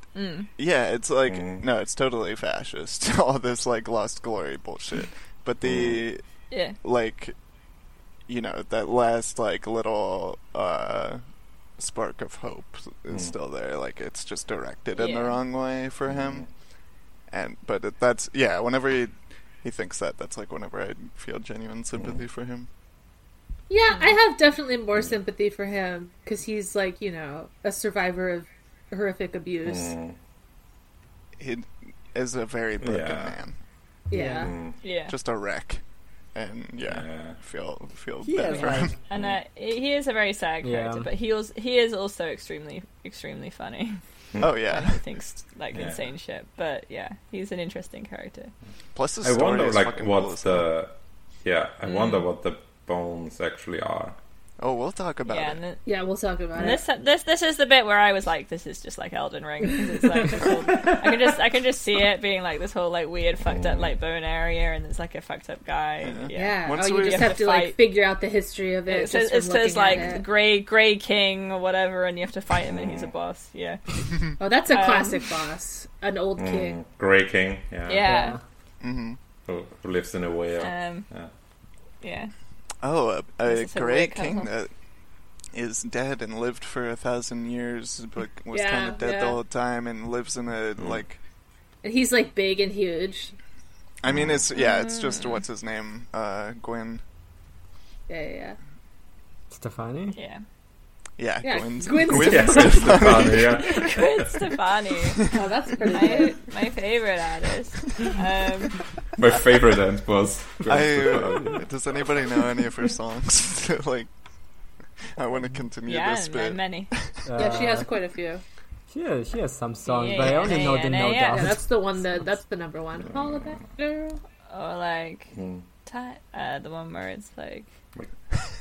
S6: Yeah, it's like
S5: Mm.
S6: no, it's totally
S5: Mm.
S6: fascist. All this like lost glory bullshit. But the
S3: Yeah.
S6: like, you know that last like little uh, spark of hope is
S5: Mm.
S6: still there. Like it's just directed in the
S3: Yeah.
S6: wrong way for him. And but it, that's yeah. Whenever he, he thinks that, that's like whenever I feel genuine
S5: Mm.
S6: sympathy for him.
S2: Yeah,
S6: mm.
S2: I have definitely more sympathy for him because he's like you know a survivor of horrific abuse.
S5: Mm,
S6: He is a very broken
S5: Yeah.
S6: man,
S2: Yeah.
S5: mm,
S3: Yeah.
S6: just a wreck. And yeah,
S5: yeah.
S6: feel feel
S3: He
S6: bad
S3: is
S6: for
S3: like,
S6: him.
S3: and uh, he is a very sad
S4: Yeah.
S3: character, but he also, he is also extremely extremely funny.
S6: Oh
S3: and
S6: yeah.
S3: he thinks like
S5: Yeah.
S3: insane shit, but yeah, he's an interesting character.
S6: Plus his
S5: I
S6: story
S5: wonder,
S6: is
S5: like,
S6: fucking
S5: what
S6: cool as hell.
S5: the yeah. I wonder what the bones actually are.
S6: Oh, we'll talk about
S3: yeah,
S6: it.
S3: and, th-
S2: Yeah, we'll talk about
S3: and
S2: it.
S3: this this this is the bit where I was like, this is just like Elden Ring. 'cause It's like this whole, I can just I can just see it being like this whole like weird fucked up like bone area, and there's like a fucked up guy. and- yeah.
S2: Yeah.
S6: Once
S2: oh,
S6: we-
S2: you
S6: You
S2: just
S3: have
S2: have
S3: to
S2: to like
S3: fight.
S2: figure out the history of it.
S3: It says,
S2: just from
S3: it says
S2: looking at
S3: like
S2: it.
S3: Grey Grey King or whatever, and you have to fight him, and he's a boss. Yeah,
S2: oh, that's a
S3: um,
S2: classic boss, an old king.
S5: Mm, Grey King, yeah,
S3: yeah,
S6: hmm
S5: Who, who lives in a whale.
S3: Um,
S5: Yeah.
S3: yeah.
S6: Oh, a, a
S3: This is a
S6: great
S3: weird
S6: king
S3: couple.
S6: that is dead and lived for a thousand years, but was
S2: Yeah,
S6: kind of dead the
S2: yeah.
S6: whole time and lives in a
S5: Mm.
S6: like.
S2: And he's like big and huge.
S6: I mean, it's yeah, it's
S3: Mm.
S6: just what's his name, uh, Gwyn.
S2: Yeah, yeah, yeah.
S4: Stefani?
S3: Yeah.
S6: Yeah,
S2: Yeah,
S6: Gwyn's,
S2: Gwyn's
S6: Gwyn's
S5: Yeah, Stefani, yeah.
S3: Gwen Stefani,
S2: Oh, that's pretty
S3: my,
S2: good.
S3: my favorite artist. Um,
S5: My favorite end was. Gwen
S6: I,
S5: Stefani.
S6: does anybody know any of her songs? like, I want to continue
S3: yeah,
S6: this
S3: and there are
S6: bit.
S3: many.
S2: Yeah, she has
S4: Uh,
S2: quite a few.
S4: She has, she has some songs, but I only
S3: Yeah,
S4: know
S3: yeah,
S4: the No
S3: yeah.
S2: Yeah,
S4: Doubt.
S2: that's the one that that's Oh, the number one. All of that girl.
S3: Or like
S5: Mm,
S3: ti- uh, the one where it's like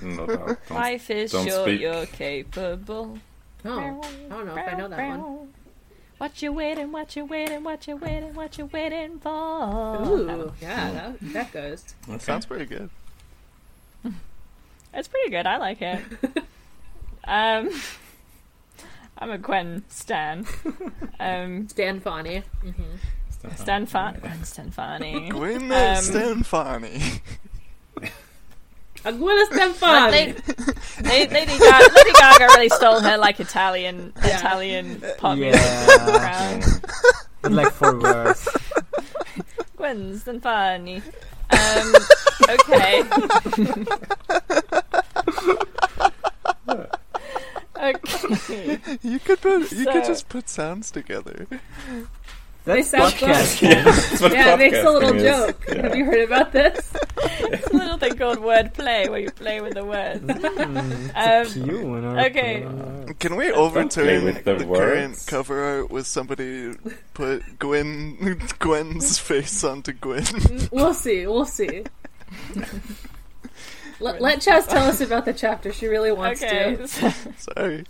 S5: no doubt. Don't-
S3: life is
S5: don't
S3: short,
S5: speak.
S3: you're capable.
S2: Oh, I don't know if I know that one.
S3: What you waiting? What you waiting? What you waiting? What you waiting for?
S2: Ooh, yeah, that, that goes.
S5: okay.
S6: Sounds pretty good.
S3: It's pretty good. I like it. um, I'm a Gwen Stan. Um,
S2: Stan Fani.
S3: Stan Fa- Gwen Stefani.
S6: Gwyn
S3: Um,
S6: Stefani.
S2: Aguila Stan
S3: But
S2: Fani.
S3: they- they- Lady, Ga- Lady Gaga really stole her like Italian
S2: Yeah.
S3: Italian pop music
S4: yeah,
S3: crowd.
S5: Mm.
S4: but like four words.
S3: Gwen Stefani. Um, okay. okay.
S6: You could put, you could
S3: So-
S6: just put sounds together.
S2: They
S4: That's
S2: sound
S4: podcast.
S5: Yeah, that's what
S2: Yeah, it makes a little
S5: podcasting is.
S2: joke.
S5: Yeah.
S2: Have you heard about this?
S3: It's a little thing called wordplay where you play with the words. Um,
S4: Tune or
S3: Okay.
S4: or-
S6: Can we
S5: play
S6: overturn
S5: with
S6: the,
S5: the
S6: current
S5: words.
S6: cover art with somebody put Gwen Gwen's face onto Gwen?
S2: We'll see. We'll see. Let, let Chaz tell us about the chapter she really wants
S3: okay.
S2: to.
S3: so-
S6: Sorry.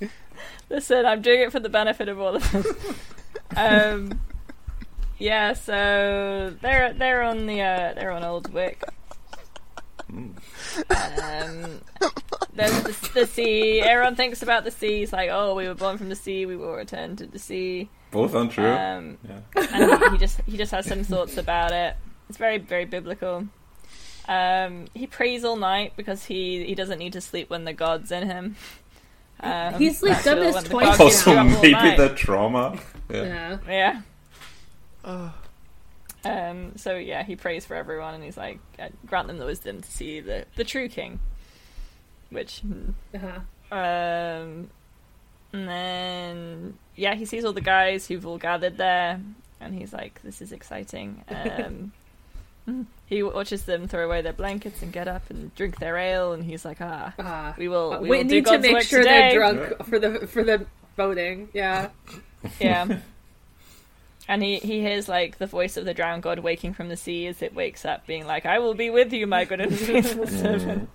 S3: Listen, I'm doing it for the benefit of all of us. um, yeah, so they're they're on the uh, they're on Old Wick.
S5: Mm.
S3: Um, there's the, the sea. Everyone thinks about the sea. It's like, oh, we were born from the sea. We will return to the sea.
S5: Both untrue.
S3: Um,
S5: yeah.
S3: and he just he just has some thoughts about it. It's very very biblical. Um, he prays all night because he he doesn't need to sleep when the god's in him. Um,
S2: He's like
S3: that's
S2: done
S3: all
S2: this
S3: when the
S2: twice
S3: gods
S2: now.
S3: do
S5: Also,
S3: it all
S5: maybe
S3: night.
S5: the trauma. Yeah.
S2: Yeah.
S3: Yeah.
S6: Ugh.
S3: Um, so yeah, he prays for everyone, and he's like, uh, "Grant them the wisdom to see the the true king." Which, um,
S2: Uh-huh.
S3: and then yeah, he sees all the guys who've all gathered there, and he's like, "This is exciting." Um, he watches them throw away their blankets and get up and drink their ale, and he's like, "Ah,
S2: Uh,
S3: we will.
S2: we
S3: We, will do
S2: need to
S3: God's
S2: make
S3: work
S2: sure
S3: today.
S2: they're drunk for the for the voting. Yeah.
S3: Yeah. And he, he hears like the voice of the drowned god waking from the sea as it wakes up, being like, "I will be with you, my good and faithful
S5: Mm.
S3: servant."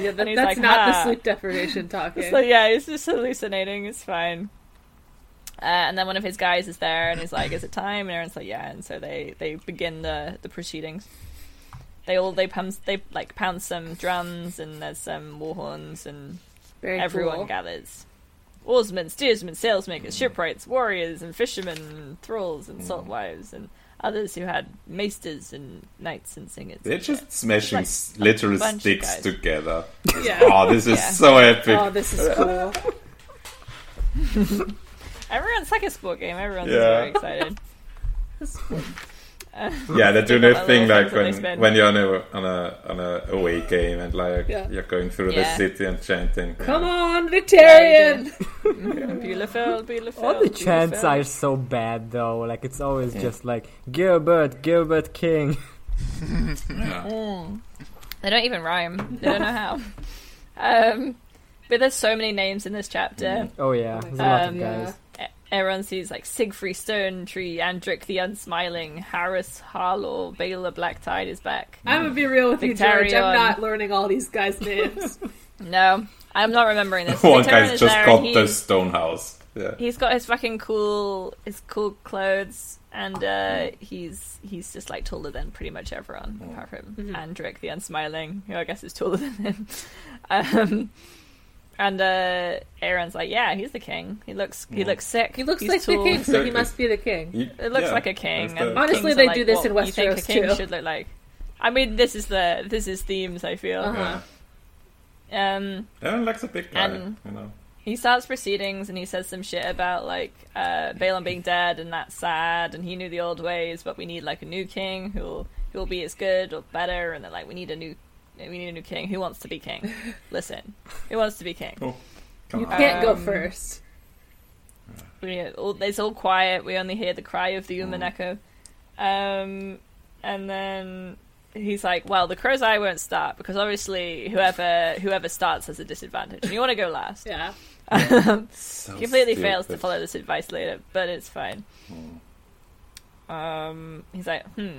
S2: Yeah. That,
S3: And
S2: that's
S3: he's like,
S2: not the
S3: "Ha."
S2: sleep deprivation talking.
S3: So yeah, he's just hallucinating. It's fine. Uh, and then one of his guys is there, and he's like, "Is it time?" And Aaron's like, "Yeah." And so they, they begin the, the proceedings. They all they pound they like pound some drums, and there's some war horns, and
S2: Very
S3: Everyone
S2: cool.
S3: gathers.
S4: Mm.
S3: Oarsmen, steersmen, sailmakers, shipwrights, warriors, and fishermen, and thralls, and salt wives, and others who had maesters and knights and singers.
S5: They're
S3: and shit.
S5: just smashing
S3: Like,
S5: s literal
S3: bunch of
S5: sticks
S3: guys.
S5: together.
S2: Yeah.
S5: Oh, this is
S3: Yeah.
S5: so epic.
S2: Oh, this is cool.
S3: Everyone's like a sport game. Everyone's
S5: Yeah.
S3: very excited.
S5: yeah, they're doing
S3: Different
S5: a
S3: level things
S5: thing like
S3: that they
S5: when,
S3: spend.
S5: when you're on a on a on a away game and like
S2: Yeah.
S5: you're going through
S3: Yeah.
S5: the city and chanting.
S2: Come
S5: yeah.
S2: on, Victorian!
S3: Beautiful, beautiful.
S4: All the
S3: beautiful.
S4: chants are so bad though. Like it's always just like Gilbert, Gilbert King.
S3: They don't even rhyme. They don't know how. Um, but there's so many names in this
S5: Mm.
S3: chapter.
S4: Oh yeah, there's a lot
S3: Um,
S4: of guys.
S3: E- Everyone sees like Siegfried Stone Tree, Andric the Unsmiling, Harris Harlaw, Baylor Black Tide is back.
S2: I'm gonna be real with you, George.
S3: Victorian.
S2: I'm not learning all these guys' names.
S3: No, I'm not remembering this.
S5: One
S3: Victorian
S5: guy's
S3: is
S5: just
S3: there
S5: got
S3: and he-
S5: the stone house. Yeah.
S3: He's got his fucking cool, his cool clothes, and uh, he's he's just like taller than pretty much everyone apart from
S2: Mm-hmm.
S3: Andric the Unsmiling, who I guess is taller than him. Um, and uh, Aaron's like, yeah, he's the king. He looks he looks sick.
S2: He looks
S3: he's
S2: like
S3: tall.
S2: the king, so he must be the king.
S5: You-
S3: It looks
S5: yeah,
S3: like a king.
S5: that's
S3: and
S5: the-
S2: Honestly,
S3: kings are
S2: they
S3: like
S2: do this
S3: what
S2: in
S3: you think a
S2: Westeros,
S3: king
S2: too.
S3: should look like. I mean, this is the this is themes. I feel.
S2: Uh-huh.
S5: yeah.
S3: Um,
S5: Aaron likes a big guy,
S3: And-
S5: you know.
S3: he starts proceedings and he says some shit about like uh, Balon being dead and that's sad and he knew the old ways, but we need like a new king who'll who'll be as good or better. And they're like, we need a new we need a new king. Who wants to be king? Listen, who wants to be king?
S5: Oh, come
S2: You
S5: on.
S2: can't
S3: Um,
S2: go first.
S3: We, all, it's all quiet. We only hear the cry of the human echo. Um, and then he's like, "Well, the crow's eye won't start because obviously whoever whoever starts has a disadvantage, and you want to go last." Um,
S2: Yeah.
S5: So
S3: completely
S5: stupid.
S3: fails to follow this advice later, but it's fine.
S6: Hmm.
S3: Um, he's like, hmm.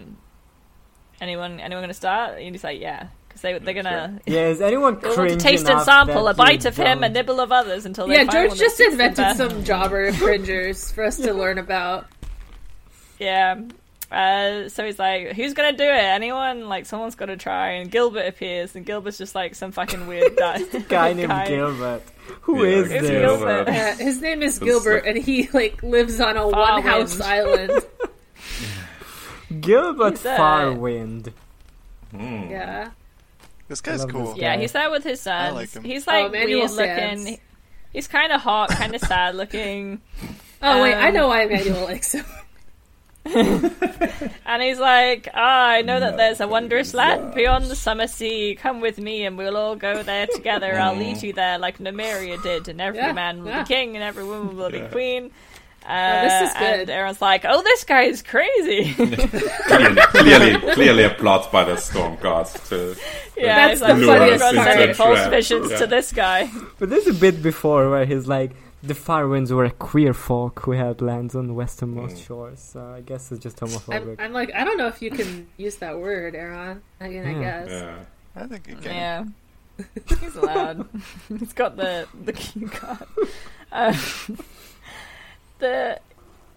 S3: Anyone, anyone gonna start? And he's like, yeah, because they they're gonna
S4: Yeah, is anyone
S3: they want
S4: cringe
S3: to taste and
S4: enough
S3: sample a
S4: that
S3: bite
S4: you
S3: of him,
S4: don't-
S3: a nibble of others until they
S2: Yeah,
S3: find
S2: George
S3: one that
S2: just
S3: suits them
S2: invented
S3: best.
S2: some jobber cringers for us to learn about.
S3: Yeah. Uh, so he's like, "Who's gonna do it? Anyone? Like, someone's got to try." And Gilbert appears, and Gilbert's just like some fucking weird guy.
S4: guy named
S3: guy.
S4: Gilbert. Who
S5: Yeah,
S4: is
S5: it's
S4: this?
S3: Gilbert.
S2: Uh, his name is Gilbert, and he like lives on a
S3: Farwind.
S2: one house island.
S4: Gilbert
S3: He's, uh,
S4: Farwind. Mm.
S2: Yeah,
S6: This guy's
S4: love this
S6: cool.
S4: guy.
S3: Yeah,
S4: Yeah.
S3: he's there with his sons.
S6: like him.
S3: he's like
S2: Oh, Manuel
S3: weird
S2: Sands.
S3: looking. He's kind of hot, kind of sad looking.
S2: Oh wait, I
S3: Um,
S2: know why Emmanuel likes him.
S3: And he's like, ah, I know that there's a wondrous land beyond the summer sea. Come with me and we'll all go there together. I'll
S5: Mm.
S3: lead you there like Nemeria did, and every
S2: Yeah,
S3: man will
S2: yeah.
S3: be king and every woman will
S5: Yeah.
S3: be queen. Uh,
S2: this is
S3: And
S2: good.
S3: Aaron's like, oh, this guy is crazy.
S5: clearly, clearly, clearly a plot by the storm gods to
S3: yeah,
S2: That's
S3: he's like,
S2: the
S3: "We've
S2: funniest
S3: got
S2: part.
S3: sending false
S5: Yeah.
S3: visions
S5: Yeah.
S3: to this guy.
S4: But there's a bit before where he's like, the Farwinds were a queer folk who held lands on westernmost
S5: Mm.
S4: shores. So I guess it's just
S2: I'm,
S4: homophobic.
S2: I'm like, I don't know if you can use that word, Aaron. I mean, I guess.
S5: yeah.
S6: I think he can.
S3: Yeah. He's allowed. He's got the the cue card. Um, the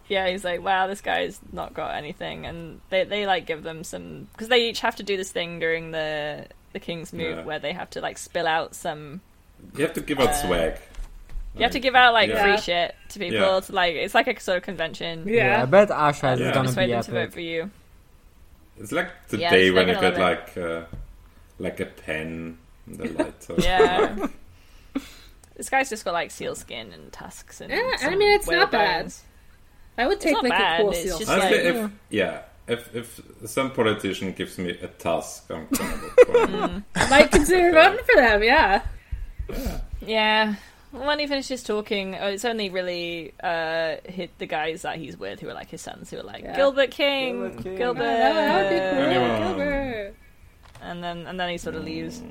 S3: yeah, he's like, wow, this guy's not got anything, and they they like give them some because they each have to do this thing during the the king's move
S5: Yeah.
S3: where they have to like spill out some.
S5: You have to give out swag.
S3: You have to give out like
S5: Yeah.
S3: free shit to people
S5: Yeah.
S3: to like it's like a sort of convention.
S2: Yeah.
S4: I bet Ashraz
S5: Yeah.
S4: is gonna
S3: Persuade
S4: be
S3: them to vote
S4: epic.
S3: for you.
S5: It's like the
S3: Yeah,
S5: day
S3: it's
S5: when you
S3: like
S5: get
S3: another-
S5: like uh, like a pen, and the lighter.
S3: Yeah. this guy's just got like seal skin and tusks and.
S2: Yeah, I
S3: some
S2: mean, it's not
S3: whale
S2: bad.
S3: bones.
S2: I would take
S3: not
S2: like
S3: bad,
S2: a cool
S3: it's
S2: seal.
S3: just-
S5: Honestly,
S3: like- mm.
S5: if yeah, if if some politician gives me a task, I'm gonna vote for
S3: Mm.
S5: him.
S2: I might consider voting for them. Yeah,
S3: Yeah. When he finishes talking, oh, it's only really uh, hit the guys that he's with, who are like his sons, who are like
S2: Yeah.
S3: Gilbert King, Gilbert,
S4: Gilbert King.
S2: oh, that would be cool.
S5: Anyone.
S2: Gilbert.
S3: and then and then he sort of leaves,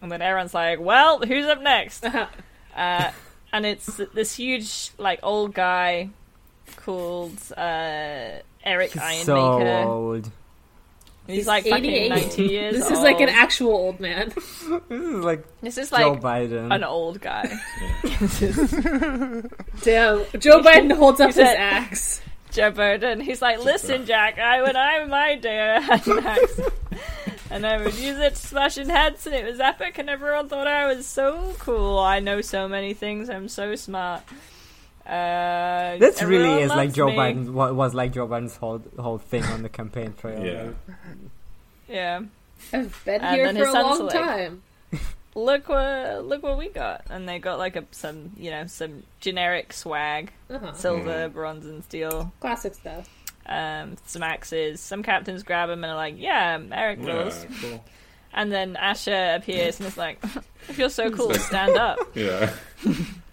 S3: and then Aaron's like, "Well, who's up next?" uh, and it's this huge like old guy called uh, Eric
S4: He's
S3: Ironmaker.
S4: so old.
S3: he's, like fucking
S2: 88.
S3: ninety years.
S2: This is like an
S3: old.
S2: actual old man.
S4: This is like,
S3: This is
S4: Joe
S3: like
S4: Biden.
S3: an old guy.
S2: Damn, Joe Biden holds up his
S3: said-
S2: axe.
S3: Joe Biden. He's like, listen, Jack, I when I my day I had an axe. And I would use it smashing heads, and it was epic, and everyone thought I was so cool. I know so many things, I'm so smart. Uh,
S4: This really
S3: everyone
S4: is like
S3: loves
S4: Joe
S3: me.
S4: Biden's wa- was like Joe Biden's whole whole thing on the campaign trail.
S5: Yeah.
S4: right?
S3: Yeah.
S2: I've been
S3: And
S2: here
S3: then
S2: for
S3: his
S2: a
S3: son's
S2: long
S3: like-
S2: time.
S3: Look what look what we got, and they got like a some you know some generic swag,
S2: Uh-huh.
S4: Oh. Mm-hmm.
S3: silver, bronze, and steel.
S2: Classic stuff.
S3: Um, some axes. Some captains grab him and are like, "Yeah, Eric rules."
S5: Yeah, cool.
S3: And then Asher appears and is like, "If you're so cool, stand up."
S5: Yeah.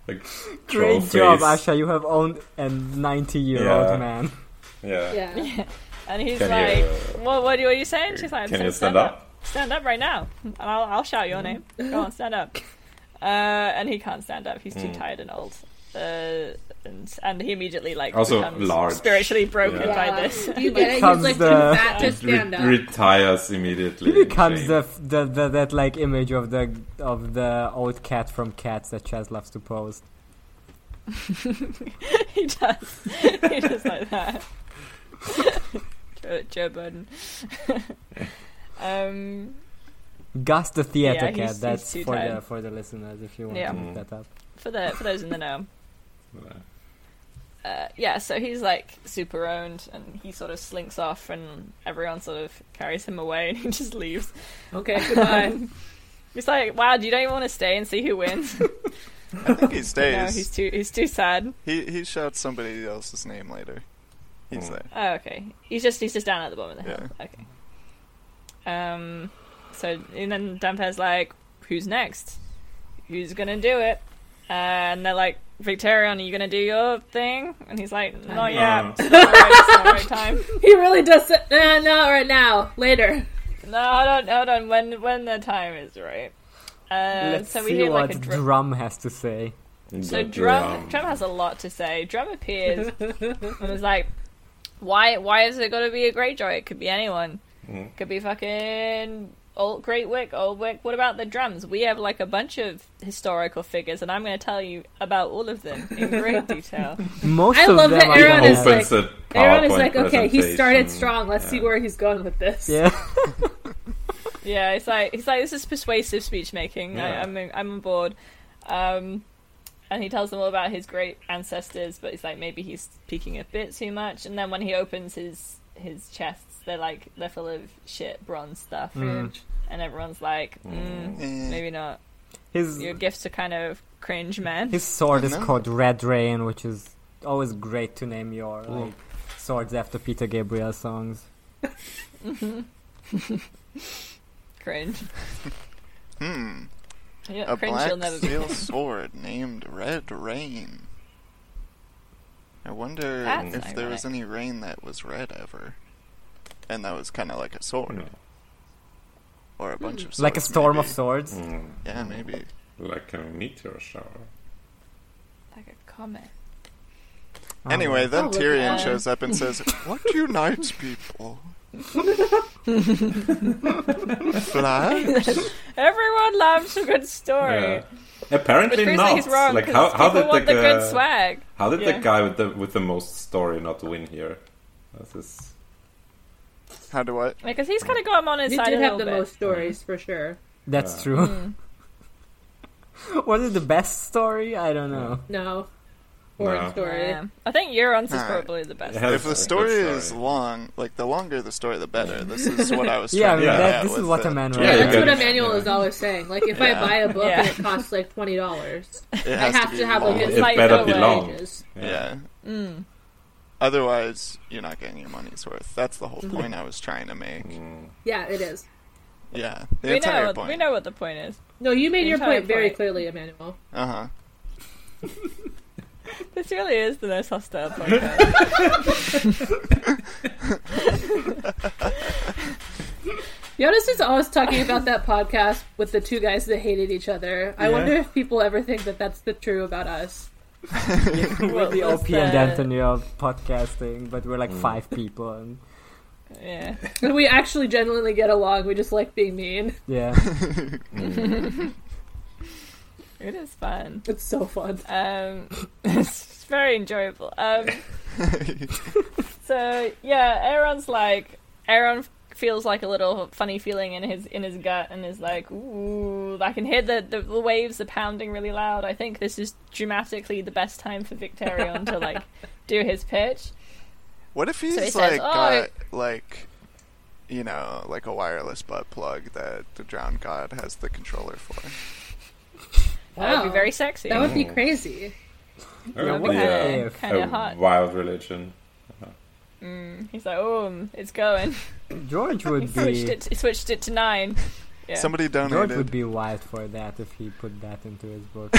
S5: like
S4: Great
S5: troll
S4: job,
S5: face.
S4: Asha. You have owned a 90 year
S5: Yeah.
S4: old man.
S5: Yeah.
S2: Yeah.
S3: And he's
S5: Can
S3: like,
S5: you, uh,
S3: "What? What are you, what are you saying?" She's like, "I'm
S5: Can
S3: saying
S5: you
S3: stand
S5: stand
S3: up.
S5: up?
S3: stand up right now, and I'll I'll shout your name. Go on, stand up." Uh, and he can't stand up; he's too
S5: Hmm.
S3: tired and old. Uh, and and he immediately like
S5: Also
S3: becomes
S5: large.
S3: spiritually broken
S5: Yeah. uh,
S3: by
S2: Yeah.
S3: this.
S2: You get it? He's
S4: becomes
S2: like too
S4: the-
S2: fat to
S5: Re-
S2: stand up.
S5: retires immediately.
S4: He
S5: in
S4: becomes
S5: shame.
S4: the, f- the, the that like image of the of the old cat from Cats that Chaz loves to post.
S3: he does. he does like that. Joe, Joe Biden. um,
S4: Gus the theater
S3: Yeah, he's-
S4: cat.
S3: he's
S4: that's
S3: too
S4: for the
S3: tired.
S4: for the listeners if you want
S3: Yeah.
S4: to
S5: Mm.
S4: look that up.
S3: for the for those in the know,
S5: Yeah.
S3: uh, yeah, so he's like super owned, and he sort of slinks off, and everyone sort of carries him away, and he just leaves.
S2: Okay, goodbye.
S3: He's like, "Wow, do you don't even want to stay and see who wins?"
S6: I think he
S3: no,
S6: stays.
S3: he's too he's too sad.
S6: He he shouts somebody else's name later. He's
S5: Hmm.
S6: there.
S3: Oh, okay. He's just he's just down at the bottom of the hill. Okay. Um. So and then Dampier's like, "Who's next? Who's gonna do it?" and they're like, "Victorian, are you gonna do your thing?" And he's like, "Not yet.
S5: Uh.
S3: It's not right, it's not right time."
S2: he really does it. Nah, not right now. Later.
S3: No, hold on, hold on. When when the time is right. Uh,
S4: Let's
S3: so we
S4: see
S3: hear
S4: what
S3: like a drum.
S4: Drum has to say.
S3: so
S5: The um,
S3: drum, drum has a lot to say. Drum appears and is like, why why is it got to be a Greyjoy? It could be anyone. Could be fucking old Great Wick, old Wick. What about the drums? We have like a bunch of historical figures, and I'm going to tell you about all of them in great detail.
S4: Most
S2: I
S4: of
S2: love
S4: them
S2: that
S4: are
S2: Aaron
S4: called-
S2: is
S5: Opens
S2: like-
S5: the
S2: Aaron is
S5: PowerPoint
S2: like, okay, he started
S5: presentation.
S2: strong. Let's see
S5: Yeah.
S2: where he's going with this.
S4: Yeah.
S3: Yeah, it's like it's like this is persuasive speech making. I,
S5: Yeah.
S3: I'm I'm on board. Um, and he tells them all about his great ancestors, but it's like maybe he's speaking a bit too much. And then when he opens his his chests, they're like they're full of shit bronze stuff,
S5: Mm.
S3: and everyone's like, mm,
S6: Eh.
S3: maybe not.
S4: His
S3: Your gifts are kind of cringe, man.
S4: his sword is
S6: No.
S4: called Red Rain, which is always great to name your like swords after Peter Gabriel songs.
S3: cringe.
S6: Hmm.
S3: Yeah,
S6: A
S3: cringe. You'll
S6: black
S3: never be.
S6: steel sword named Red Rain. I wonder
S3: That's
S6: if there was
S3: ironic.
S6: any rain that was red ever, and that was kind of like a sword
S5: No.
S6: or a bunch of swords,
S4: Hmm. like a storm
S6: maybe.
S4: of swords.
S5: Mm.
S6: Yeah, maybe.
S5: Like a meteor shower.
S3: Like a comet.
S4: Um,
S6: Anyway, then
S2: Oh, look
S6: Tyrion
S3: at-
S6: shows up and says, "What unites people? Flags?
S3: Everyone loves a good story.
S5: Yeah. Apparently
S3: But Chris
S5: not.
S3: is wrong.
S5: like
S3: 'cause
S5: how, how
S3: people
S5: did
S3: want
S5: the,
S3: the good
S5: guy-
S3: swag.
S5: how did
S3: Yeah.
S5: the guy with the with the most story not win here? This is
S6: How do I?
S3: Because he's kind of got him on his
S2: He
S3: side
S2: did
S3: a
S2: have
S3: little
S2: the
S3: bit.
S2: most stories for sure.
S4: That's
S5: Yeah.
S4: true.
S3: Hmm.
S4: Was it the best story? I don't know.
S2: No, foreign
S5: No.
S2: story.
S3: Yeah. I think Euron's is
S6: Alright.
S3: probably the best.
S5: It has
S6: If
S5: a
S6: the
S5: good
S6: story is long, like the longer the story, the better. This is what I was.
S4: Yeah, I
S6: Trying
S4: mean,
S6: to get
S4: that,
S6: at
S4: this is
S6: with
S4: what
S6: the-
S4: a man
S5: Yeah,
S4: writes.
S5: you
S2: That's
S5: got
S2: what
S5: it.
S2: Emmanuel is always saying. Like, if I
S6: Yeah.
S2: buy a book
S3: Yeah.
S2: and it costs like twenty dollars,
S6: It
S2: I
S6: has
S2: have to,
S6: be
S2: have
S6: long.
S2: like
S5: It
S2: a site
S5: better
S2: no
S5: be long.
S2: pages.
S6: Yeah.
S4: Mm.
S6: Otherwise, you're not getting your money's worth. That's the whole point I was trying to make.
S4: Mm.
S2: Yeah, it is.
S6: Yeah, the
S3: we
S6: entire
S3: know. What,
S6: point.
S3: we know what the point is.
S2: No, you made your
S3: Entire
S2: point very
S3: point.
S2: clearly, Emmanuel.
S6: Uh huh.
S3: This really is the most hostile podcast.
S2: Jonas is always talking about that podcast with the two guys that hated each other. I
S4: Yeah.
S2: wonder if people ever think that that's the true about us.
S3: What
S4: The
S3: was
S4: OP
S3: the-
S4: and Anthony are podcasting, but we're like five people, and
S3: Yeah.
S2: And we actually genuinely get along. We just like being mean.
S4: yeah,
S5: mm,
S3: It is fun.
S2: It's so fun.
S3: Um, it's very enjoyable. Um, so yeah, Aaron's like Aaron feels like a little funny feeling in his in his gut and is like, ooh, I can hear the, the, the waves are pounding really loud. I think this is dramatically the best time for Victorion to like do his pitch.
S6: What if he's
S3: he says,
S6: like
S3: "Oh,
S6: got like you know, like a wireless butt plug that the drowned god has the controller for.
S3: That would
S2: Wow.
S3: be very sexy.
S2: That would be crazy.
S5: That
S4: Yeah,
S5: would
S4: what
S5: be, uh,
S4: if?
S3: Kinda
S5: a
S3: hot.
S5: wild religion.
S3: He's like, oh, mm, it's going.
S4: George
S3: He
S4: would
S3: switched
S4: be
S3: it. He switched it to nine. Yeah.
S6: Somebody
S4: George would
S6: donated.
S4: be wild for that if he put that into his book.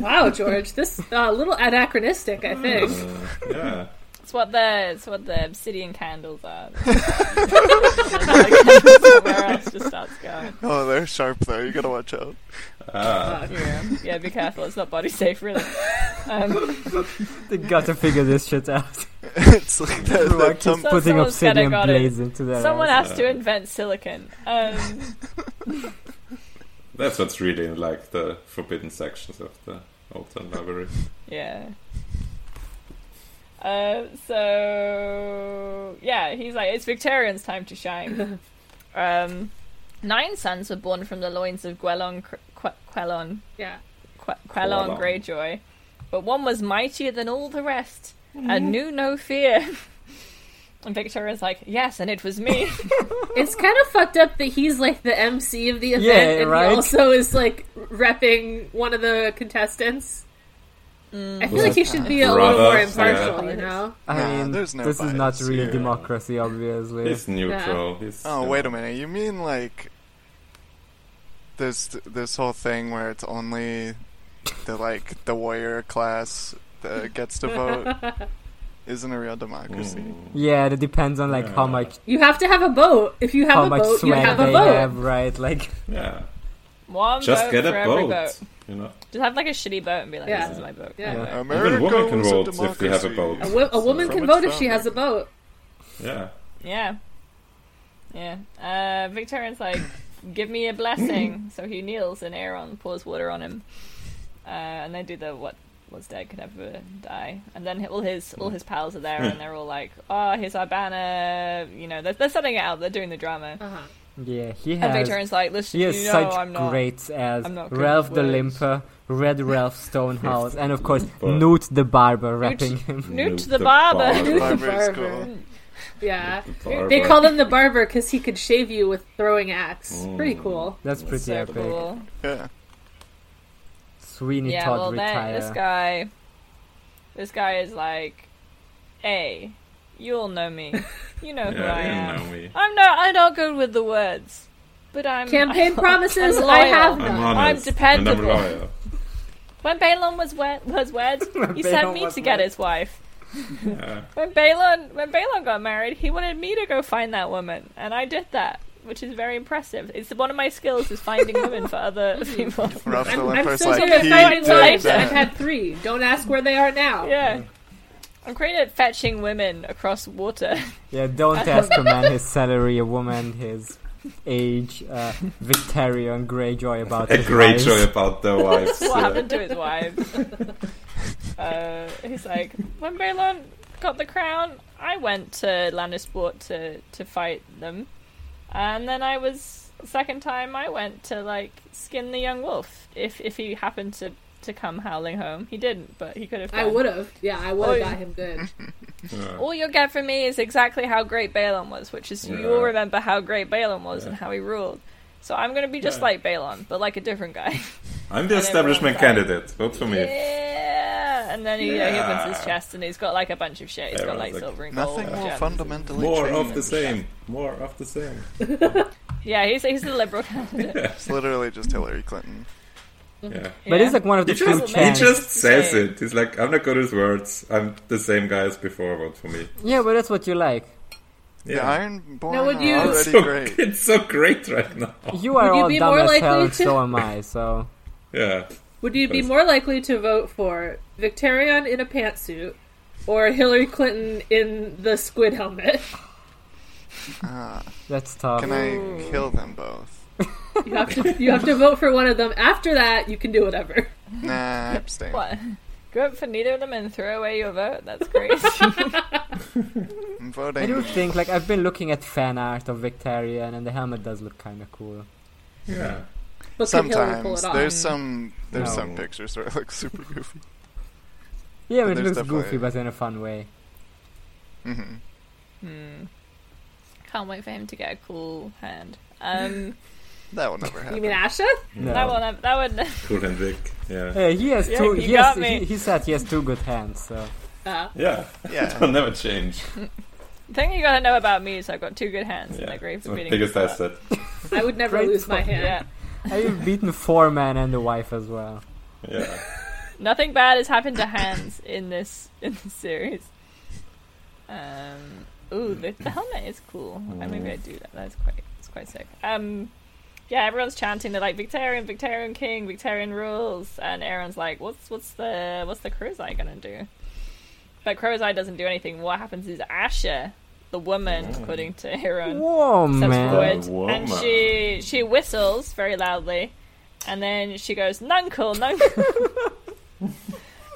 S2: Wow, George, this uh, a little anachronistic, I think.
S5: Uh, yeah.
S3: It's what the it's what the obsidian candles are. Somewhere else just starts going.
S6: oh, they're sharp though. You gotta watch out.
S5: Ah,
S3: Yeah, yeah. Be careful. It's not body safe, really. Um,
S4: they gotta figure this shit out.
S6: it's like that,
S4: Everyone
S6: that
S4: keeps
S6: tum-
S3: So
S4: putting
S3: someone's gotta
S4: obsidian
S3: got it.
S4: blades into their
S3: someone
S4: eyes.
S3: has to invent silicon. Um,
S5: that's what's really in like the forbidden sections of the Alton library.
S3: Yeah. Uh, so yeah, he's like, it's Victorian's time to shine. um, nine sons were born from the loins of Gwelon, Cr- Qu- Quelon,
S2: Yeah.
S3: Qu- Quelon
S5: Quelon.
S3: Greyjoy, but one was mightier than all the rest
S2: Mm-hmm.
S3: and knew no fear. and Victoria's like, yes, and it was me.
S2: It's kind of fucked up that he's like the MC of the event
S4: Yeah,
S2: and
S4: right?
S2: he also is like repping one of the contestants.
S3: Mm.
S2: I feel like he should be a little more
S5: Brothers, yeah.
S2: impartial, you know?
S4: I
S6: Nah,
S4: mean,
S6: Ah, there's no
S4: this is not
S6: bias
S4: real
S6: here.
S4: democracy, obviously.
S5: He's neutral. He's,
S6: Oh, wait a minute. You mean like this this whole thing where it's only the like the warrior class that gets to vote isn't a real democracy.
S5: Mm,
S4: yeah, it depends on like how
S5: Yeah.
S4: much
S2: You have to have a boat. If you have
S4: how
S2: a
S4: much
S2: boat, you
S4: swag
S2: have a
S4: they
S2: boat.
S4: have, right? Like,
S5: Yeah.
S3: One
S5: Just
S3: vote
S5: get a
S3: for every
S5: boat,
S3: boat.
S5: You know.
S3: Just have like a shitty boat and be like,
S2: Yeah.
S3: this is my boat.
S2: Yeah.
S4: Yeah.
S6: America
S5: Hmm. Even women can
S6: was
S5: vote
S6: a
S5: if they have a
S6: democracy.
S2: A,
S5: boat.
S2: wo- a woman
S6: From
S2: can
S6: its
S2: vote if she
S6: founding.
S2: has a boat.
S5: Yeah.
S3: Yeah. Yeah. Uh, Victorian's like, give me a blessing. so he kneels and Aaron pours water on him. Uh, and they do the what was dead could never die. And then all his all his pals are
S4: Hmm.
S3: there and they're all like, oh, here's our banner. You know, they're, they're setting it out. They're doing the drama.
S2: Uh-huh.
S4: yeah, he
S3: And
S4: has
S3: Victorian's like, listen,
S4: he
S3: you
S4: has
S3: know
S4: such
S3: I'm not.
S4: greats as
S3: I'm not good
S4: Ralph
S3: with
S4: the
S3: words.
S4: Limper, Red Ralph Stonehouse, and of course
S5: But-
S4: Newt the Barber rapping him.
S3: Newt the barber.
S2: Newt the
S6: Barber is
S2: barber.
S6: cool.
S2: Yeah.
S5: barber.
S2: They called him the barber because he could shave you with throwing axe. Pretty
S5: Mm.
S2: cool.
S4: That's pretty
S3: So
S4: epic.
S3: cool.
S6: Yeah.
S4: Sweeney
S3: yeah,
S4: Todd
S3: well, then
S4: retire.
S3: this guy, this guy is like, hey, you all know me. You know who I
S5: Yeah,
S3: am.
S5: you know me.
S3: I'm not. I'm not good with the words, but I'm
S2: Campaign
S3: I'm-
S2: promises,
S3: I'm
S2: I have
S3: loyal.
S2: none.
S5: I'm
S2: I'm
S5: honest.
S3: dependable.
S5: And I'm loyal.
S3: When Balon was wed, was wed, he sent
S4: Balon
S3: me
S4: was
S3: to get
S4: wed.
S3: his wife.
S5: Yeah.
S3: When Balon, when Balon got married, he wanted me to go find that woman, and I did that, which is very impressive. It's one of my skills is finding women for other people.
S6: Ralph the
S2: I'm
S6: Limper's
S2: so
S6: like,
S2: good at
S6: he
S2: finding
S6: did
S2: wives.
S6: that.
S2: I've had three. Don't ask where they are now.
S3: Yeah, I'm great at fetching women across water.
S4: Yeah, don't ask a man his salary, a woman his age, uh, Victorian Greyjoy about
S5: A
S4: his
S5: great
S4: wives.
S5: show about the wives.
S3: what
S5: yeah.
S3: happened to his wife. uh, he's like, when Balon got the crown, I went to Lannisport to to fight them, and then I was second time I went to like skin the young wolf. If if he happened to to come howling home, he didn't, but he could have.
S2: I
S3: done.
S2: would have. Yeah, I would
S3: Oh,
S2: have
S3: yeah.
S2: got him good.
S5: Yeah.
S3: All you'll get from me is exactly how great Balon was, which is
S5: Yeah.
S3: you'll remember how great Balon was and
S5: Yeah.
S3: how he ruled. So I'm gonna be just
S5: Yeah.
S3: like Balon, but like a different guy.
S5: I'm the
S3: And
S5: establishment
S3: everyone's
S5: candidate. Vote for me.
S3: Yeah, and then he, yeah. he opens his
S5: Yeah.
S3: chest and he's got like a bunch of shit. He's got
S5: Everyone's
S3: like,
S5: like,
S3: silver and gold.
S6: Nothing
S3: and
S6: will
S3: gems.
S6: fundamentally
S5: More
S6: change.
S5: of the same. More of the same.
S3: Yeah, he's he's the liberal candidate.
S6: It's literally just Hillary Clinton.
S3: Mm-hmm.
S5: Yeah.
S4: But it's like one of the
S5: He
S4: few
S5: just, he
S3: Chance.
S4: chances.
S5: just says it. He's like, I'm not good at words. I'm the same guy as before. Vote for me.
S4: Yeah, but that's what you like.
S6: The
S5: Yeah.
S6: Ironborn
S2: Now, would you-
S6: are already
S5: It's so,
S6: great.
S5: it's so great right now.
S4: You are
S2: Would you
S4: all
S2: be
S4: dumb
S2: more
S4: as
S2: likely
S4: hell,
S2: to-
S4: so am I. So
S5: Yeah.
S2: Would you be
S5: Yes.
S2: more likely to vote for Victorian in a pantsuit or Hillary Clinton in the squid helmet?
S6: Ah,
S4: that's tough.
S6: can
S5: Oh.
S6: I kill them both?
S2: You have to you have to vote for one of them. After that, you can do whatever.
S6: Nah, abstain.
S3: What? vote for neither of them and throw away your vote. That's crazy.
S6: I'm
S4: I do
S6: voting.
S4: think, like, I've been looking at fan art of Victarion, and the helmet does look kind of cool.
S5: Yeah.
S2: But could Hillary pull
S6: Sometimes
S2: it off?
S6: there's some there's some
S5: No.
S6: pictures where it looks super goofy.
S4: Yeah, I mean, it
S6: There's
S4: looks
S6: definitely-
S4: goofy, but in a fun way.
S6: hmm
S3: Hmm. Can't wait for him to get a cool hand. Um,
S6: That will never
S2: You
S6: happen.
S2: mean Asha?
S4: No.
S3: That one, that one.
S5: Cool and Vic. Yeah.
S4: Uh, he has
S3: Yeah,
S4: two.
S3: you
S4: He, has,
S3: got me.
S4: he, he said he has two good hands. So
S2: Uh,
S5: Yeah. It'll
S6: yeah,
S5: never change.
S3: thing you gotta know about me is I've got two good hands and
S5: Yeah.
S3: they're great
S5: It's
S3: for
S5: my
S3: beating.
S5: biggest
S3: people up.
S5: asset.
S2: I would never
S4: Great
S2: lose my hand.
S3: Yeah.
S4: I've beaten four men and a wife as well.
S5: Yeah.
S3: Nothing bad has happened to hands in this in this series. Um, ooh, the, the helmet is cool. I maybe I do that. That's quite it's quite sick. Um, yeah, everyone's chanting. They're like Victorian, Victorian King, Victorian rules, and Aaron's like, "What's what's the what's the Crow's Eye gonna do?" But Crow's Eye doesn't do anything. What happens is Asher, the woman, according to Aaron,
S4: Whoa,
S3: steps
S4: man!
S3: forward
S5: Whoa,
S3: and
S5: man.
S3: she she whistles very loudly, and then she goes nuncle nuncle,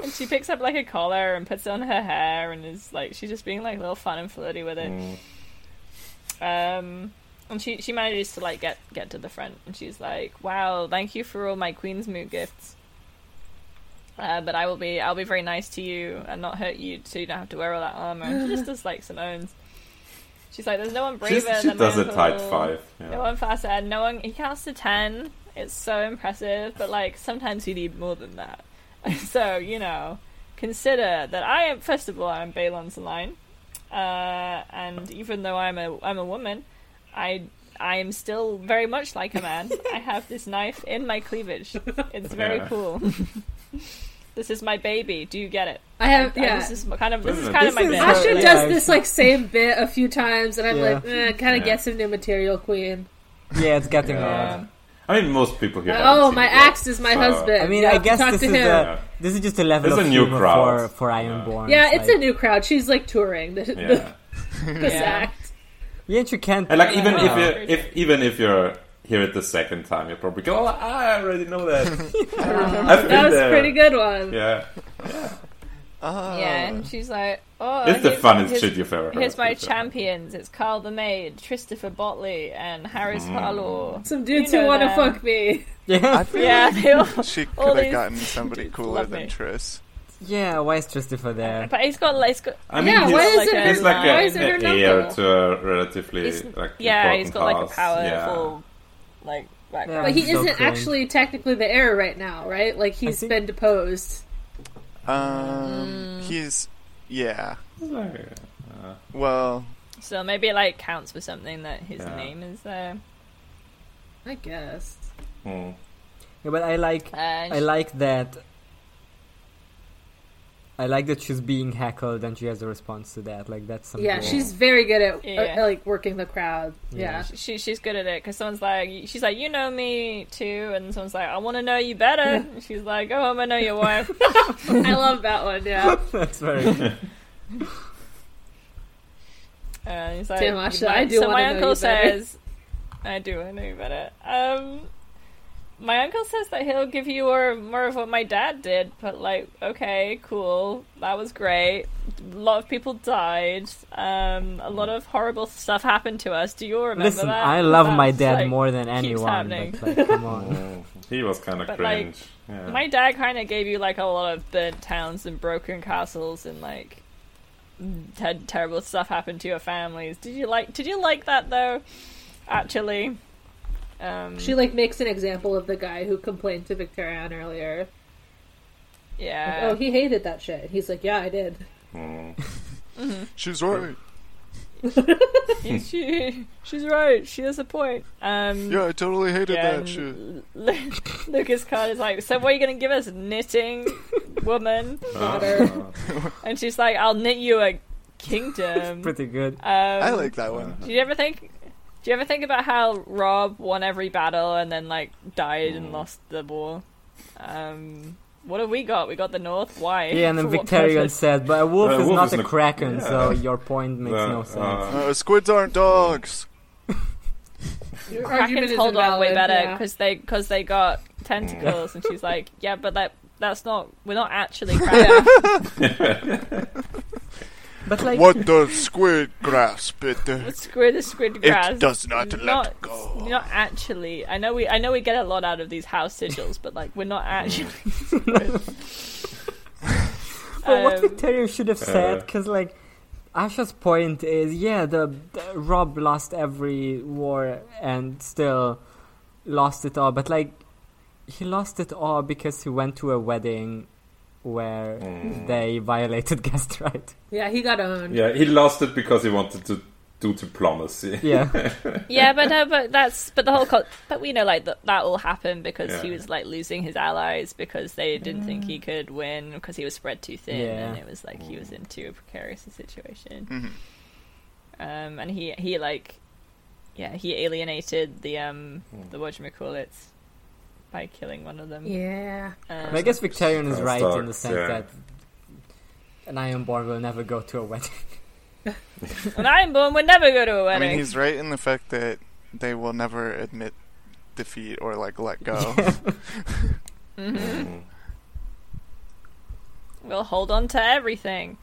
S3: and she picks up like a collar and puts it on her hair and is like she's just being like a little fun and flirty with it.
S5: Mm.
S3: Um, and she she manages to like get get to the front, and she's like, "Wow, thank you for all my Queen's Moot gifts." Uh, but I will be I'll be very nice to you and not hurt you, so you don't have to wear all that armor. And she just does like Simone's. She's like, "There's no one braver
S5: She's, she
S3: than
S5: does
S3: my
S5: a type
S3: uncle.
S5: five.
S3: No
S5: Yeah.
S3: one faster. and No one. He counts to ten. It's so impressive, but like sometimes you need more than that. so you know, consider that I am. First of all, I'm Balon's line, uh, and even though I'm a I'm a woman, I I am still very much like a man. I have this knife in my cleavage. It's very
S5: Yeah.
S3: cool. this is my baby. Do you get it?
S2: I have.
S3: I-
S2: Yeah.
S3: this is kind of this is
S5: This
S3: kind of
S5: is-
S3: my
S4: this
S3: bit.
S4: is-
S2: Asha
S4: Yeah.
S2: does this like same bit a few times, and I'm
S4: Yeah.
S2: like, eh, kind of
S5: Yeah.
S2: get some new material, Queen.
S4: Yeah, it's getting
S5: Yeah.
S4: old.
S5: I mean, most people here. haven't
S2: oh,
S5: seen
S2: my
S5: it yet,
S2: axe is my
S5: so-
S2: husband.
S4: I mean,
S2: You
S4: I
S2: have to
S4: guess
S2: talk
S4: this
S2: to
S4: is
S2: him.
S4: a this is just a level
S5: This is
S4: of
S5: a new
S4: humor for
S5: crowd.
S4: for Ironborn.
S2: Yeah, it's a new crowd. She's like touring the, the,
S5: Yeah.
S2: this
S3: Yeah.
S2: act.
S4: Yeah, and you can't.
S5: And like even
S3: Yeah.
S5: if you if even if you're here at the second time, you're probably go. Oh, I already know that. I remember I've been
S2: That was a
S5: there.
S2: pretty good one.
S5: Yeah,
S6: Oh,
S3: Yeah, and she's like, "Oh,
S5: it's the
S3: here's-
S5: funnest
S3: here's-
S5: shit you've ever heard.
S3: Here's my
S5: for sure.
S3: champions. It's Carl the Maid, Christopher Botley, and Harris Harlow.
S2: Some dudes
S3: You know
S2: who want to
S3: them.
S2: fuck me.
S6: I
S4: Yeah,
S6: feel
S3: Yeah,
S6: like
S3: they all.
S6: she
S3: all
S6: could have
S3: these
S6: gotten somebody
S3: dudes
S6: cooler
S3: love me.
S6: than Triss.
S4: yeah. Why is Christopher there?
S3: But he's got like, he's got,
S5: I mean,
S2: yeah,
S5: he's,
S2: why is
S3: like
S2: it?
S3: a-
S5: he's like
S2: why
S5: a,
S2: is it her
S5: an heir
S2: number?
S5: to a relatively
S3: he's,
S5: like
S3: yeah,
S5: important
S3: he's got like a
S5: house.
S3: powerful, like, like
S4: Yeah.
S2: But he
S4: So
S2: isn't
S4: cringe.
S2: actually technically the heir right now, right? Like he's
S4: think-
S2: been deposed.
S3: Mm.
S6: Um, he's yeah.
S5: Yeah. Like, uh,
S6: Well,
S3: so maybe it like counts for something that his
S5: Yeah.
S3: name is there.
S2: I guess.
S5: hmm.
S4: Yeah, but I like
S3: Uh, And
S4: I like that. I like that she's being heckled and she has a response to that. Like that's some
S2: Yeah,
S4: cool-
S2: she's very good at uh,
S3: Yeah.
S2: like working the crowd.
S4: Yeah.
S2: Yeah.
S3: she- she, she's good at it because someone's like, she's like, you know me too, and someone's like, I want to know you better. And she's like, go home, I know your wife.
S2: I love that one. Yeah.
S4: that's very.
S3: And he's like,
S2: Damn,
S3: "You
S2: Asha,
S3: might-"
S2: I do
S3: So my
S2: wanna know
S3: uncle
S2: you better.
S3: says, I do want to know you better. Um, my uncle says that he'll give you more, more of what my dad did, but like, okay, cool, that was great. A lot of people died. Um, a lot of horrible stuff happened to us. Do you all remember
S4: Listen,
S3: that?
S4: I love my
S3: That's,
S4: dad
S3: like,
S4: more than
S3: keeps
S4: anyone.
S3: happening.
S4: But like, come on.
S5: Hmm. He was kind of
S3: But,
S5: cringe. yeah.
S3: My dad kind of gave you like a lot of burnt towns and broken castles and like had terrible stuff happen to your families. Did you like? Did you like that though? Actually, um,
S2: She like makes an example of the guy who complained to Victorian earlier. Like,
S3: yeah,
S2: oh, he hated that shit. He's like, yeah, I did.
S5: Hmm.
S6: she's right.
S3: he- she, she's right. She has a point. Um,
S6: Yeah, I totally hated
S3: yeah,
S6: that shit.
S3: and Lu- Lucas Card is like, so what are you gonna give us, knitting woman?
S2: Daughter.
S5: Hmm.
S3: And she's like, I'll knit you a kingdom.
S4: Pretty good.
S3: Um,
S6: I like that one.
S3: Do you ever think? Do you ever think about how Rob won every battle and then like died
S4: Mm.
S3: and lost the war? Um, what have we got? We got the North. Why?
S4: Yeah, and then
S3: For what
S4: Victorian
S3: purpose?
S4: said, "But a wolf
S5: But a
S4: is
S5: wolf
S4: not
S5: is
S4: a
S5: not-
S4: kraken,
S5: yeah.
S4: so your point makes
S5: The,
S4: no sense."
S5: uh,
S6: Uh, squids aren't dogs.
S2: Your argument
S3: Krakens
S2: is
S3: hold on way
S2: invalid,
S3: better
S2: yeah.
S3: because they because they got tentacles. and she's like, yeah, but that that's not. We're not actually crap.
S4: But like,
S6: What does squid grasp? It, uh,
S3: But squid is squid grass.
S6: does not let go.
S3: Not actually. I know we. I know we get a lot out of these house sigils, but like we're not actually.
S4: But what
S3: Um,
S4: Victoria should have said,
S5: uh,
S4: because like Asha's point is, yeah, the, the Rob lost every war and still lost it all, but like he lost it all because he went to a wedding where
S5: Hmm. Mm.
S4: they violated guest right.
S2: Yeah, he got owned.
S5: Yeah, he lost it because he wanted to do diplomacy.
S4: Yeah,
S3: yeah, but no, but that's but the whole. Con- but we know like th- that all happened because he
S5: Yeah.
S3: was like losing his allies because they didn't think he could win because he was spread too thin and
S4: Yeah.
S3: it was like he was into a precarious situation.
S6: Mm-hmm.
S3: Um, and he he like, yeah, he alienated the um the what you call it by killing one of them.
S2: Yeah.
S3: Um,
S4: but I guess Victorian is
S5: Uh,
S4: right in the
S5: Starks,
S4: sense
S5: yeah.
S4: that an Ironborn will never go to a wedding.
S3: An Ironborn would never go to a
S6: I
S3: wedding.
S6: mean, he's right in the fact that they will never admit defeat or like let go.
S3: Mm-hmm.
S5: Mm-hmm.
S3: We'll hold on to everything.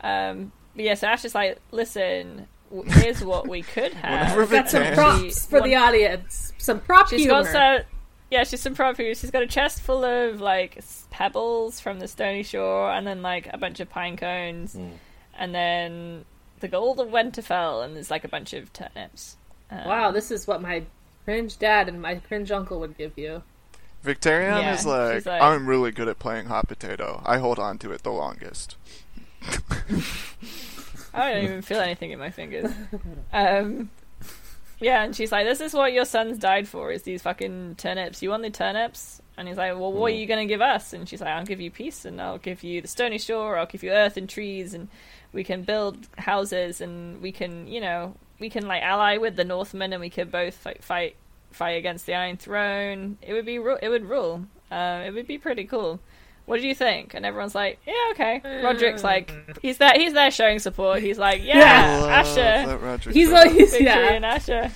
S3: Um, but yeah, so Ash is like, listen, w- here's what we could have.
S6: Whenever
S2: Got some
S6: Victoria-
S2: props for the audience. Some prop
S3: She's
S2: humor.
S3: got so yeah, she's some prop food. She's got a chest full of like s- pebbles from the stony shore, and then like a bunch of pine cones, and then the gold of Winterfell, and there's like a bunch of turnips. Um,
S2: wow, this is what my cringe dad and my cringe uncle would give you.
S6: Victorian
S3: Yeah,
S6: is like,
S3: she's like-
S6: I'm really good at playing hot potato. I hold on to it the longest.
S3: I don't even feel anything in my fingers. Um, yeah, and she's like, "This is what your son's died for: is these fucking turnips. You want the turnips?" And he's like, "Well, what are you going to give us?" And she's like, "I'll give you peace, and I'll give you the stony shore. I'll give you earth and trees, and we can build houses, and we can, you know, we can like ally with the Northmen, and we can both fight, fight, fight against the Iron Throne. It would be, ru- it would rule. Uh, it would be pretty cool." What do you think? And everyone's like, yeah, okay. Roderick's like, he's there, he's there showing support. He's like, yeah, Asher,
S6: Let Roger
S2: He's
S6: go.
S2: like, he's,
S3: Victory
S2: yeah.
S3: and Asher.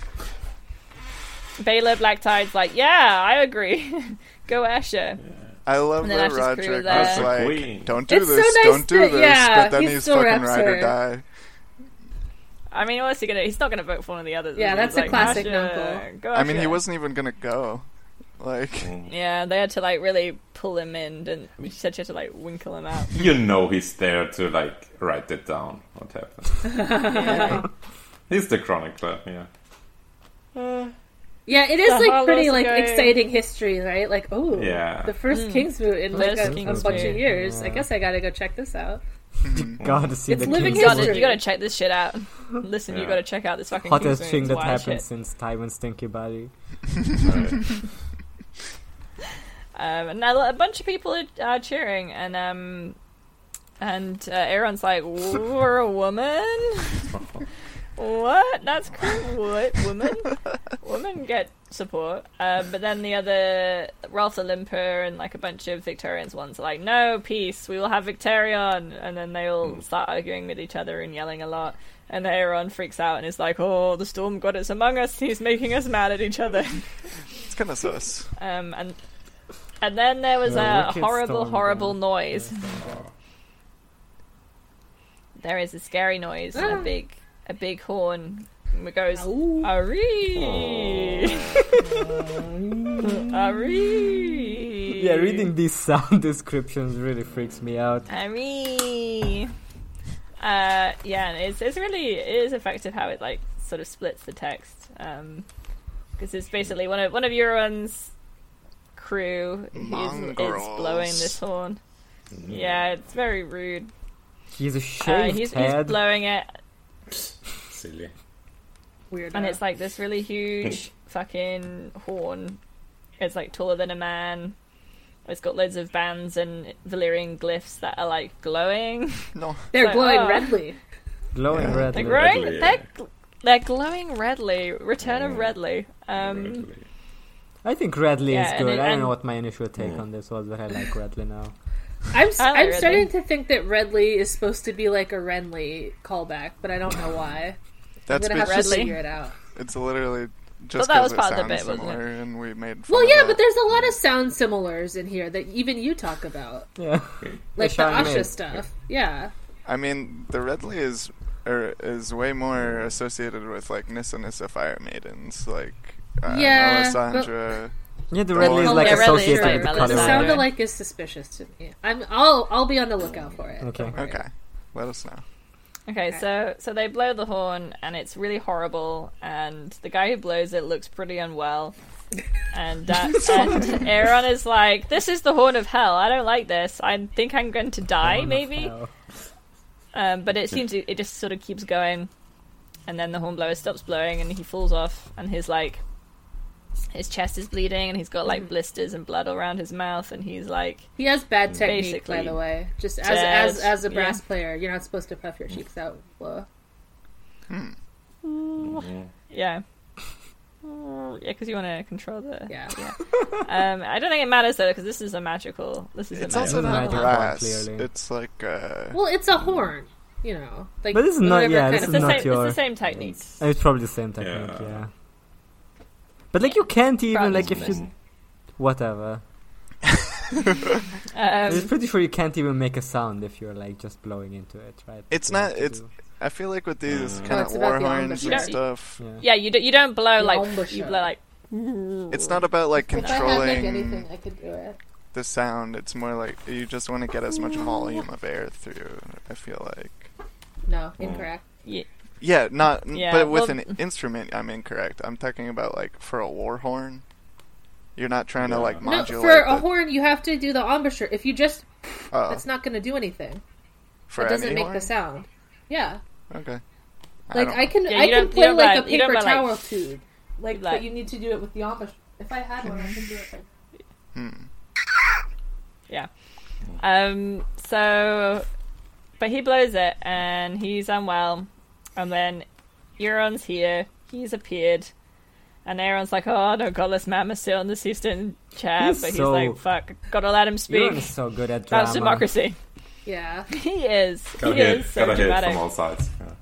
S3: Baylor Black Tide's like, yeah, I agree. Go Asher.
S6: I love
S3: and then
S6: that
S3: Asher's crew
S6: Roderick
S3: there.
S6: was
S3: That's
S5: the
S6: like,
S5: queen.
S6: don't do
S2: It's so
S6: this,
S2: nice
S6: don't do
S2: that-
S6: this.
S2: yeah,
S6: but then
S2: he
S6: he's
S2: still
S6: fucking
S2: reps
S6: ride or
S2: her.
S6: die.
S3: I mean, what's he gonna? He's not gonna vote for one of the others.
S2: Yeah,
S3: is he?
S2: that's
S3: He's
S2: a
S3: like,
S2: classic
S3: Asher,
S2: uncle.
S3: Go
S6: I mean, he
S3: Asher.
S6: wasn't even gonna go. Like,
S3: Yeah, they had to like really pull him in, and she said she had to like winkle him out.
S5: You know he's there to like write it down what happened.
S3: Yeah.
S5: he's the chronicler, yeah.
S2: Yeah, it is
S3: The
S2: like pretty
S3: Hollows
S2: like
S3: guy.
S2: exciting history, right? Like, oh,
S5: Yeah.
S2: the first Kingsmoot in like
S3: Hmm. First
S2: a, a
S3: Kingsmoot.
S2: bunch of years. I
S4: Yeah.
S2: guess I gotta go check this out.
S5: Mm.
S4: God, to see
S2: It's
S4: the
S2: living
S4: King's
S3: You
S2: history.
S4: Road.
S3: gotta, you gotta check this shit out. Listen, you
S5: Yeah.
S3: gotta check out this fucking
S4: hottest
S3: Kingsman,
S4: thing
S3: it's
S4: that
S3: wild
S4: happened
S3: shit.
S4: since Tywin's Stinky Body.
S3: Um, and a, a bunch of people are, are cheering, and um, and uh, Aaron's like, "We're a woman. what? That's cool. What woman? Women get support." Uh, but then the other Ralph the Limper and like a bunch of Victorians ones are like, "No, peace. We will have Victorian." And then they all start arguing with each other and yelling a lot. And Aaron freaks out and is like, "Oh, the storm god is among us. He's making us mad at each other."
S6: it's kind of sus.
S3: Um, and and then there was
S4: Yeah,
S3: a
S4: wicked
S3: horrible,
S4: storm
S3: horrible
S4: going.
S3: noise. there is a scary noise, and a big, a big horn. And it goes,
S2: Ooh.
S3: Ari, Mm. Ari.
S4: Yeah, reading these sound descriptions really freaks me out.
S3: Ari. Uh, yeah, and it's it's really it is effective how it like sort of splits the text. Um, because it's basically one of one of Euron's crew is, is
S6: Mongrels.
S3: blowing this horn. Yeah, it's very rude.
S4: He's a
S3: Uh,
S4: shaved
S3: he's, he's
S4: head.
S3: blowing it,
S5: Silly.
S2: Weird.
S3: and it's like this really huge fucking horn. It's like taller than a man. It's got loads of bands and Valyrian glyphs that are like glowing.
S6: No,
S2: they're
S3: like,
S2: glowing
S3: oh.
S2: redly.
S4: glowing
S6: Yeah.
S4: red.
S3: They're
S4: lip.
S3: growing.
S5: Redley,
S3: They're,
S5: yeah.
S3: gl- they're glowing redly. Return of Redley. Um,
S5: Really.
S4: I think Redley
S3: Yeah,
S4: is
S3: and
S4: good.
S3: it-
S4: I don't
S3: and-
S4: know what my initial take on this was, but I like Redley now.
S2: I'm s
S3: I like
S2: am
S3: Redley.
S2: starting to think that Redley is supposed to be like a Renly callback, but I don't know why. I'm
S6: that's
S2: gonna have
S6: bitch.
S3: Redley.
S2: to figure it out.
S6: It's literally just
S3: that was
S6: because it
S3: part of the
S6: sounds
S3: bit, wasn't it?
S6: similar, and we made. Fun
S2: Well,
S6: of
S2: yeah,
S6: it.
S2: but there's a lot of sound similars in here that even you talk about,
S4: Yeah.
S2: like the
S4: Sean
S2: Asha
S4: made.
S2: stuff. Yeah,
S6: I mean, the Redley is er, is way more associated with like Nissa Nissa Fire Maidens, like uh,
S2: Yeah,
S6: Alessandra.
S4: Oh, Yeah, the
S6: The
S4: red is
S6: whole-
S4: like
S3: Oh, Yeah, red is
S4: associated
S3: like
S4: with
S2: but the
S3: Valentine.
S4: color.
S2: sound alike is suspicious to me. I'm I'll I'll be on the lookout for it.
S4: Okay.
S2: Don't worry.
S6: Okay, let us know.
S3: Okay, so so they blow the horn and it's really horrible, and the guy who blows it looks pretty unwell. And, uh, and Aaron is like, "This is the horn of hell. I don't like this. I think I'm going to die, maybe." Um, but it seems it just sort of keeps going, and then the hornblower stops blowing, and he falls off, and his like, his chest is bleeding, and he's got like blisters and blood all around his mouth, and he's like,
S2: He has bad technique, by
S3: Basically.
S2: the way. Just as
S3: Dead.
S2: as as a brass
S3: Yeah.
S2: player, you're not supposed to puff your cheeks out. Whoa.
S6: Hmm.
S3: "Yeah, Mm, yeah, because you want to control the."
S2: Yeah,
S3: Um, I don't think it matters though, because this is a magical. This is
S6: It's
S3: a
S6: also
S3: magical.
S6: not
S4: Magic one,
S6: brass.
S4: clearly.
S6: It's like uh,
S2: Well, it's a horn, you know. Like,
S4: But this is not-
S2: whatever
S4: yeah,
S2: kind
S4: this
S2: of-
S3: It's
S4: is
S3: the
S4: not
S3: same.
S4: your-
S3: It's the same technique.
S4: And it's probably the same technique, yeah.
S5: Yeah.
S4: But like you can't even
S3: Probably
S4: like if you whatever. I'm
S3: Um,
S4: pretty sure you can't even make a sound if you're like just blowing into it, right?
S6: It's
S4: You have
S6: not-
S4: to
S6: it's- I feel like with these
S5: Mm.
S2: Oh,
S6: kind
S2: it's
S6: of
S2: about
S6: war
S2: the
S6: horns and
S3: embouchure.
S6: stuff,
S4: do.
S3: yeah,
S4: Yeah.
S3: you don't. You don't blow like
S2: Embouchure.
S3: you blow like.
S6: it's not about like
S2: if I had like
S6: controlling
S2: anything, I could do it.
S6: the sound. It's more like you just want to get as
S2: Mm.
S6: much volume of air through. I feel like.
S2: No, incorrect.
S6: Yeah, not. n-
S3: Yeah,
S6: but with
S3: well-
S6: an instrument, I'm incorrect. I'm talking about like for a war horn. You're not trying to like
S5: No,
S2: No,
S6: modulate.
S2: for a
S6: the-
S2: horn, you have to do the embouchure. If you just,
S6: oh,
S2: that's not going to do anything.
S6: for
S2: it doesn't
S6: any
S2: make
S6: horn?
S2: the sound. Yeah,
S6: Okay.
S2: like
S6: don't
S2: I, can,
S3: Yeah,
S2: I
S3: you
S2: can
S3: don't- you
S2: play
S3: don't
S2: like
S3: buy-
S2: a
S3: you don't
S2: paper
S3: buy, like-
S2: towel tube. Like,
S3: like-
S2: but you need to do it with the embouchure. If I had one, I could do it. Like,
S6: hmm.
S3: Yeah. Um. So, but he blows it, and he's unwell, and then Euron's here. He's appeared, and Aaron's like, "Oh no, godless man must sit on this Houston chair,"
S4: He's
S3: but he's
S4: so-
S3: like, "Fuck, gotta let him
S4: You're
S3: speak."
S4: is so good at drama.
S3: That's democracy.
S2: yeah,
S3: He is.
S5: Gotta
S3: he
S5: hit,
S3: is so
S5: gotta hit from
S3: dramatic.
S5: all sides. Yeah.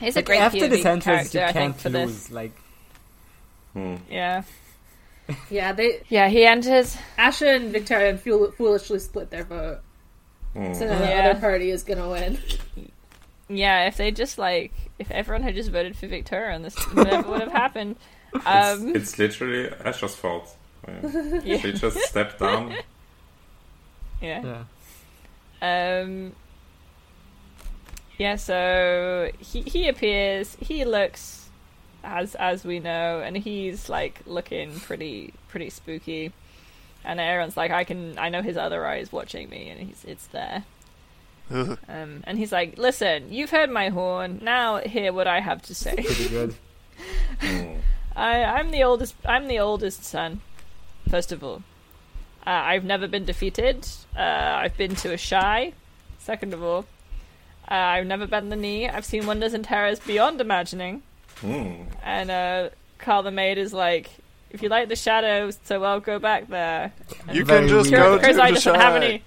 S3: He's a
S4: Like,
S3: great
S4: after
S3: POV
S4: this entrance,
S3: character,
S4: you
S3: I think,
S4: can't
S3: for
S4: lose.
S3: this.
S4: Like
S5: Mm-hmm.
S3: Yeah.
S2: yeah. They
S3: Yeah, he enters.
S2: Asha and Victoria and fool- foolishly split their vote,
S5: Oh.
S2: so now
S3: Yeah.
S2: the other party is going to win.
S3: Yeah, if they just like, if everyone had just voted for Victoria, and this never would have happened. Um,
S5: It's literally Asher's fault. Yeah.
S3: Yeah.
S5: She just stepped down.
S3: yeah.
S4: yeah.
S3: Um. Yeah. So he he appears. He looks as as we know, and he's like looking pretty pretty spooky. And Aaron's like, I can, I know his other eye is watching me, and he's it's there.
S6: Ugh.
S3: Um, and he's like, listen, you've heard my horn. Now hear what I have to say.
S4: Pretty good.
S3: I, I'm the oldest. I'm the oldest son. First of all, uh, I've never been defeated. Uh, I've been to a shy. Second of all, uh, I've never bent the knee. I've seen wonders and terrors beyond imagining.
S5: Mm.
S3: And uh, Carl the maid is like, if you like the shadows so well, go back there.
S6: You
S4: Very
S6: can just
S4: weird.
S6: go
S3: Cur-
S6: to
S3: Curse Eye
S6: the
S3: doesn't have any.
S6: shop.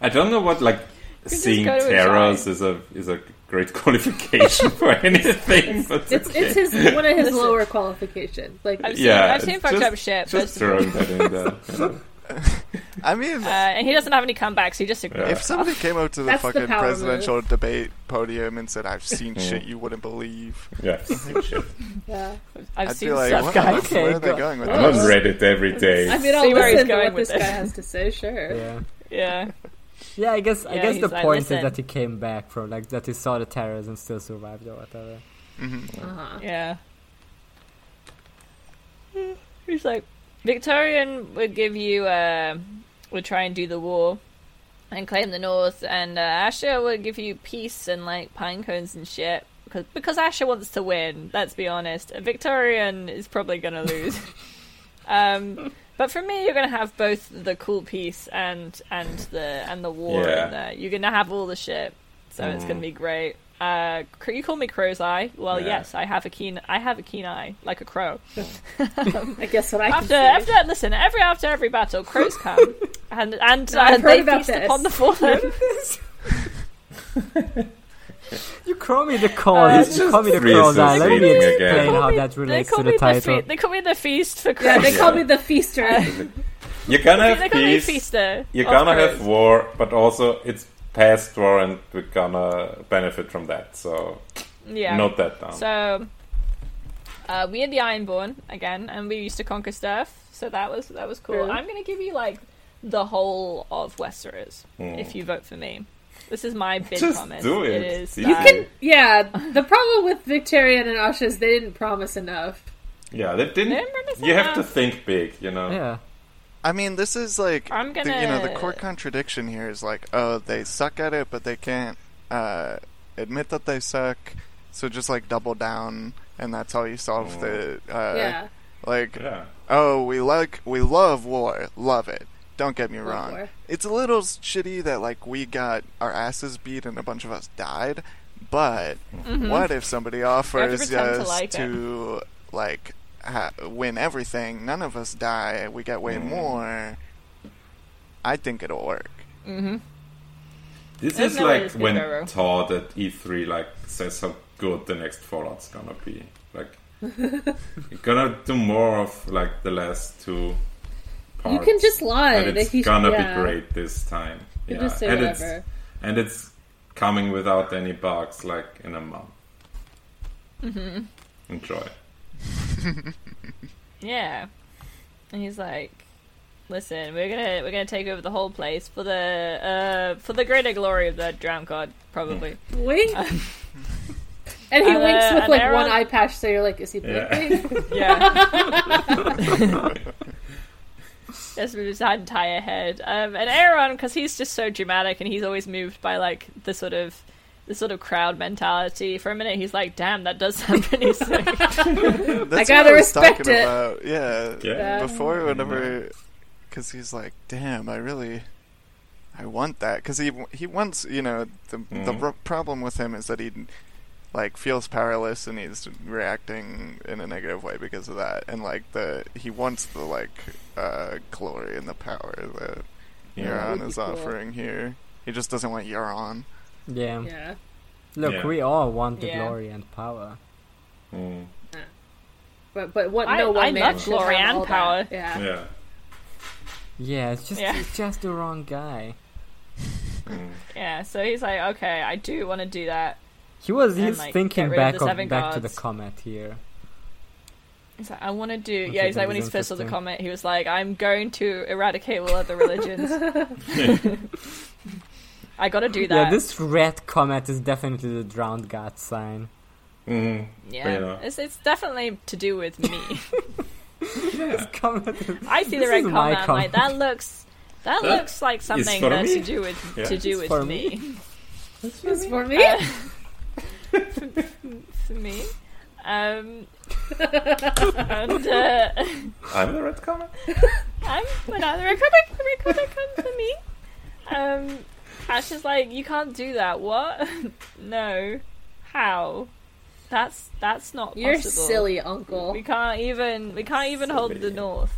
S5: I don't know what like
S3: just
S5: seeing
S3: go to a
S5: terrors
S3: giant.
S5: is a is a great qualification for anything. But
S2: It's
S5: okay.
S2: it's his one of his
S3: Listen.
S2: lower qualifications. Like
S3: I've seen,
S5: yeah,
S3: I've seen
S5: it's
S3: fucked
S5: just-
S3: up shit,
S5: Just
S3: but
S5: throwing that in there. you know.
S6: I mean,
S3: uh, and he doesn't have any comebacks. He just ignores.
S6: if somebody came up to the
S2: That's the
S6: fucking
S2: power
S6: presidential debate podium and said, "I've seen
S5: Mm.
S6: shit you wouldn't believe,"
S5: Yeah, same shit.
S2: yeah.
S3: I've
S6: I'd
S3: seen
S6: be like,
S3: stuff,
S6: "What?
S3: guys.
S4: Okay,
S6: where are they
S4: go-
S6: going with
S5: I'm on
S2: Oh.
S6: this?"
S5: Reddit every day.
S2: I mean, I'll
S3: See where he's
S2: listen to
S3: going
S2: what
S3: with
S2: this guy
S3: this.
S2: has to say. Sure.
S4: Yeah.
S3: Yeah.
S4: Yeah, I guess I
S3: Yeah,
S4: guess
S3: he's
S4: the
S3: like,
S4: point
S3: "Listen."
S4: is that he came back from like that he saw the terrors and still survived or whatever.
S6: Mm-hmm.
S2: Uh-huh.
S3: Yeah. He's like, Victorian would give you, uh, would try and do the war and claim the North, and uh, Asher would give you peace and like pine cones and shit. Because, because Asher wants to win, let's be honest. A Victorian is probably going to lose. um, but for me, you're going to have both the cool peace and and the and the war
S5: Yeah.
S3: in there. You're going to have all the shit, so it's going to be great. Uh, cr- you call me Crow's Eye. Well,
S5: Yeah.
S3: yes, I have a keen. I have a keen eye, like a crow.
S2: I guess what I can
S3: After,
S2: say.
S3: after listen, every after every battle, crows come, and and
S2: I've
S3: uh, they
S2: heard about
S3: feast
S2: this.
S3: upon the fallen.
S4: You call me the cause. you call me the
S5: three
S4: cause. Let me
S5: associating again.
S4: explain
S5: They
S4: how
S3: me-
S4: that relates
S3: Uh, they
S4: to
S3: call
S4: the
S3: me
S4: title.
S3: fe- they call me the feast for
S2: Yeah,
S3: Christ.
S2: they call me the feaster.
S5: You're gonna
S3: They-
S5: have
S3: they call me
S5: peace.
S3: feaster.
S5: You're
S3: of
S5: gonna
S3: Christ.
S5: have war, but also it's past war, and we're gonna benefit from that. So
S3: yeah.
S5: note that down.
S3: So uh, we had the Ironborn again, and we used to conquer stuff. So that was that was cool.
S2: Really?
S3: I'm gonna give you like the whole of Westeros
S5: Mm.
S3: if you vote for me. This is my big
S5: Just
S3: promise.
S5: do it.
S3: it is
S5: You
S3: that-
S5: can-
S2: Yeah, the problem with Victorian and Asha is they didn't promise enough.
S5: yeah, they didn't.
S3: They remember
S5: You have to
S3: something.
S5: think big, you know.
S4: Yeah.
S6: I mean, this is like
S3: I'm
S6: the- you know the
S3: gonna-
S6: core contradiction here is like, oh, they suck at it, but they can't uh, admit that they suck. So just like double down, and that's how you solve the uh,
S2: yeah.
S6: like
S5: Yeah.
S6: oh, we like we love war, love it. Don't get me wrong.
S2: war.
S6: It's a little shitty that like we got our asses beat and a bunch of us died, but what if somebody offers
S3: pretend to
S6: us
S3: like it.
S6: to like ha- win everything? None of us die. We get way more. I think it'll work.
S5: This
S3: There's
S5: is
S3: no way
S5: like
S3: this could
S5: when
S3: go wrong.
S5: Todd at E3 like says how good the next Fallout's gonna be. Like, you're gonna do more of like the last two. Parts,
S2: You can just lie
S5: and
S2: that
S5: it's
S2: he-
S5: gonna
S2: yeah.
S5: be great this time.
S2: You
S5: Yeah,
S2: just say
S5: and
S2: whatever.
S5: it's and it's coming without any bugs, like in a month. Mm-hmm. Enjoy.
S3: Yeah. And he's like, "Listen, we're gonna we're gonna take over the whole place for the uh, for the greater glory of the drowned god, probably."
S2: Wink. and he
S3: And, uh,
S2: winks with
S3: and
S2: like
S3: Aaron-
S2: one eye patch, so you're like, is he
S5: Yeah.
S2: blinking?
S3: Yeah. Just with his entire head. Um, and Aaron, because he's just so dramatic and he's always moved by like the sort of the sort of crowd mentality. For a minute, he's like, "Damn, that does sound pretty sick."
S6: That's
S2: gotta
S6: what I was
S2: respect
S6: talking
S2: it.
S6: about. Yeah,
S5: Yeah.
S6: before whenever, because he's like, "Damn, I really, I want that." Because he he wants, you know, the the
S5: Mhm.
S6: r- problem with him is that he like feels powerless and he's reacting in a negative way because of that, and like the he wants the like uh, glory and the power that
S5: Yeah.
S2: would
S6: Euron
S2: be
S6: is
S2: cool.
S6: offering here. He just doesn't want Euron.
S4: Yeah.
S2: yeah.
S4: Look,
S5: Yeah.
S4: we all want the
S3: Yeah.
S4: glory and power.
S5: Mm.
S2: But but what?
S3: I-
S2: no one
S3: I
S2: man
S3: love
S2: should have
S3: glory and
S2: all that.
S3: power.
S2: Yeah.
S5: Yeah.
S4: Yeah, it's just
S3: Yeah.
S4: it's just the wrong guy.
S5: Mm.
S3: yeah. So he's like, "Okay, I do want to do that."
S4: He was
S3: And,
S4: he's
S3: like, get
S4: thinking
S3: rid of
S4: back
S3: the
S4: of,
S3: seven
S4: back to the
S3: gods.
S4: comet here.
S3: He's like, "I want to do."
S4: Okay,
S3: yeah. He's
S4: that
S3: like, when
S4: is
S3: he first saw the
S4: interesting.
S3: comment, he was like, "I'm going to eradicate all other religions." I got to do that.
S4: Yeah, this red comet is definitely the drowned god sign.
S5: Mm.
S3: Yeah.
S5: you know.
S3: It's it's definitely to do with me.
S5: Yeah.
S4: Comet is-
S3: I see
S4: This
S3: the red
S4: is my
S3: comment. I'm like,
S4: comment.
S3: that looks that,
S5: That
S3: looks like something
S5: for
S3: that's
S5: me.
S3: to do with
S5: Yeah.
S3: to do
S4: for
S3: with
S4: me.
S3: me.
S2: It's for me.
S3: Uh, for me. Um, and uh,
S5: I'm the red comet.
S3: I'm another red comic. The red comic comes for me. Um, Ash is like, you can't do that. What? no. How? That's that's not
S2: You're
S3: possible.
S2: silly, Uncle.
S3: We can't even we can't even hold the north.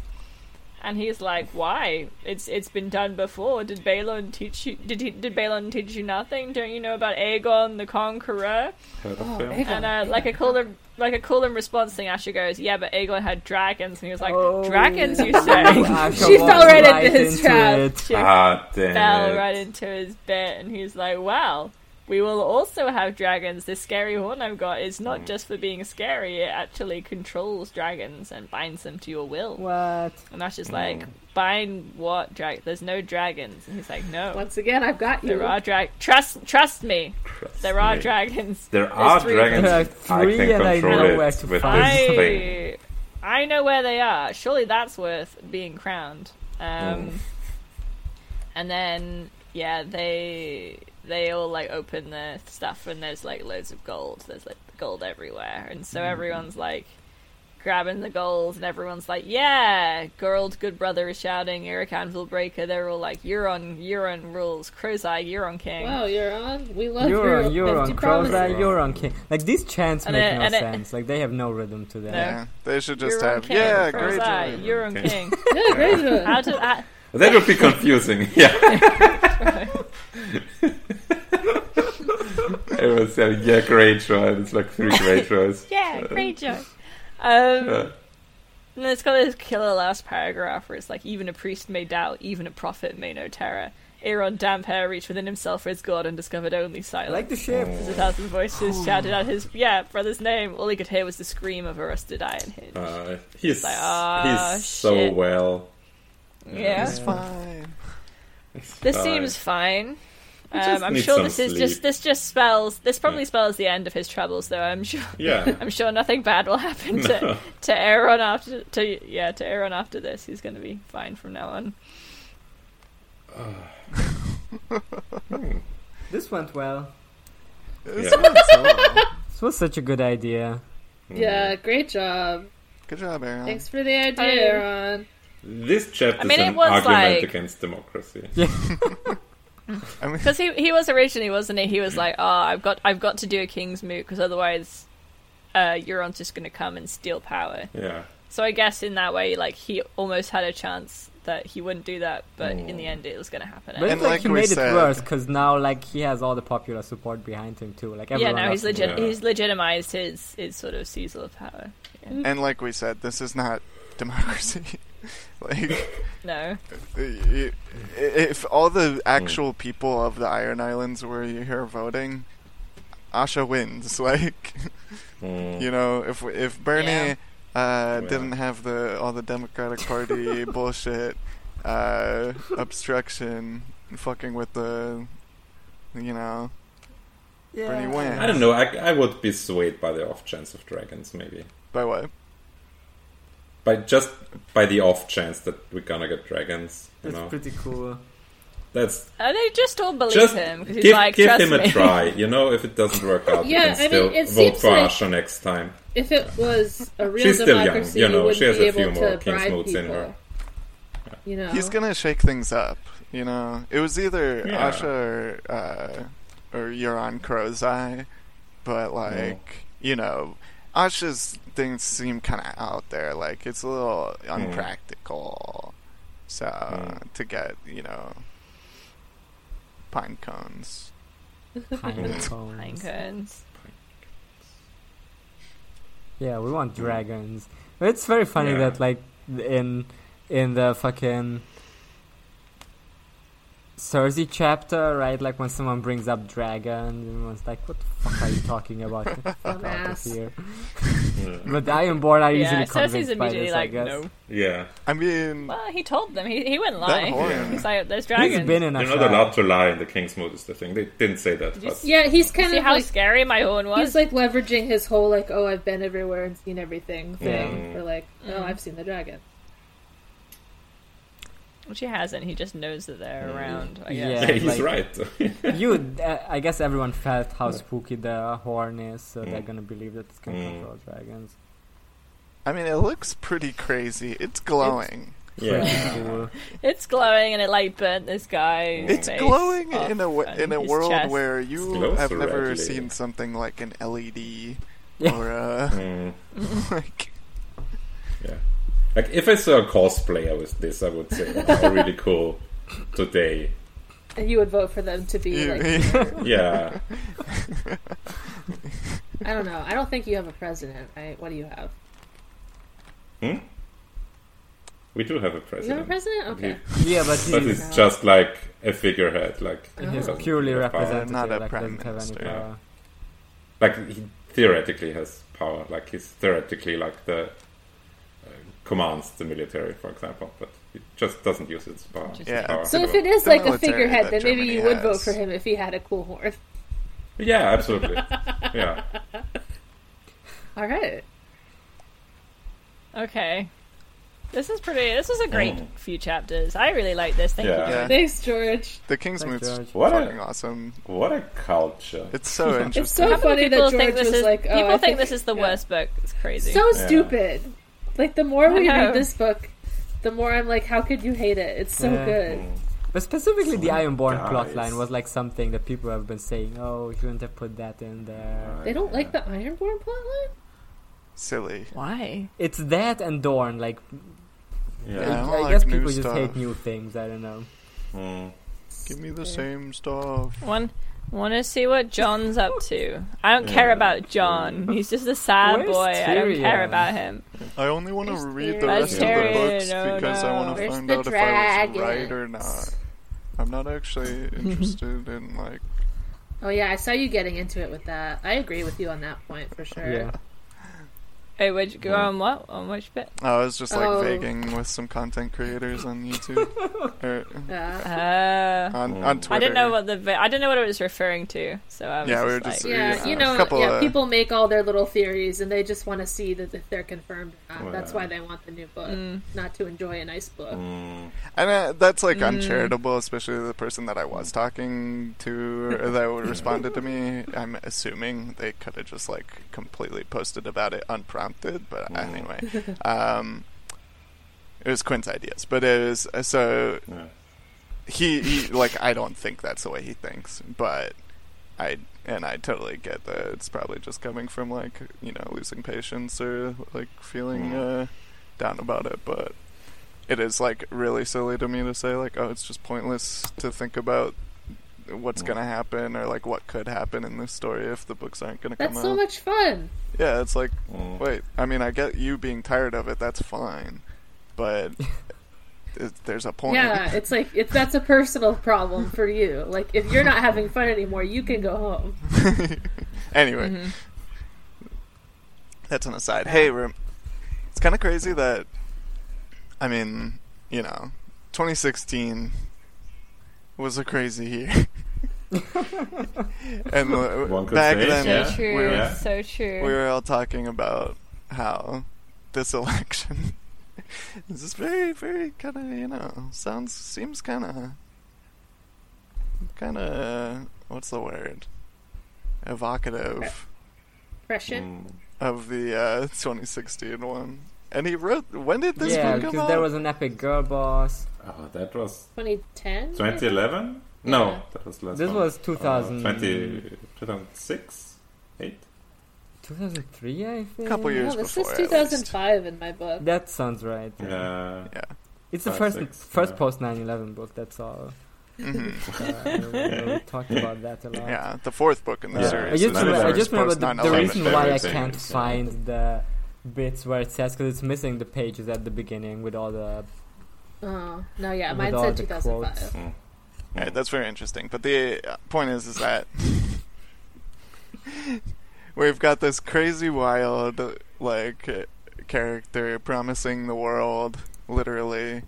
S3: And he's like, "Why? It's it's been done before. Did Balon teach you? Did he, did Balon teach you nothing? Don't you know about Aegon the Conqueror?"
S5: Heard of
S2: Oh,
S5: him?
S2: Aegon.
S3: And uh, like a call and like a call and response thing, Asher goes, "Yeah, but Aegon had dragons." And he was like, "Dragons, you say?"
S4: I
S2: She
S4: walked
S2: fell right into his trap.
S4: it.
S3: She
S5: Ah, damn
S3: fell
S5: it.
S3: right into his bit, and he's like, "Wow." We will also have dragons. This scary horn I've got is
S5: Mm.
S3: not just for being scary, it actually controls dragons and binds them to your will.
S4: What?
S3: And Ash
S5: Mm.
S3: is like, bind what drag? There's no dragons. And he's like, no,
S2: Once again, I've got you.
S3: there are drag. Trust, trust me,
S5: Trust
S3: there are
S5: me.
S3: dragons.
S5: There
S3: There's
S5: are
S3: three
S5: dragons.
S4: There are
S5: I
S4: three and I
S5: can control
S4: know
S5: it
S4: where to
S5: with
S4: find
S5: this
S4: them.
S5: thing.
S3: I, I know where they are. Surely that's worth being crowned.
S6: Mm.
S3: Um, and then yeah, they they all like open the stuff, and there's like loads of gold. There's like gold everywhere, and so
S6: Mm-hmm.
S3: everyone's like grabbing the gold, and everyone's like, "Yeah!" Gold, good brother is shouting. Eric Anvil Breaker. They're all like, "You're on, you're on rules. Crow's Eye, you're on king."
S2: Wow, you're on. We love
S4: You're
S2: your
S4: on, you're on,
S2: 50
S4: Crow's Eye,
S2: promises.
S4: you're on King. Like, these chants
S3: And
S4: make
S3: it-
S4: no
S3: and it-
S4: sense. Like, they have no rhythm to them.
S3: No.
S6: Yeah, they should just
S3: You're on
S6: have
S3: king.
S6: yeah,
S3: Crow's
S6: great.
S3: Eye,
S6: job."
S3: you're on
S5: Okay.
S3: king.
S2: Yeah, great one.
S3: How did I?
S5: That would be confusing. Yeah. it was uh, yeah, great right? It's like three great rows.
S3: Yeah, great joke.
S5: Uh,
S3: Um, and it's got this killer last paragraph where it's like, even a priest may doubt, even a prophet may know terror. Aaron damp hair reached within himself for his god and discovered only
S4: I
S3: silence.
S4: like the
S5: Uh,
S4: shape.
S3: As a thousand voices shouted out his yeah brother's name, all he could hear was the scream of a rusted iron hinge.
S5: uh, he's
S3: Like, ah,
S5: he's so
S3: shit.
S5: well.
S3: yeah,
S6: It's fine.
S3: this
S5: fine.
S3: seems fine. Um,
S5: just
S3: I'm
S5: need
S3: sure
S5: some
S3: this is
S5: sleep.
S3: just this just spells this probably
S5: Yeah.
S3: spells the end of his troubles though. I'm sure
S5: Yeah.
S3: I'm sure nothing bad will happen to to Aaron after to yeah to Aaron after this. He's going to be fine from now on.
S4: This went well.
S6: It's
S5: Hmm. Yeah. Hmm.
S6: not so long.
S4: This was such a good idea.
S2: Yeah, great job.
S6: Good job, Aaron.
S2: Thanks for the idea,
S3: Fine.
S2: Aaron.
S5: This chapter
S3: I mean,
S5: is
S3: it
S5: an
S3: was
S5: argument
S3: like-
S5: against democracy.
S6: I mean,
S3: Because he he was originally, wasn't he? He was like, "Oh, I've got I've got to do a king's moot because otherwise, uh, Euron's just going to come and steal power."
S5: Yeah.
S3: So I guess in that way, like he almost had a chance that he wouldn't do that, but in
S5: Mm.
S3: the end, it was going to happen.
S4: But
S6: And
S4: it's like,
S6: like
S4: he
S6: we
S4: made
S6: said-
S4: it worse because now like he has all the popular support behind him too. Like
S3: yeah,
S4: everyone.
S3: now he's
S4: loves him.
S3: legit.
S5: Yeah.
S3: He's legitimized his his sort of seizure of power.
S6: and like we said, this is not democracy. like,
S3: No,
S6: i- i- if all the actual people of the Iron Islands were here voting, Asha wins. Like,
S5: Mm.
S6: you know, if if Bernie
S3: Yeah.
S6: uh,
S5: Yeah.
S6: didn't have the all the Democratic Party bullshit, uh, obstruction, fucking with the, you know, Bernie wins.
S5: I don't know. I, I would be swayed by the off chance of dragons, maybe.
S6: By what?
S5: By just by the off chance that we're gonna get dragons, you
S4: That's
S5: know.
S4: pretty cool.
S5: That's
S3: and Uh, they just all believe
S5: just
S3: him because he's
S5: give,
S3: like,
S5: give
S3: "Trust
S5: him
S3: me."
S5: a try. You know, if it doesn't work out,
S2: Yeah,
S5: you
S2: I
S5: can
S2: mean,
S5: still
S2: it
S5: vote
S2: seems
S5: for
S2: like-
S5: Asha next time.
S2: If it was a real
S5: She's still young,
S2: democracy,
S5: you know,
S2: wouldn't
S5: she has
S2: be
S5: a
S2: able
S5: few more
S2: to
S5: King's
S2: bribe
S5: moves in
S2: people.
S5: her.
S2: You know,
S6: He's gonna shake things up, you know. It was either
S5: Yeah.
S6: Asha or uh, or Euron Crow's Eye, but like you know, Asha's things seem kind of out there. Like it's a little unpractical. So to get you know pine cones,
S4: Pine
S3: Pine
S4: cones.
S3: cones.
S4: Yeah, we want dragons. It's very funny
S5: Yeah.
S4: that like in in the fucking Cersei chapter, right? Like when someone brings up dragon, everyone's like, "What the fuck are you talking about?" Get the fuck out of
S2: Dumbass.
S4: here.
S5: Yeah.
S4: But the Ironborn are
S3: Yeah,
S4: usually
S3: Cersei's
S4: convinced by
S3: immediately
S4: this, I
S3: like,
S4: guess.
S3: "No."
S5: Yeah.
S6: I mean,
S3: Well, he told them. He he went
S6: that
S3: lying.
S6: horn.
S3: He's like, "There's
S4: He's
S3: dragons."
S4: been in a
S5: You're not
S4: trial.
S5: allowed to lie in the King's Mood is the thing. They didn't say that.
S3: you
S5: But
S2: yeah, he's kind
S3: See
S2: of
S3: how
S2: like
S3: scary my horn was.
S2: he's like leveraging his whole like, oh, I've been everywhere and seen everything thing
S5: Mm.
S2: for like,
S3: Mm-hmm.
S2: oh, I've seen the dragon.
S3: Which he hasn't. He just knows that they're around. I
S4: Mm, Yeah.
S3: guess.
S5: yeah, he's
S4: like-
S5: right.
S4: you, uh, I guess everyone felt how spooky the horn is, so they're gonna believe that it can
S5: Mm.
S4: control dragons.
S6: I mean, it looks pretty crazy. It's glowing.
S5: yeah.
S4: Pretty cool.
S3: It's glowing and it like burnt this guy.
S6: It's, glowing in a w- in a world where
S5: It
S6: you
S5: glows
S6: have never
S5: redly.
S6: seen something like an LED
S4: Yeah.
S6: or a
S5: Mm,
S6: like.
S5: yeah. Like if I saw a cosplayer with this, I would say, "Wow, really cool today."
S2: And you would vote for them to be
S6: you-
S2: like,
S5: Yeah.
S2: I don't know. I don't think you have a president, right? What do you have?
S5: Hmm? We do have
S2: You have
S5: a
S2: a
S5: president.
S2: president? Okay.
S4: yeah, but
S5: But
S4: he's,
S5: it's just like a figurehead, like
S2: Oh.
S4: he's
S5: doesn't
S4: purely
S5: have power.
S4: representative.
S6: Not a
S4: like,
S6: prime
S4: doesn't have any
S6: minister.
S5: Yeah.
S4: power.
S5: Like he theoretically has power. Like he's theoretically like the uh, commands the military, for example, but he just doesn't use its power.
S3: Interesting.
S5: Its power.
S2: So if it is
S6: The
S2: like a
S6: military
S2: figurehead,
S6: that
S2: then maybe
S6: Germany
S2: you would vote
S6: has.
S2: for him if he had a cool horn.
S5: yeah, absolutely. Yeah.
S2: All right.
S3: Okay. This is pretty. This was a great
S5: Mm.
S3: few chapters. I really like this. Thank
S5: Yeah.
S3: you.
S6: Yeah.
S2: Thanks, George.
S6: The King's
S4: Thank
S6: Moot's
S4: George.
S5: What a-
S6: fucking awesome.
S5: What a culture.
S6: It's so interesting.
S2: It's so
S3: How many
S2: funny that
S3: people
S2: George
S3: think this
S2: was
S3: is
S2: like, oh,
S3: people
S2: I
S3: think this is the
S2: yeah.
S3: worst book. It's crazy.
S2: So
S5: Yeah.
S2: stupid. Like the more we
S3: I know.
S2: read this book, the more I'm like, how could you hate it? It's so
S4: Yeah.
S2: good.
S5: Mm.
S4: But specifically, the Ironborn
S5: guys.
S4: plotline was like something that people have been saying, "Oh, you shouldn't have put that in there."
S2: They don't like the Ironborn plotline.
S6: silly.
S3: why?
S4: It's that and Dorn. Like,
S5: Yeah.
S6: Yeah. I don't
S4: I,
S6: like
S4: guess
S6: new
S4: people just hate
S6: stuff.
S4: new things. I don't know.
S5: Mm.
S6: Give me the same stuff.
S3: One Want to see what John's up to? I don't care about John. He's just a sad
S4: Where's
S3: boy. I don't care
S4: Tyrion?
S3: about him.
S6: I only want to
S2: Where's
S6: read the
S2: Tyrion?
S6: rest of the
S3: Tyrion,
S6: books
S3: oh
S6: because I
S3: no.
S6: want to
S2: Where's
S6: find
S2: the
S6: out if I was right
S2: dragon?
S6: or not. I'm not actually interested in like
S2: Oh yeah, I saw you getting into it with that. I agree with you on that point for sure.
S4: Yeah.
S3: Hey, would you go on what? On which bit?
S6: I was just like
S2: Oh.
S6: vaguing with some content creators on YouTube or
S2: Uh,
S3: Uh,
S6: on
S5: Mm. I
S6: on Twitter.
S3: I didn't know what the vi- I didn't know what it was referring to. So I was
S6: Yeah,
S3: just
S6: we were
S3: like,
S6: just-
S2: yeah,
S6: Yeah.
S2: you
S6: A
S2: know,
S6: couple
S2: yeah,
S6: of-
S2: people make all their little theories, and they just want to see that if they're confirmed. Or not.
S5: Well.
S2: That's why they want the new book,
S3: Mm.
S2: not to enjoy a nice book.
S5: Mm,
S6: And uh, that's like
S3: Mm.
S6: uncharitable, especially the person that I was talking to or that responded to me. I'm assuming they could have just like completely posted about it unprompted, but
S5: Mm.
S6: anyway. Um, it was Quinn's ideas, but it was uh, so
S5: yeah.
S6: he, he like I don't think that's the way he thinks, but I and I totally get that it's probably just coming from like you know losing patience or like feeling uh, down about it, but it is like really silly to me to say like oh it's just pointless to think about what's
S5: Mm.
S6: gonna happen or like what could happen in this story if the books aren't gonna
S2: That's
S6: come
S2: so
S6: out.
S2: much fun.
S6: yeah, it's like
S5: Mm.
S6: wait, I mean I get you being tired of it, that's fine, but. It, there's a point.
S2: Yeah, it's like it's that's a personal problem for you. Like if you're not having fun anymore, you can go home.
S6: anyway,
S3: Mm-hmm.
S6: that's an aside. Hey, rem- it's kind of crazy that, I mean, you know, 2016 was a crazy year. and uh,
S5: One could
S6: back
S5: say,
S6: then,
S3: So
S5: Yeah.
S3: true.
S6: we, were,
S5: Yeah.
S3: So true.
S6: we were all talking about how this election is just very, very kind of, you know, sounds, seems kind of, kind of, what's the word? Evocative
S2: Pression.
S5: Mm.
S6: of the uh, 2016 one. And he wrote. When did this
S4: yeah,
S6: book come
S4: because
S6: out?
S4: there was an epic girl boss.
S5: Oh, that was
S2: 2010.
S5: 2011? No,
S2: Yeah.
S5: that was last
S4: This
S5: one.
S4: was
S5: Uh,
S4: 2000,
S5: 20 2006? 8?
S4: 2003, I think.
S6: a couple years
S2: No, this
S6: before.
S2: is
S6: at least.
S2: 2005 in my book.
S4: That sounds right.
S5: Yeah.
S4: It's the
S5: Five,
S4: first
S5: six,
S4: first
S5: yeah.
S4: post 9/11 book. That's all.
S6: Mhm.
S4: Uh, we talked about that a lot.
S6: Yeah, the fourth book in the
S5: Yeah.
S4: I just,
S6: series.
S5: It's
S6: is the
S4: remember, I
S5: another
S4: just
S6: first
S4: remember
S6: post
S4: the,
S6: 9/11
S4: the reason why I
S5: everything.
S4: can't
S5: Yeah.
S4: find the bits where it says because it's missing the pages at the beginning with all the
S2: Oh no, yeah,
S4: With
S2: mine
S4: all
S2: said
S4: the
S2: 2005.
S4: quotes.
S5: Mm.
S6: All right, that's very interesting. But the uh, point is, is that we've got this crazy, wild, like uh, character promising the world, literally.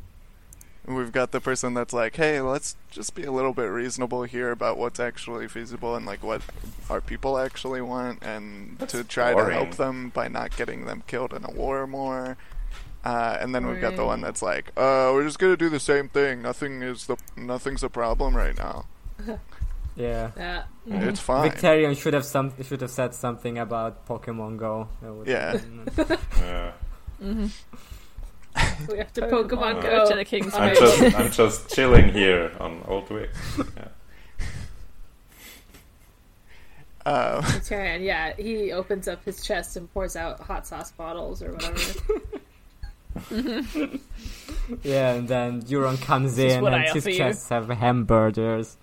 S6: We've got the person that's like, "Hey, let's just be a little bit reasonable here about what's actually feasible and like what our people actually want, and to try to
S5: boring.
S6: help them by not getting them killed in a war more." Uh, and then we've got the
S2: Right.
S6: one that's like, uh, we're just gonna do the same thing. Nothing is the nothing's a problem right now.
S4: yeah.
S2: Yeah.
S6: It's fine.
S4: Victorian should have some should have said something about Pokemon Go. That would-
S6: Yeah.
S5: Yeah.
S2: we have to
S3: Oh,
S2: Pokemon
S5: Uh,
S2: Go.
S3: Mm-hmm. to the King's
S5: I'm
S3: Right.
S5: just I'm just chilling here on Old Wick. Yeah.
S6: uh,
S2: Tyrion, yeah, he opens up his chest and pours out hot sauce bottles or whatever.
S4: yeah, and then Euron comes
S3: This is
S4: in
S3: what
S4: and
S3: I
S4: his
S3: offer you.
S4: chests have hamburgers.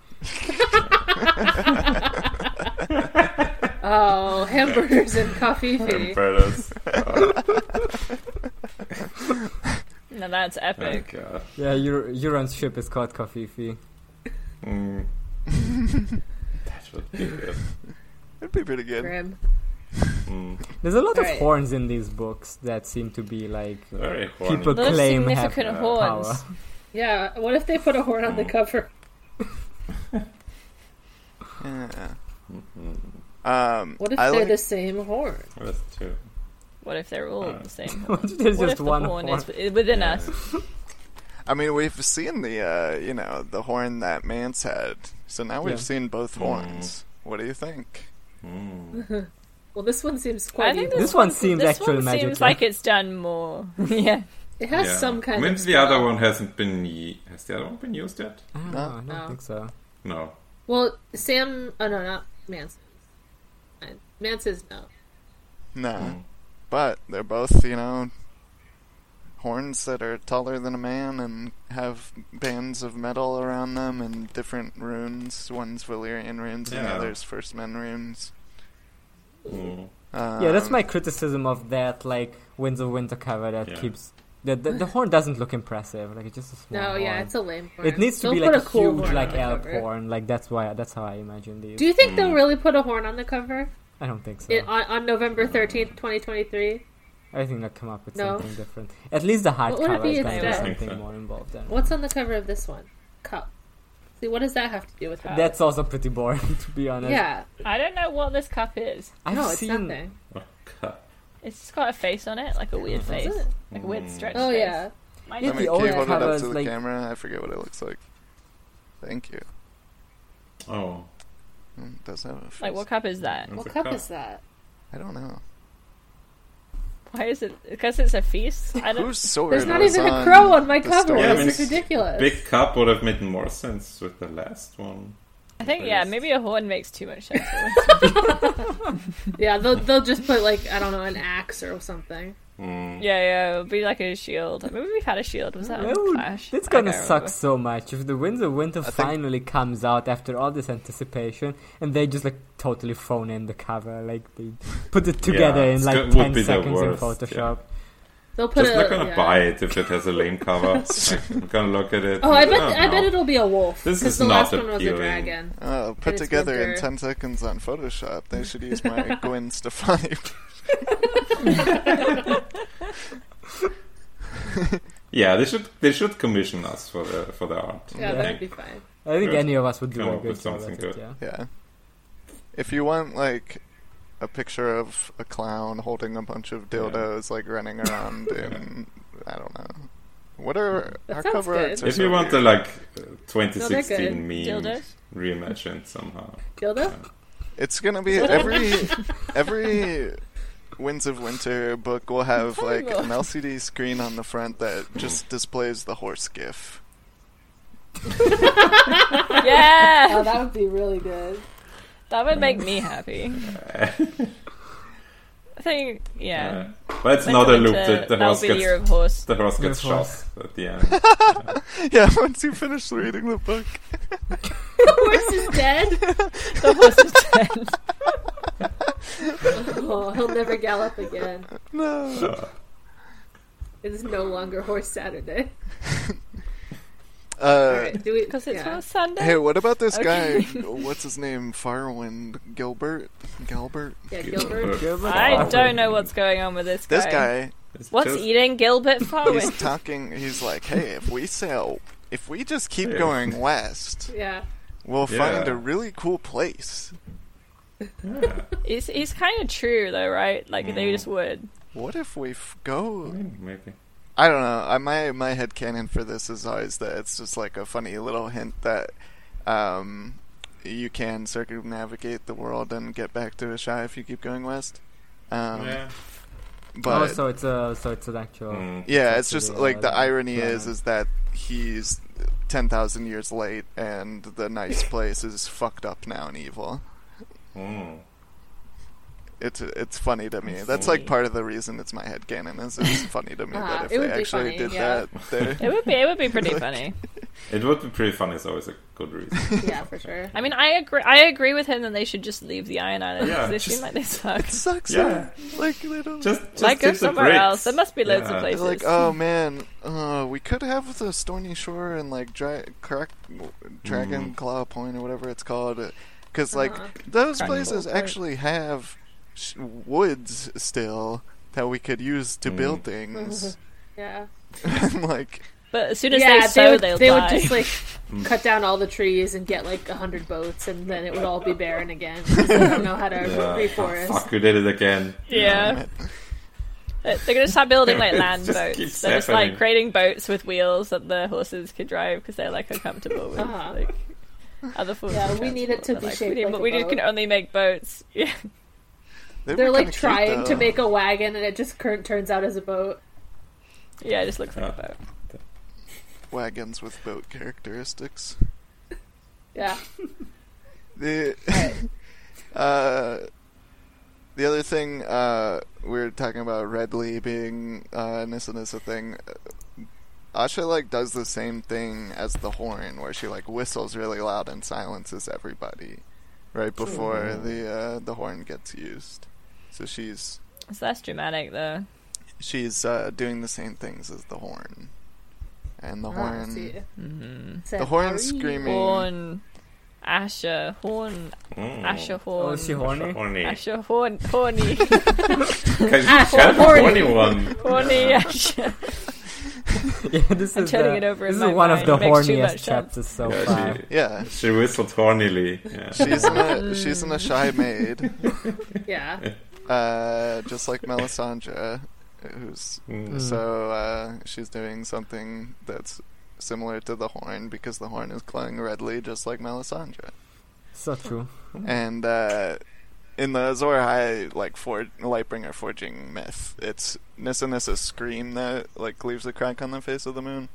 S2: oh, hamburgers and coffee fee.
S5: Umbrellas. Oh,
S3: Now that's
S5: my
S3: epic.
S5: Oh, God.
S4: Yeah, Eur- Euron's ship is called Kofifi.
S5: Mm. that would be good.
S6: it'd be pretty good.
S2: Grim.
S5: Mm.
S4: There's a lot of
S2: Right.
S4: horns in these books that seem to be like
S5: Very horny.
S4: people
S3: Those
S4: claim have uh,
S3: significant
S5: have
S3: horns.
S4: power.
S2: Yeah, what if they put a horn on the cover?
S6: Yeah.
S5: Mhm.
S6: Um,
S2: What if
S6: I
S2: they're
S6: like,
S2: the same horn?
S5: That's true.
S3: What if they're all the same? horn?
S4: There's
S3: what
S4: just
S3: if the
S4: one
S3: horn,
S4: horn.
S3: is wi- within
S5: Yeah.
S3: us?
S6: I mean, we've seen the uh, you know the horn that Mance had, so now we've
S4: Yeah.
S6: seen both
S5: Mm.
S6: horns. What do you think?
S5: Mm.
S2: Well, this one seems quite.
S3: I think
S2: evil.
S4: This one seems
S3: this
S4: actual
S3: one
S4: magic,
S3: seems
S4: yeah.
S3: like it's done more. yeah.
S2: it has
S5: Yeah.
S2: some kind
S5: Maybe
S2: of.
S5: the other one hasn't been. y- Has the other one been used yet?
S4: I don't
S6: No.
S4: know, I don't
S2: No.
S4: think so.
S5: No.
S2: Well, Sam. Oh no, not Manson. Manson's no.
S6: No,
S5: Mm.
S6: but they're both you know horns that are taller than a man and have bands of metal around them and different runes. One's Valyrian runes and
S5: Yeah.
S6: others First Men runes.
S5: Mm.
S4: yeah, that's
S6: Um,
S4: my criticism of that, like Winds of Winter cover that
S5: Yeah.
S4: keeps the, the the horn doesn't look impressive. Like it's just a small.
S2: No, yeah,
S4: horn.
S2: it's a lame. Horn.
S4: it needs to
S2: Don't
S4: be like
S2: put
S4: a
S2: cool
S4: huge
S2: horn
S4: like
S2: on the
S4: elk
S2: cover.
S4: horn. Like that's why that's how I imagine these.
S2: Do you think they'll
S5: Mm.
S2: really put a horn on the cover
S4: I don't think so.
S2: it, on, on November thirteenth, twenty twenty three?
S4: I think they'll come up with
S2: No.
S4: something different. At least the hard
S2: What would it
S4: cover is
S2: be
S4: going to be
S2: instead?
S4: something
S5: Okay.
S4: more involved. Than
S2: What's on the cover of this one? Cup. See, what does that have to do with that?
S4: That's also pretty boring, to be honest.
S2: yeah.
S3: I don't know what this cup is.
S4: I've
S2: no, it's
S4: seen
S2: nothing.
S5: Okay.
S3: It's just got a face on it, like a weird face,
S2: Is it?
S3: like a weird
S5: mm.
S3: stretch.
S2: Oh
S3: face.
S2: yeah.
S3: Mine
S4: Yeah,
S3: doesn't.
S6: Let me
S4: the
S6: keep
S4: old
S6: it up
S4: covers,
S6: to the
S4: like-
S6: camera. I forget what it looks like. Thank you.
S5: Oh,
S6: Mm, It does have a face.
S3: Like what cup is that?
S5: it's
S2: What
S5: a
S2: cup is that?
S6: I don't know.
S3: Why is it? Because it's a feast. I don't.
S6: Whose sword?
S2: There's not
S6: was
S2: even a
S6: on
S2: crow on my
S6: the
S2: cover.
S6: story?
S5: Yeah, I mean,
S2: this is
S5: it's
S2: ridiculous.
S5: Big cup would have made more sense with the last one.
S3: I think yeah,
S5: Please.
S3: maybe a horn makes too much sense.
S2: Yeah, they'll they'll just put like I don't know an axe or something.
S5: Mm.
S3: yeah, yeah, it would be like a shield. Maybe we've had a shield. Was that
S4: That
S3: on
S4: would-
S3: Clash?
S4: It's
S3: I
S4: gonna
S3: don't
S4: suck
S3: remember.
S4: so much if the Winds of Winter
S6: think-
S4: finally comes out after all this anticipation, and they just like totally phone in the cover, like they put it together in
S5: it's
S4: like
S5: go- would
S4: ten
S5: be the
S4: seconds
S5: worst,
S4: in
S5: yeah.
S4: Photoshop.
S2: They'll put a.
S5: Just not gonna
S2: yeah.
S5: buy it if it has a lame cover. Like, I'm gonna look at it.
S2: Oh, I
S5: and,
S2: bet
S5: don't
S2: I bet
S5: know.
S2: it'll be a wolf
S5: This
S2: because
S5: is
S2: the last
S5: not
S2: one was a
S5: appealing.
S2: dragon.
S6: Oh, put
S2: it's
S6: together in
S2: winter.
S6: ten seconds on Photoshop. They should use my Gwen Stefani.
S5: Yeah, they should they should commission us for the for the art.
S2: Yeah,
S5: I
S2: that'd
S5: think.
S2: be fine.
S4: I think
S5: Good.
S4: any of us would do
S5: Come
S4: a
S5: up
S4: good
S5: with
S4: job at
S5: something
S4: it.
S5: good.
S4: Yeah.
S6: Yeah. If you want like a picture of a clown holding a bunch of dildos like running around in I don't know. What are
S2: That
S6: our
S2: sounds
S6: cover
S2: good.
S6: arts? are
S5: If
S6: so
S5: you want the
S6: weird.
S5: like uh,
S2: good.
S5: 2016 meme
S3: Dildos?
S5: reimagined somehow.
S2: Gilda,
S6: it's gonna be every every Winds of Winter book will have like
S3: Terrible.
S6: an LCD screen on the front that just displays the horse gif.
S3: Yeah,
S2: oh, that would be really good.
S3: that would make me happy. I think yeah.
S5: Uh, but
S3: Winds
S5: it's not
S3: of
S5: a loop.
S3: Winter,
S5: The, the
S3: that'll
S5: horse
S3: be the year
S5: gets
S3: of horse.
S5: the horse gets
S4: Your
S5: shot
S4: horse.
S5: at the end.
S6: Yeah, once you finish reading the book.
S2: Horse is dead.
S3: The horse is dead.
S2: Oh, he'll never gallop again.
S6: No.
S5: Uh,
S2: It is no longer Horse Saturday. All
S6: Uh,
S2: right, do we?
S3: Because it's
S2: yeah.
S3: on Sunday.
S6: Hey, what about this
S3: Okay.
S6: guy? What's his name? Firewind Gilbert? Gilbert?
S2: Yeah, Gilbert.
S4: Gilbert
S3: I
S4: Godfrey.
S3: don't know what's going on with this guy.
S6: This guy,
S5: it's
S3: What's
S5: just-
S3: eating Gilbert Farwin?
S6: he's talking. He's like, hey, if we sail, if we just keep
S5: Yeah.
S6: going west,
S2: Yeah.
S6: we'll find
S5: Yeah.
S6: a really cool place.
S5: Yeah,
S3: He's, he's kind of true though, right? Like
S5: Mm.
S3: they just would.
S6: What if we f- go?
S5: maybe.
S6: I don't know. I, my my head canon for this is always that it's just like a funny little hint that um, you can circumnavigate the world and get back to Ashai if you keep going west. Um,
S5: yeah.
S6: But
S4: oh, so it's a so it's an actual.
S5: Mm.
S6: Yeah,
S4: It's
S6: it's just
S4: actually,
S6: like
S4: uh,
S6: the irony is
S4: yeah.
S6: is that he's ten thousand years late, and the nice place is fucked up now and evil.
S5: Mm.
S6: It's it's funny to me.
S3: I
S6: That's
S3: see.
S6: like part of the reason it's my head headcanon is it's funny to me
S2: Ah,
S6: that if
S2: it
S6: they
S2: would be
S6: actually
S2: funny,
S6: did
S2: yeah.
S6: that,
S3: It
S6: they
S3: would be. It would be pretty funny.
S5: It would be pretty fun. It's always a good reason.
S2: Yeah, for sure.
S3: I mean, I agree. I agree with him that they should just leave the Iron Island.
S5: Yeah,
S3: because they
S5: just-
S3: seem like they suck.
S6: it sucks.
S5: Yeah.
S6: though. like they don't.
S5: Just, just
S3: Like, go
S5: hit the
S3: somewhere
S5: bricks.
S3: else. There must be loads of
S5: Yeah.
S3: places.
S6: They're like, oh man, uh, we could have the Stony Shore and like dra- crack- Dragon Claw Point or whatever it's called, because like
S2: Uh-huh.
S6: those
S3: Dragon
S6: places
S3: Claw Point.
S6: actually have sh- woods still that we could use to build things.
S2: Yeah.
S6: and like,
S3: But as soon as
S2: yeah,
S3: they sow,
S2: would.
S3: will
S2: they
S3: die.
S2: would just like cut down all the trees and get like a hundred boats, and then it would all be barren again. 'cause They don't know how to
S5: Yeah. Oh,
S2: reforest.
S5: Fuck, we did it again.
S3: yeah. They- They're gonna start building like land
S5: Just
S3: boats.
S5: keeps
S3: They're just
S5: happening.
S3: like creating boats with wheels that the horses could drive because they're like uncomfortable with
S2: Uh-huh.
S3: like other forms.
S2: Yeah,
S3: of
S2: we need it
S3: transport.
S2: to
S3: They're
S2: be
S3: like,
S2: shaped
S3: we need-
S2: like a
S3: we need-
S2: boat.
S3: can only make boats. Yeah,
S6: they
S2: They're like trying to make a wagon, and it just cur- turns out as a boat.
S3: yeah, it just looks like
S5: Yeah.
S3: a boat.
S6: wagons with boat characteristics.
S2: Yeah.
S6: The uh, The other thing uh, we were talking about Redley being uh, an Issa Nissa thing. uh, Asha like does the same thing as the horn, where she like whistles really loud and silences everybody right before the uh, the horn gets used. So she's
S3: It's less dramatic though.
S6: she's uh, doing the same things as the horn, and the
S2: Ah, I
S6: horn
S2: see.
S3: Mm-hmm.
S6: the horn
S2: Sorry.
S6: screaming.
S3: Horn, Asher, horn,
S5: Mm.
S3: Asher,
S4: Oh,
S3: horn,
S4: is she horny?
S5: Horny.
S3: Asher, horn, horny,
S5: Because
S2: Asher
S5: kind of
S2: horny.
S5: horny one.
S3: horny, Asher.
S4: Yeah, this
S3: I'm
S4: is
S3: turning
S4: the-
S3: it over in
S4: This is
S3: my
S4: one
S3: mind.
S4: of the
S3: It makes too much
S4: horniest
S3: sense.
S4: chapters so
S5: Yeah,
S4: far.
S5: she,
S6: Yeah,
S5: she whistled hornily. Yeah.
S6: she's in a she's in a shy maid,
S2: Yeah.
S6: uh, just like Melisandre, who's
S5: Mm.
S6: so uh, she's doing something that's similar to the horn because the horn is glowing redly, just like Melisandre.
S4: So true.
S6: And uh, in the Azor High, like for Lightbringer forging myth, it's Nissa Nissa's scream that like leaves a crack on the face of the moon.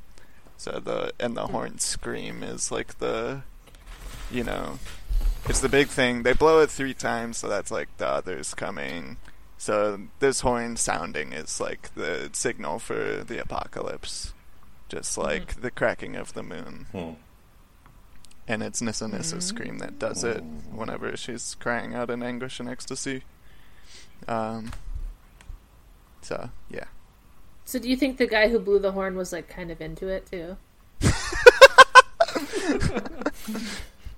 S6: So the and the horn scream is like the, you know, it's the big thing. They blow it three times, so that's like the others coming. So this horn sounding is like the signal for the apocalypse, just like the cracking of the moon
S5: Mm.
S6: and it's Nissa
S2: Mm-hmm.
S6: Nissa's scream that does it whenever she's crying out in anguish and ecstasy. Um, so, yeah.
S2: So do you think the guy who blew the horn was like kind of into it too?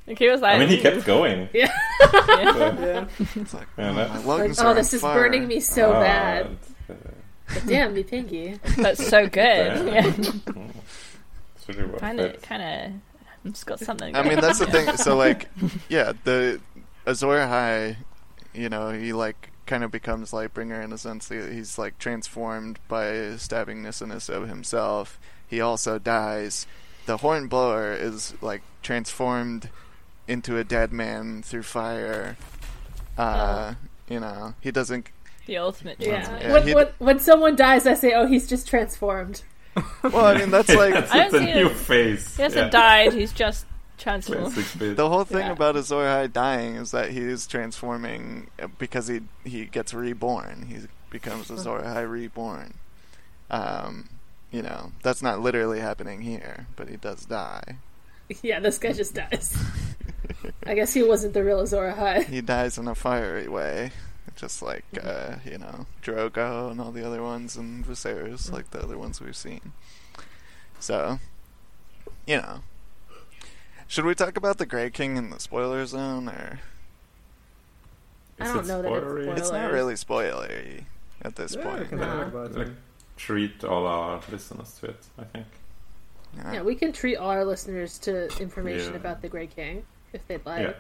S3: Like he was like,
S5: I mean, he kept going.
S2: Yeah.
S5: So,
S6: It's like,
S5: Yeah,
S6: oh,
S5: that-
S6: my
S2: Like,
S6: lungs are
S2: oh,
S6: on
S2: this is
S6: fire."
S2: burning me so
S5: ah,
S2: bad.
S5: uh,
S2: But damn, me pinky.
S3: that's so good.
S5: Yeah.
S3: Yeah,
S5: Hmm. it's really worth
S3: kind of,
S5: it.
S3: kind of, it's got something.
S6: I mean,
S3: going
S6: that's the
S3: on.
S6: thing. So, like, yeah, the Azor High, you know, he, like, kind of becomes Lightbringer in a sense. that He's, like, transformed by stabbing Nissa Nissa himself. He also dies. The Hornblower is, like, transformed into a dead man through fire. Uh, You know, he doesn't.
S3: The ultimate.
S2: Yeah.
S6: Yeah,
S2: when,
S6: he-
S2: when, when someone dies, I say, oh, he's just transformed.
S6: Well, I mean, that's like.
S3: I
S5: it's a
S3: don't see
S5: new
S3: it.
S5: face.
S3: He hasn't
S5: yeah.
S3: died. He's just transformed.
S5: Classic bit.
S6: The whole thing
S3: Yeah.
S6: about Azor High dying is that he is transforming uh, because he he gets reborn. He becomes Azor High reborn. Um, you know, that's not literally happening here, but he does die.
S2: Yeah, this guy just dies. I guess he wasn't the real Azor High.
S6: He dies in a fiery way, just like uh, you know Drogo and all the other ones, and Viserys, like the other ones we've seen. So, you know, should we talk about the Grey King in the spoiler zone or?
S2: I
S5: Is
S2: don't
S5: it
S2: know that it's
S5: spoilery?
S2: spoiler.
S6: It's not really spoilery at this point.
S5: can talk Like, treat all our listeners to it, I think.
S6: Yeah.
S2: Yeah, we can treat all our listeners to information
S5: Yeah.
S2: about the Grey King if they'd like.
S5: Yeah.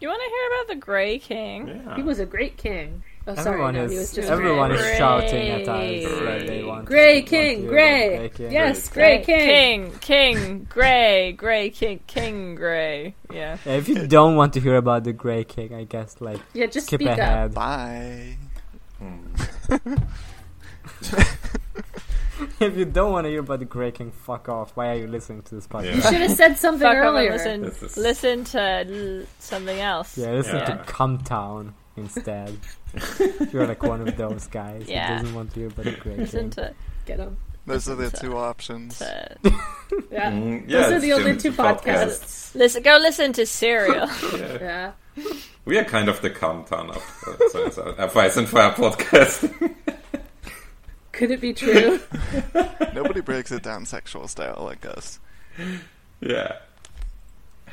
S3: You want to hear about the Grey King?
S5: Yeah.
S2: He was a great king. Oh, sorry,
S4: Everyone
S2: no, he was
S4: is
S2: just
S4: everyone
S2: great.
S4: is
S3: Grey.
S4: shouting at us that they
S5: Grey.
S4: want
S2: Grey
S4: want
S2: King,
S4: you,
S2: Grey.
S4: Grey King.
S2: Yes, Grey, King.
S3: King, King, Grey, Grey King, King, Grey. Yeah.
S4: Yeah, if you don't want to hear about the Grey King, I guess like
S2: Yeah, just
S4: skip
S2: speak up.
S4: ahead.
S6: Bye.
S5: Mm.
S4: if you don't want to hear about the Grey King, fuck off. Why are you listening to this
S5: Yeah.
S4: podcast?
S2: You should have said something
S3: Fuck up and
S2: earlier.
S3: listen,
S5: This is-
S3: listen to l- something else.
S4: Yeah, listen
S5: Yeah.
S4: to Come Town instead. if you're like one of those guys
S3: Yeah.
S4: who doesn't want to hear about the Grey
S3: Listen
S4: King.
S3: to,
S2: Get him.
S6: Those are the
S3: That's
S6: two options.
S3: to
S2: Yeah. uh,
S5: Mm,
S2: Those
S5: yeah,
S2: are the only
S5: it's
S2: two
S5: a podcast.
S2: podcasts.
S3: listen. Go listen to Serial.
S5: Yeah.
S2: Yeah.
S5: We are kind of the countdown of uh, so it's a Fire and Fire podcast.
S2: Could it be true?
S6: Nobody breaks it down sexual style like us.
S5: yeah.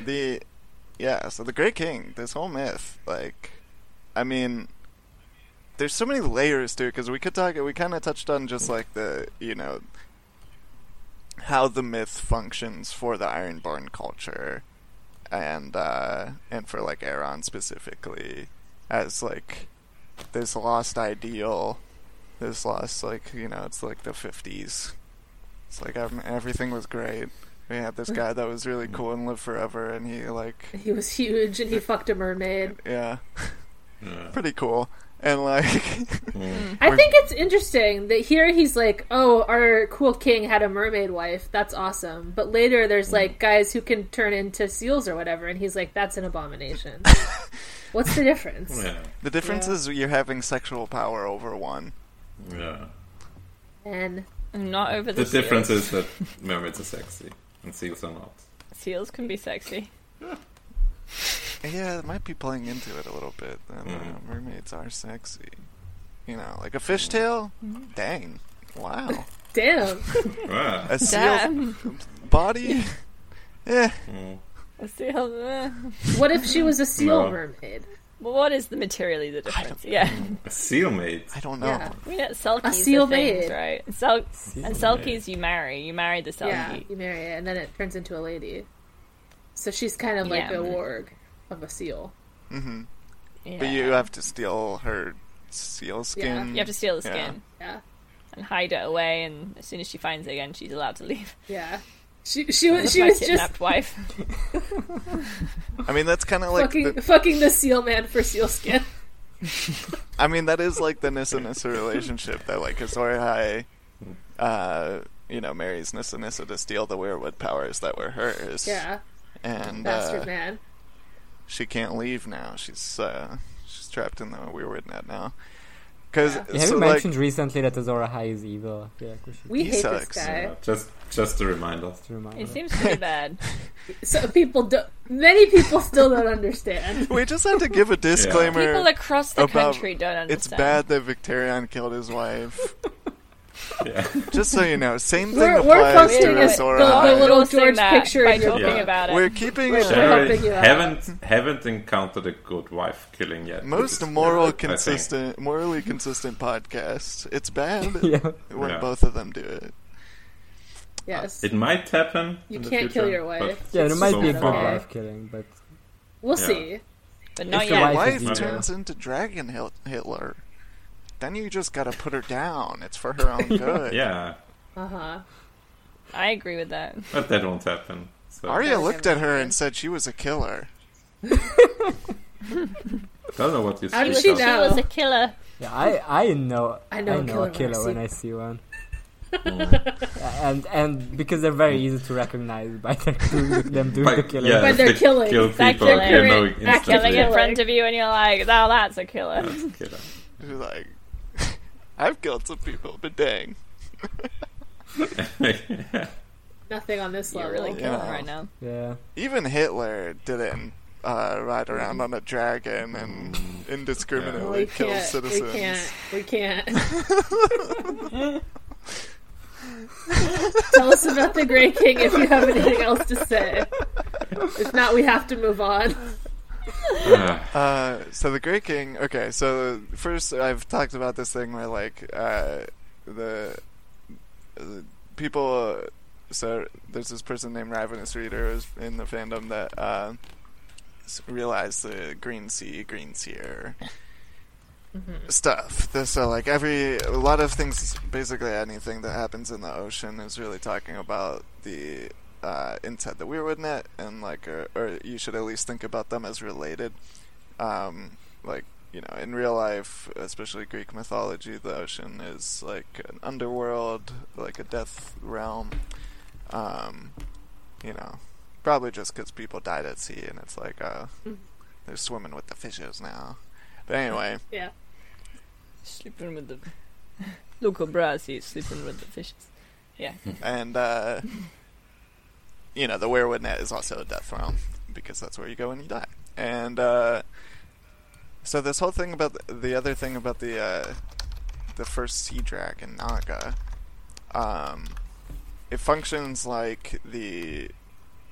S6: The yeah, so the Great King, this whole myth, like, I mean, there's so many layers to it because we could talk. We kind of touched on just like the you know how the myth functions for the Ironborn culture, and uh, and for like Aaron specifically, as like this lost ideal, this lost like you know it's like the fifties. It's like um, everything was great. We had this guy that was really cool and lived forever, and he like
S2: he was huge and he fucked a mermaid.
S6: yeah,
S2: Mm.
S5: Yeah.
S6: pretty cool. And like
S5: Mm.
S2: I think it's interesting that here he's like, oh, our cool king had a mermaid wife. That's awesome. But later there's like guys who can turn into seals or whatever, and he's like, that's an abomination. What's the difference?
S5: Yeah.
S6: The difference
S3: Yeah.
S6: is you're having sexual power over one.
S5: Yeah.
S2: And
S3: I'm not over
S5: The
S3: the,
S5: difference
S3: seals.
S5: is that mermaids are sexy and seals are not.
S3: seals can be sexy.
S6: Yeah, it might be playing into it a little bit. I don't know.
S5: Mhm.
S6: Mermaids are sexy. You know, like a fishtail?
S3: Mm-hmm.
S6: Dang. Wow.
S2: damn,
S5: Yeah.
S6: A seal
S3: Damn,
S6: body? Eh.
S5: Mm.
S3: a seal. eh.
S2: what if she was a seal
S5: No.
S2: mermaid?
S3: Well, what is the materially the difference? Yeah,
S5: A seal maid.
S6: I don't know.
S2: Yeah.
S3: we know selkies
S2: A seal
S3: are things,
S2: maid.
S3: right? Sel-
S4: Seal
S3: and selkies you marry. You marry the selkie.
S2: Yeah, you marry it, and then it turns into a lady. So she's kind of like
S3: Yeah.
S2: a warg of a seal.
S6: hmm But
S3: Yeah.
S6: you um, have to steal her seal skin.
S3: You have to steal the
S6: Yeah.
S3: skin
S2: Yeah,
S3: and hide it away, and as soon as she finds it again, she's allowed to leave.
S2: yeah. She she
S3: That's
S2: was she
S3: my
S2: was just
S3: kidnapped wife.
S6: I mean, that's kind of like.
S2: fucking
S6: The,
S2: fucking the seal man for seal skin.
S6: I mean, that is like the Nissa Nissa relationship that, like, Azor Ahai, uh, you know, marries Nissa Nissa to steal the weirwood powers that were hers.
S2: Yeah,
S6: And,
S2: bastard
S6: uh,
S2: man.
S6: she can't leave now. She's uh, she's trapped in the weirwood net now. Because
S2: Yeah.
S4: Yeah, have
S6: so
S4: you
S6: like
S4: mentioned recently that Azora High is evil? I feel like we should
S2: We
S6: he
S2: hate
S6: sucks.
S2: this guy.
S5: Yeah, just just a reminder.
S4: just remind
S3: It
S4: her.
S3: seems pretty bad.
S2: So people do many people still don't understand.
S6: we just have to give a disclaimer.
S3: People across the
S6: about-
S3: country don't understand.
S6: it's bad that Victorion killed his wife.
S5: Yeah.
S6: just so you know, same thing
S2: We're- we're
S6: applies
S2: posting
S6: to
S2: it-
S6: Azor
S2: the-
S6: Ahai.
S2: the little
S3: We'll sing
S2: George
S3: that
S2: picture
S3: by
S2: in your
S3: talking
S5: book.
S3: about it.
S6: We're keeping
S2: We're-
S6: it
S5: Sherry,
S2: helping you out.
S5: haven't haven't encountered a good wife killing yet.
S6: most
S5: I
S6: moral
S5: think.
S6: consistent, morally consistent podcast. It's bad
S4: Yeah.
S6: when
S5: Yeah.
S6: both of them do it.
S2: Yes,
S5: It might happen.
S2: You
S5: in the
S2: can't
S5: future,
S2: kill your wife.
S5: but
S4: Yeah, there might
S5: so
S4: be a good
S5: far.
S4: wife killing, but
S2: we'll
S5: yeah.
S2: see.
S3: but not
S4: if the
S3: yet.
S4: wife-
S6: Wife
S4: is evil.
S6: turns into Dragon Hil- Hitler. Then you just gotta put her down. It's for her own good.
S5: Yeah,
S2: Uh huh.
S3: I agree with that.
S5: but that won't happen. So
S6: Arya looked at her and said she was a killer.
S5: don't know what you
S2: How did
S5: speak
S2: she
S5: of.
S2: know? was a
S3: killer.
S4: yeah, I I know
S2: I know a killer
S4: a
S2: when I
S4: killer
S2: see
S4: when
S2: one.
S4: I see one,
S5: Mm.
S4: and and because they're very easy to recognize by their doing, them doing the
S5: But,
S4: killing.
S5: yeah,
S2: But
S5: if
S2: they're
S5: they
S2: killing.
S5: Kill
S3: They're
S5: people,
S3: killing.
S5: you know
S2: They're
S5: instantly.
S3: Killing in
S2: Killer.
S3: front of you, and you're like, "Oh, that's a killer."
S5: That's killer.
S6: She's like, I've killed some people, but dang.
S2: Nothing on this
S3: You're
S2: level.
S3: really killing
S6: Yeah.
S3: right now.
S4: yeah.
S6: Even Hitler didn't uh, ride around on a dragon and
S2: Well, we
S6: indiscriminately kill
S2: can't.
S6: citizens.
S2: We can't. We can't. Tell us about the Grey King if you have anything else to say. If not, we have to move on.
S5: Ah,
S6: Uh, so the Great King. Okay, so first I've talked about this thing where like uh, the, the people. So there's this person named Ravenous Reader who's in the fandom that uh, s- realized the Green Sea, Green Seer stuff. This- So like every a lot of things, basically anything that happens in the ocean is really talking about the. Uh, inside the weirwood net, and like, or, or you should at least think about them as related um, like you know in real life especially greek mythology the ocean is like an underworld like a death realm um, you know probably just because people died at sea and it's like uh, they're swimming with the fishes now but anyway
S2: Yeah.
S3: Sleeping with the local brass, he's sleeping with the fishes. Yeah,
S6: and uh, you know the werewood net is also a death realm because that's where you go when you die. And uh, so this whole thing about the, the other thing about the uh, the first sea dragon Naga, um, it functions like the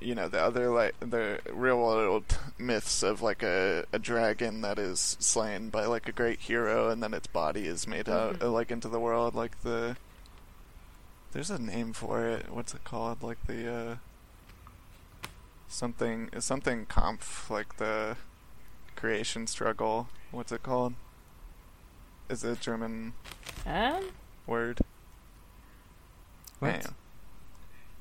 S6: you know the other like the real world myths of like a, a dragon that is slain by like a great hero and then its body is made out uh, like into the world like the there's a name for it. What's it called? Like the uh something something compf like the creation struggle. What's it called? Is it a German
S3: um,
S6: word?
S4: What?
S6: Anyway.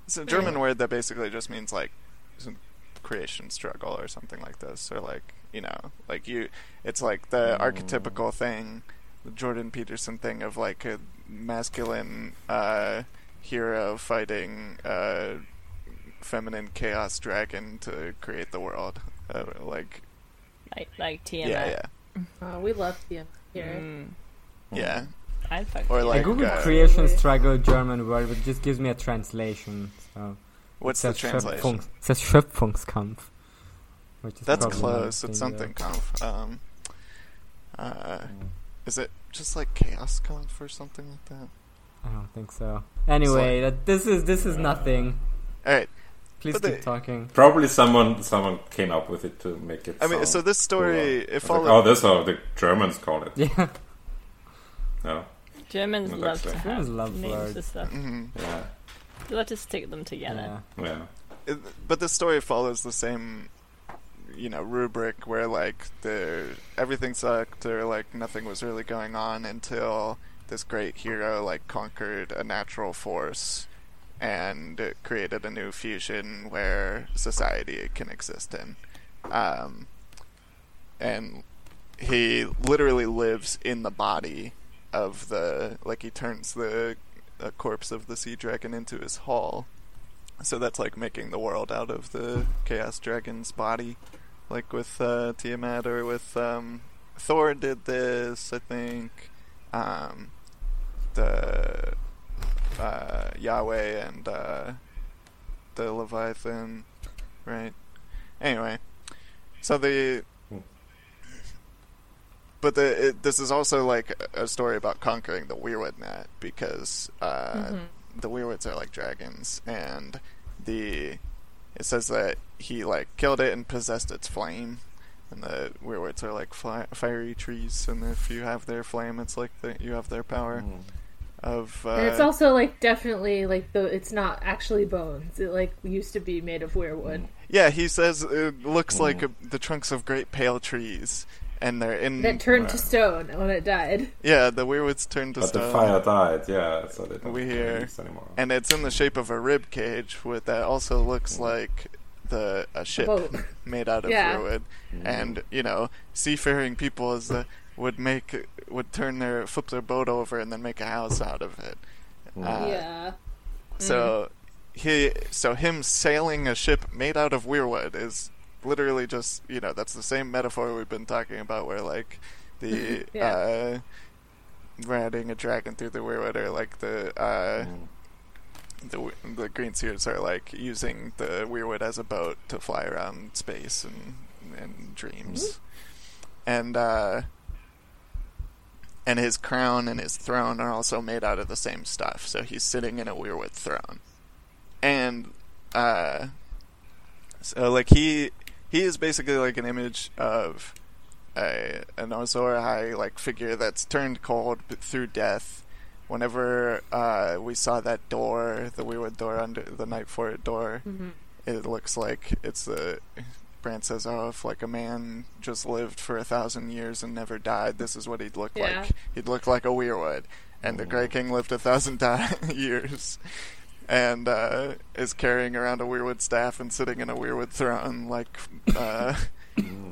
S6: It's a German word that basically just means like some creation struggle or something like this or like, you know, like you it's like the archetypical thing, the Jordan Peterson thing of like a masculine uh hero fighting uh feminine chaos dragon to create the world. Uh, like
S3: like like TMI.
S6: Yeah, yeah,
S2: Oh, we love TM here.
S3: Mm,
S6: yeah.
S3: I'd fuck
S6: Or
S3: TMI.
S4: The
S6: like-
S4: Google
S6: uh,
S4: creation
S2: Really?
S4: struggle German word, but just gives me a translation. So
S6: What's the
S4: says
S6: translation?
S4: Schöpfungs- says Schöpfungskampf. Which is
S6: That's
S4: probably not
S6: close. It's
S4: being
S6: something
S4: there.
S6: conf. Um, uh, is it just like chaos conf or something like that?
S4: I don't think so. Anyway, that, this is this is nothing.
S6: All right.
S4: Please
S6: But
S4: keep
S6: they-
S4: talking.
S5: Probably someone someone came up with it to make it.
S6: I mean, so
S5: sound
S6: this story,
S5: cooler.
S6: it
S5: It's like,
S6: follows.
S5: oh, that's how the Germans call it.
S4: Yeah,
S5: No,
S3: Germans
S5: Well,
S3: love
S5: that's
S3: to
S5: fair.
S3: have
S4: Germans love
S3: names
S4: words.
S3: and stuff.
S6: Mhm.
S5: yeah,
S3: They love to stick them together.
S4: yeah.
S5: yeah.
S6: It- but this story follows the same, you know, rubric where like there everything sucked or like nothing was really going on until this great hero like conquered a natural force and created a new fusion where society can exist in. Um, and he literally lives in the body of the like he turns the uh, corpse of the sea dragon into his hall. So that's like making the world out of the chaos dragon's body, like with uh, Tiamat or with um, Thor did this. I think um, the uh, Yahweh and uh, the Leviathan, right? Anyway, so the but the it, this is also like a story about conquering the Weirwood Net because uh, the Weirwoods are like dragons, and the it says that he like killed it and possessed its flame. And the weirwoods are like fly, fiery trees, and if you have their flame, it's like the, you have their power of. Uh,
S2: And it's also like definitely like the it's not actually bones. It like used to be made of weirwood.
S6: Yeah, he says it looks like a, the trunks of great pale trees, and they're in.
S2: That turned to stone when it died.
S6: yeah, the weirwoods turn to
S5: But
S6: stone,
S5: the fire died. Yeah, so they don't
S6: uh, We
S5: have
S6: hear-
S5: leaves anymore.
S6: and it's in the shape of a rib cage. With that also looks like the a ship
S2: boat.
S6: made out of
S2: Yeah.
S6: weirwood,
S5: Hmm.
S6: and you know, seafaring people is the, would make would turn their flip their boat over and then make a house out of it. Uh,
S2: yeah.
S6: So he so him sailing a ship made out of weirwood is literally just you know that's the same metaphor we've been talking about where like the
S2: Yeah.
S6: uh, riding a dragon through the weirwood or like the uh, the w- the green seers are like using the weirwood as a boat to fly around space and and dreams and uh and his crown and his throne are also made out of the same stuff. So he's sitting in a weirwood throne, and uh, so like he he is basically like an image of a an Azor Ahai like figure that's turned cold b- through death. Whenever uh, we saw that door, the weirwood door under the night for it door,
S2: Mm-hmm.
S6: it looks like it's the Brand says, "Oh, if like a man just lived for a thousand years and never died, this is what he'd look
S2: Yeah.
S6: like. He'd look like a weirwood." And the Grey King lived a thousand di- years, and uh, is carrying around a weirwood staff and sitting in a weirwood throne, like, uh,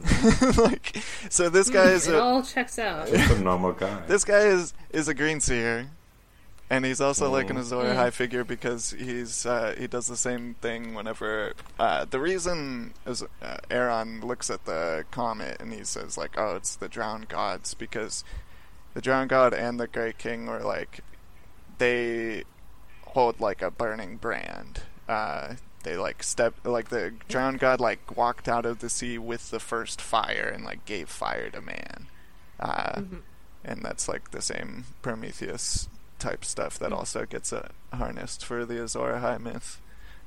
S6: like. So this guy is
S2: It
S6: a Uh,
S2: all checks out.
S5: Just a normal guy.
S6: this guy is is a green seer, and he's also like an Azor High figure because he's uh, he does the same thing whenever. Uh, the reason is uh, Aaron looks at the comet and he says like, "Oh, it's the drowned gods," because the drowned god and the Great King were like they hold like a burning brand. Uh, they like step like the drowned god like walked out of the sea with the first fire and like gave fire to man. Uh, and that's like the same Prometheus type stuff that also gets uh, harnessed for the Azor High myth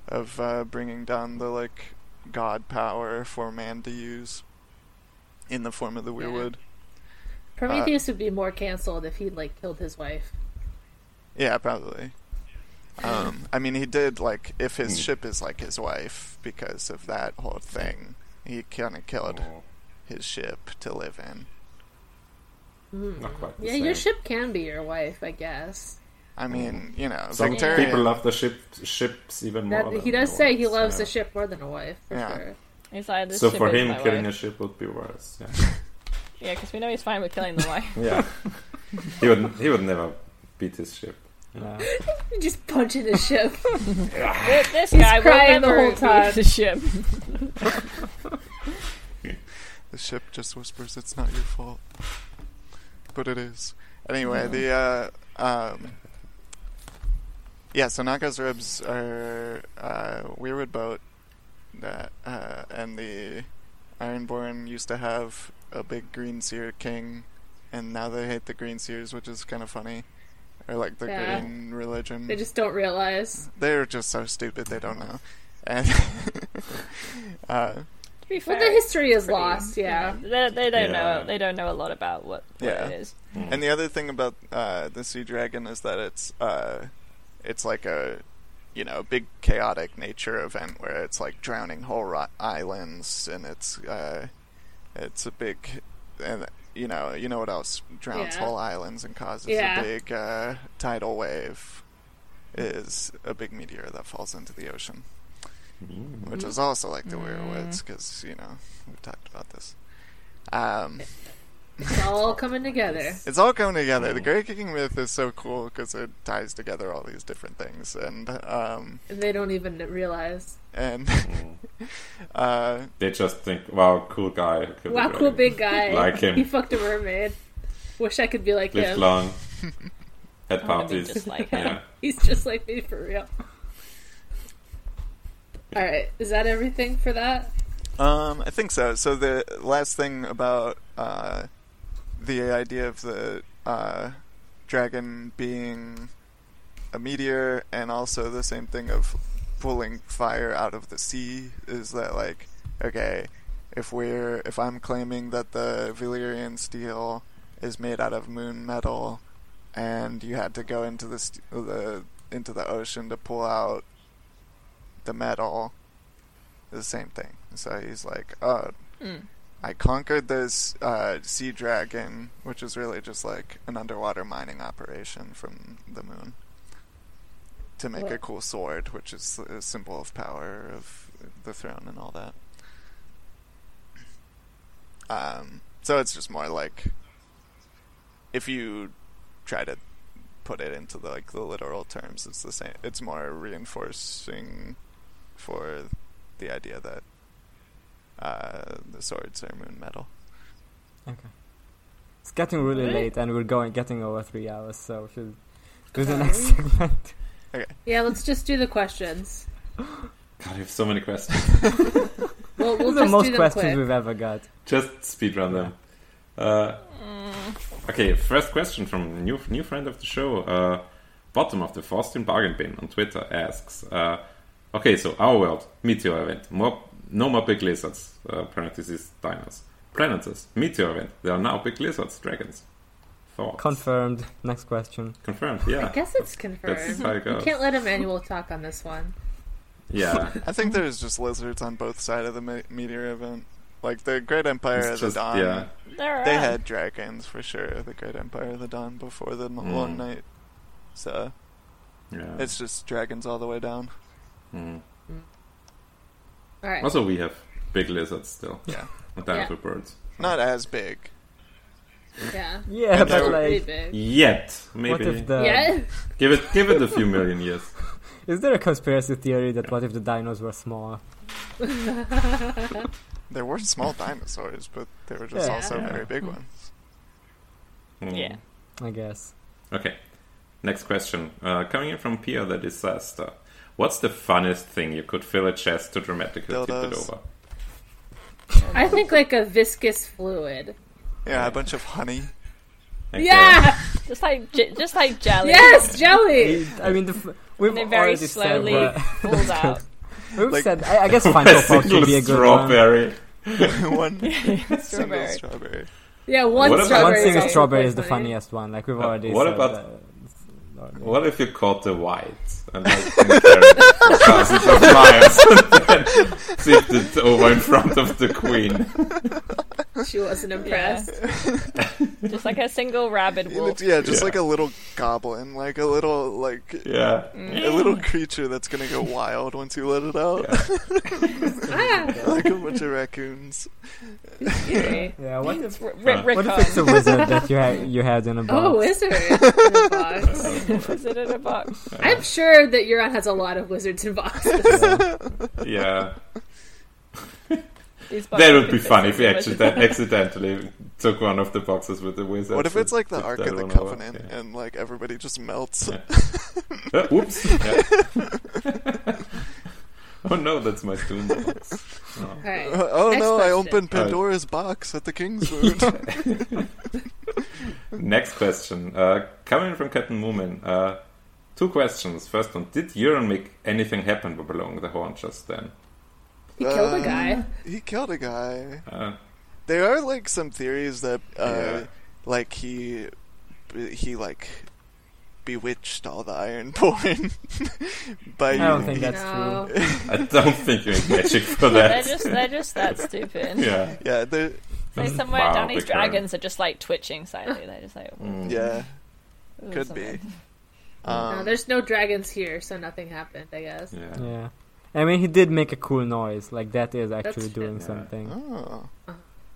S6: of uh, bringing down the like god power for man to use in the form of the weirwood.
S2: Prometheus would be more canceled if he'd like killed his wife.
S6: Yeah, probably. Um, I mean, he did like if his
S5: Mm.
S6: ship is like his wife because of that whole thing. He kind of killed
S5: Oh,
S6: his ship to live in.
S5: Mm. not quite the
S2: Yeah,
S5: same.
S2: your ship can be your wife, I guess.
S6: I mean, you know,
S5: Mm. Some
S6: Victorian.
S5: people love the ship ships even more.
S2: That
S5: than
S2: he does
S5: the
S2: say he
S5: ones,
S2: loves
S5: yeah.
S2: a ship more than a wife, for
S6: Yeah.
S2: sure.
S3: It's like this
S5: So
S3: ship
S5: for
S3: is
S5: him,
S3: my
S5: killing a
S3: wife.
S5: ship would be worse. Yeah,
S3: yeah, because we know he's fine with killing the wife.
S5: yeah. he would he would never beat his ship.
S4: Yeah.
S2: He just punching his ship.
S3: Th- this guy will
S2: crying the
S3: never
S2: whole
S3: be
S2: time.
S3: the ship.
S6: The ship just whispers it's not your fault, but it is. Anyway, the uh, um, yeah. So Naga's ribs are uh, weirwood boat that uh, and the Ironborn used to have a big green seer king, and now they hate the green seers, which is kind of funny. Or like the
S2: Yeah.
S6: green religion.
S2: They just don't realize.
S6: They're just so stupid. They don't know. And uh,
S3: To be fair,
S2: Well, the history is
S3: pretty-
S2: lost, yeah.
S3: they, they don't
S5: Yeah.
S3: know. They don't know a lot about what, what
S6: Yeah.
S3: it is.
S6: and the other thing about uh, the sea dragon is that it's uh, it's like a you know big chaotic nature event where it's like drowning whole ro- islands, and it's uh, it's a big and you know you know what else drowns
S2: Yeah.
S6: whole islands and causes
S2: Yeah.
S6: a big uh, tidal wave is a big meteor that falls into the ocean. which
S2: Mm-hmm.
S6: is also like the Weirwoods, because you know we talked about this. Um,
S2: It's all coming together.
S6: it's all coming together. The Great Kicking Myth is so cool because it ties together all these different things, and um,
S2: And they don't even realize.
S6: and uh,
S5: They just think, wow, cool guy. who killed the
S2: Wow, cool
S5: dragon.
S2: big guy.
S5: Like him.
S2: He fucked a mermaid. Wish I could be like
S5: Lived
S2: him.
S5: long.
S3: wanna
S5: Had
S3: be
S5: parties.
S3: just like him.
S5: yeah.
S2: He's just like me for real. Alright, is that everything for that?
S6: um, I think so. So the last thing about uh, the idea of the uh, dragon being a meteor, and also the same thing of pulling fire out of the sea is that like okay, if we're if I'm claiming that the Valyrian steel is made out of moon metal, and you had to go into the st- the into the ocean to pull out the metal, the same thing. So he's like, oh.
S3: Mm.
S6: I conquered this uh, sea dragon, which is really just like an underwater mining operation from the moon to make a
S2: What?
S6: cool sword, which is a symbol of power of the throne and all that. Um, so it's just more like if you try to put it into the, like the literal terms, it's the same. It's more reinforcing for the idea that uh, the swords are moon metal.
S4: Okay. It's getting really
S3: Alright.
S4: late, and we're going getting over three hours, so we should do the next segment.
S2: Yeah, let's just do the questions.
S5: God, I have so many questions.
S2: We'll,
S4: These
S2: we'll
S4: are the
S2: just
S4: most
S2: do them
S4: questions
S2: quick.
S4: we've ever got.
S5: Just speedrun them. Uh, okay, first question from new new friend of the show, uh, bottom of the Faustian bargain bin on Twitter asks, uh, okay, so our world meteor event, more no more big lizards, uh, parentheses dinos, planetes meteor event. There are now big lizards, dragons. Thoughts?
S4: Confirmed. Next question.
S5: Confirmed. Yeah.
S2: I guess it's
S5: That's uh,
S2: confirmed.
S5: how it
S2: You
S5: goes.
S2: can't let Emmanuel talk on this one.
S5: Yeah.
S6: I think there's just lizards on both sides of the me- meteor event. Like the Great Empire
S5: It's
S6: of
S5: just-
S6: the Dawn,
S5: yeah.
S3: There are.
S6: they had dragons for sure. The Great Empire of the Dawn before the
S5: Mm.
S6: Long Night. So
S5: yeah.
S6: it's just dragons all the way down.
S5: Mm.
S2: Alright.
S5: Also, we have big lizards still.
S6: Yeah.
S5: And dinosaur
S2: Yeah.
S5: birds.
S6: Not as big.
S2: Yeah.
S4: Yeah,
S6: And they
S4: but
S6: were-
S2: Pretty
S4: like,
S2: big.
S5: Yet,
S4: what
S5: maybe.
S4: if the
S2: yeah?
S5: Give it, give it a few million years.
S4: is there a conspiracy theory that what if the dinos were small?
S6: There were small dinosaurs, but they were just
S4: Yeah.
S6: also
S5: Yeah. Mm-hmm.
S6: very big ones.
S5: Mm.
S3: Yeah.
S4: I guess.
S5: Okay. Next question. Uh, coming in from Pia the Disaster. What's the funniest thing you could fill a chest to dramatically tip it
S6: Dildos.
S5: over?
S2: I think like a viscous fluid.
S6: Yeah, a bunch of honey.
S5: Okay.
S2: Yeah!
S3: just like j- just like jelly.
S2: Yes! Jelly!
S4: I mean, the f- we've
S3: And they very
S4: already
S3: slowly
S4: said uh,
S3: falls out.
S4: we've
S6: Like-
S4: said. I, I guess
S5: A
S4: Funko Pop
S5: single
S4: should be a good one.
S5: strawberry.
S6: One single
S3: Strawberry.
S6: strawberry.
S2: Yeah, one
S5: What about-
S2: strawberry.
S4: One
S2: is
S4: single
S2: also
S4: strawberry is the
S2: quite
S4: funniest one. Like we've
S5: Uh,
S4: already.
S5: what
S4: said, uh,
S5: about-
S4: it's- Lord.
S5: What if you caught the white and like carried it for thousands of miles and then tipped it over in front of the queen?
S2: She wasn't impressed.
S3: Just like a single rabid
S6: It
S3: wolf.
S6: looked- Yeah, just
S5: Yeah.
S6: like a little goblin, like a little like
S5: Yeah.
S6: a little creature that's gonna go wild once you let it out,
S2: Ah,
S6: like a bunch of raccoons.
S2: Okay.
S4: Yeah. What if?
S3: R- r-
S4: What if it's a wizard that you ha- you had in a box?
S2: Oh, wizard in a box.
S3: Is it in a box?
S2: I'm sure that Euron has a lot of wizards in boxes.
S5: Yeah.
S3: These
S5: That would be
S3: boxes
S5: fun if he
S3: consist of
S5: accident- accidentally took one of the boxes with the wizard.
S6: What if it's like the
S5: Took
S6: Ark
S5: that
S6: of the
S5: one over.
S6: Covenant
S5: Yeah.
S6: and like everybody just melts?
S5: Yeah. Uh, whoops. Yeah. oh no, that's my Doom box. Oh.
S2: All right.
S6: oh
S2: Next
S6: no, I
S2: question.
S6: opened
S5: Alright.
S6: Pandora's box at the King's Wood.
S5: Next question. Uh, coming from Captain Moomin. Uh, two questions. First one Did Euron make anything happen along the horn just then?
S2: He killed a
S6: Uh,
S2: guy.
S6: he killed a guy.
S5: Uh,
S6: There are like some theories that uh,
S5: Yeah.
S6: like he he like bewitched all the Ironborn by
S4: I don't think that's
S2: No.
S4: true.
S5: I don't think you need magic for
S3: they're
S5: that.
S3: just they're just that stupid.
S5: yeah.
S6: yeah there,
S3: They somewhere
S5: Wow,
S3: Danny's
S5: big turn.
S3: dragons are just like twitching slightly. They're just like
S5: Mm.
S3: "Ooh,
S5: Mm-hmm.
S6: yeah
S3: ooh,
S6: could
S3: something."
S6: be.
S2: no,
S6: Um,
S2: there's no dragons here, so nothing happened. I guess.
S5: Yeah.
S4: Yeah. I mean, he did make a cool noise. Like that is actually
S2: That's-
S4: doing
S5: Yeah.
S4: something.
S6: oh.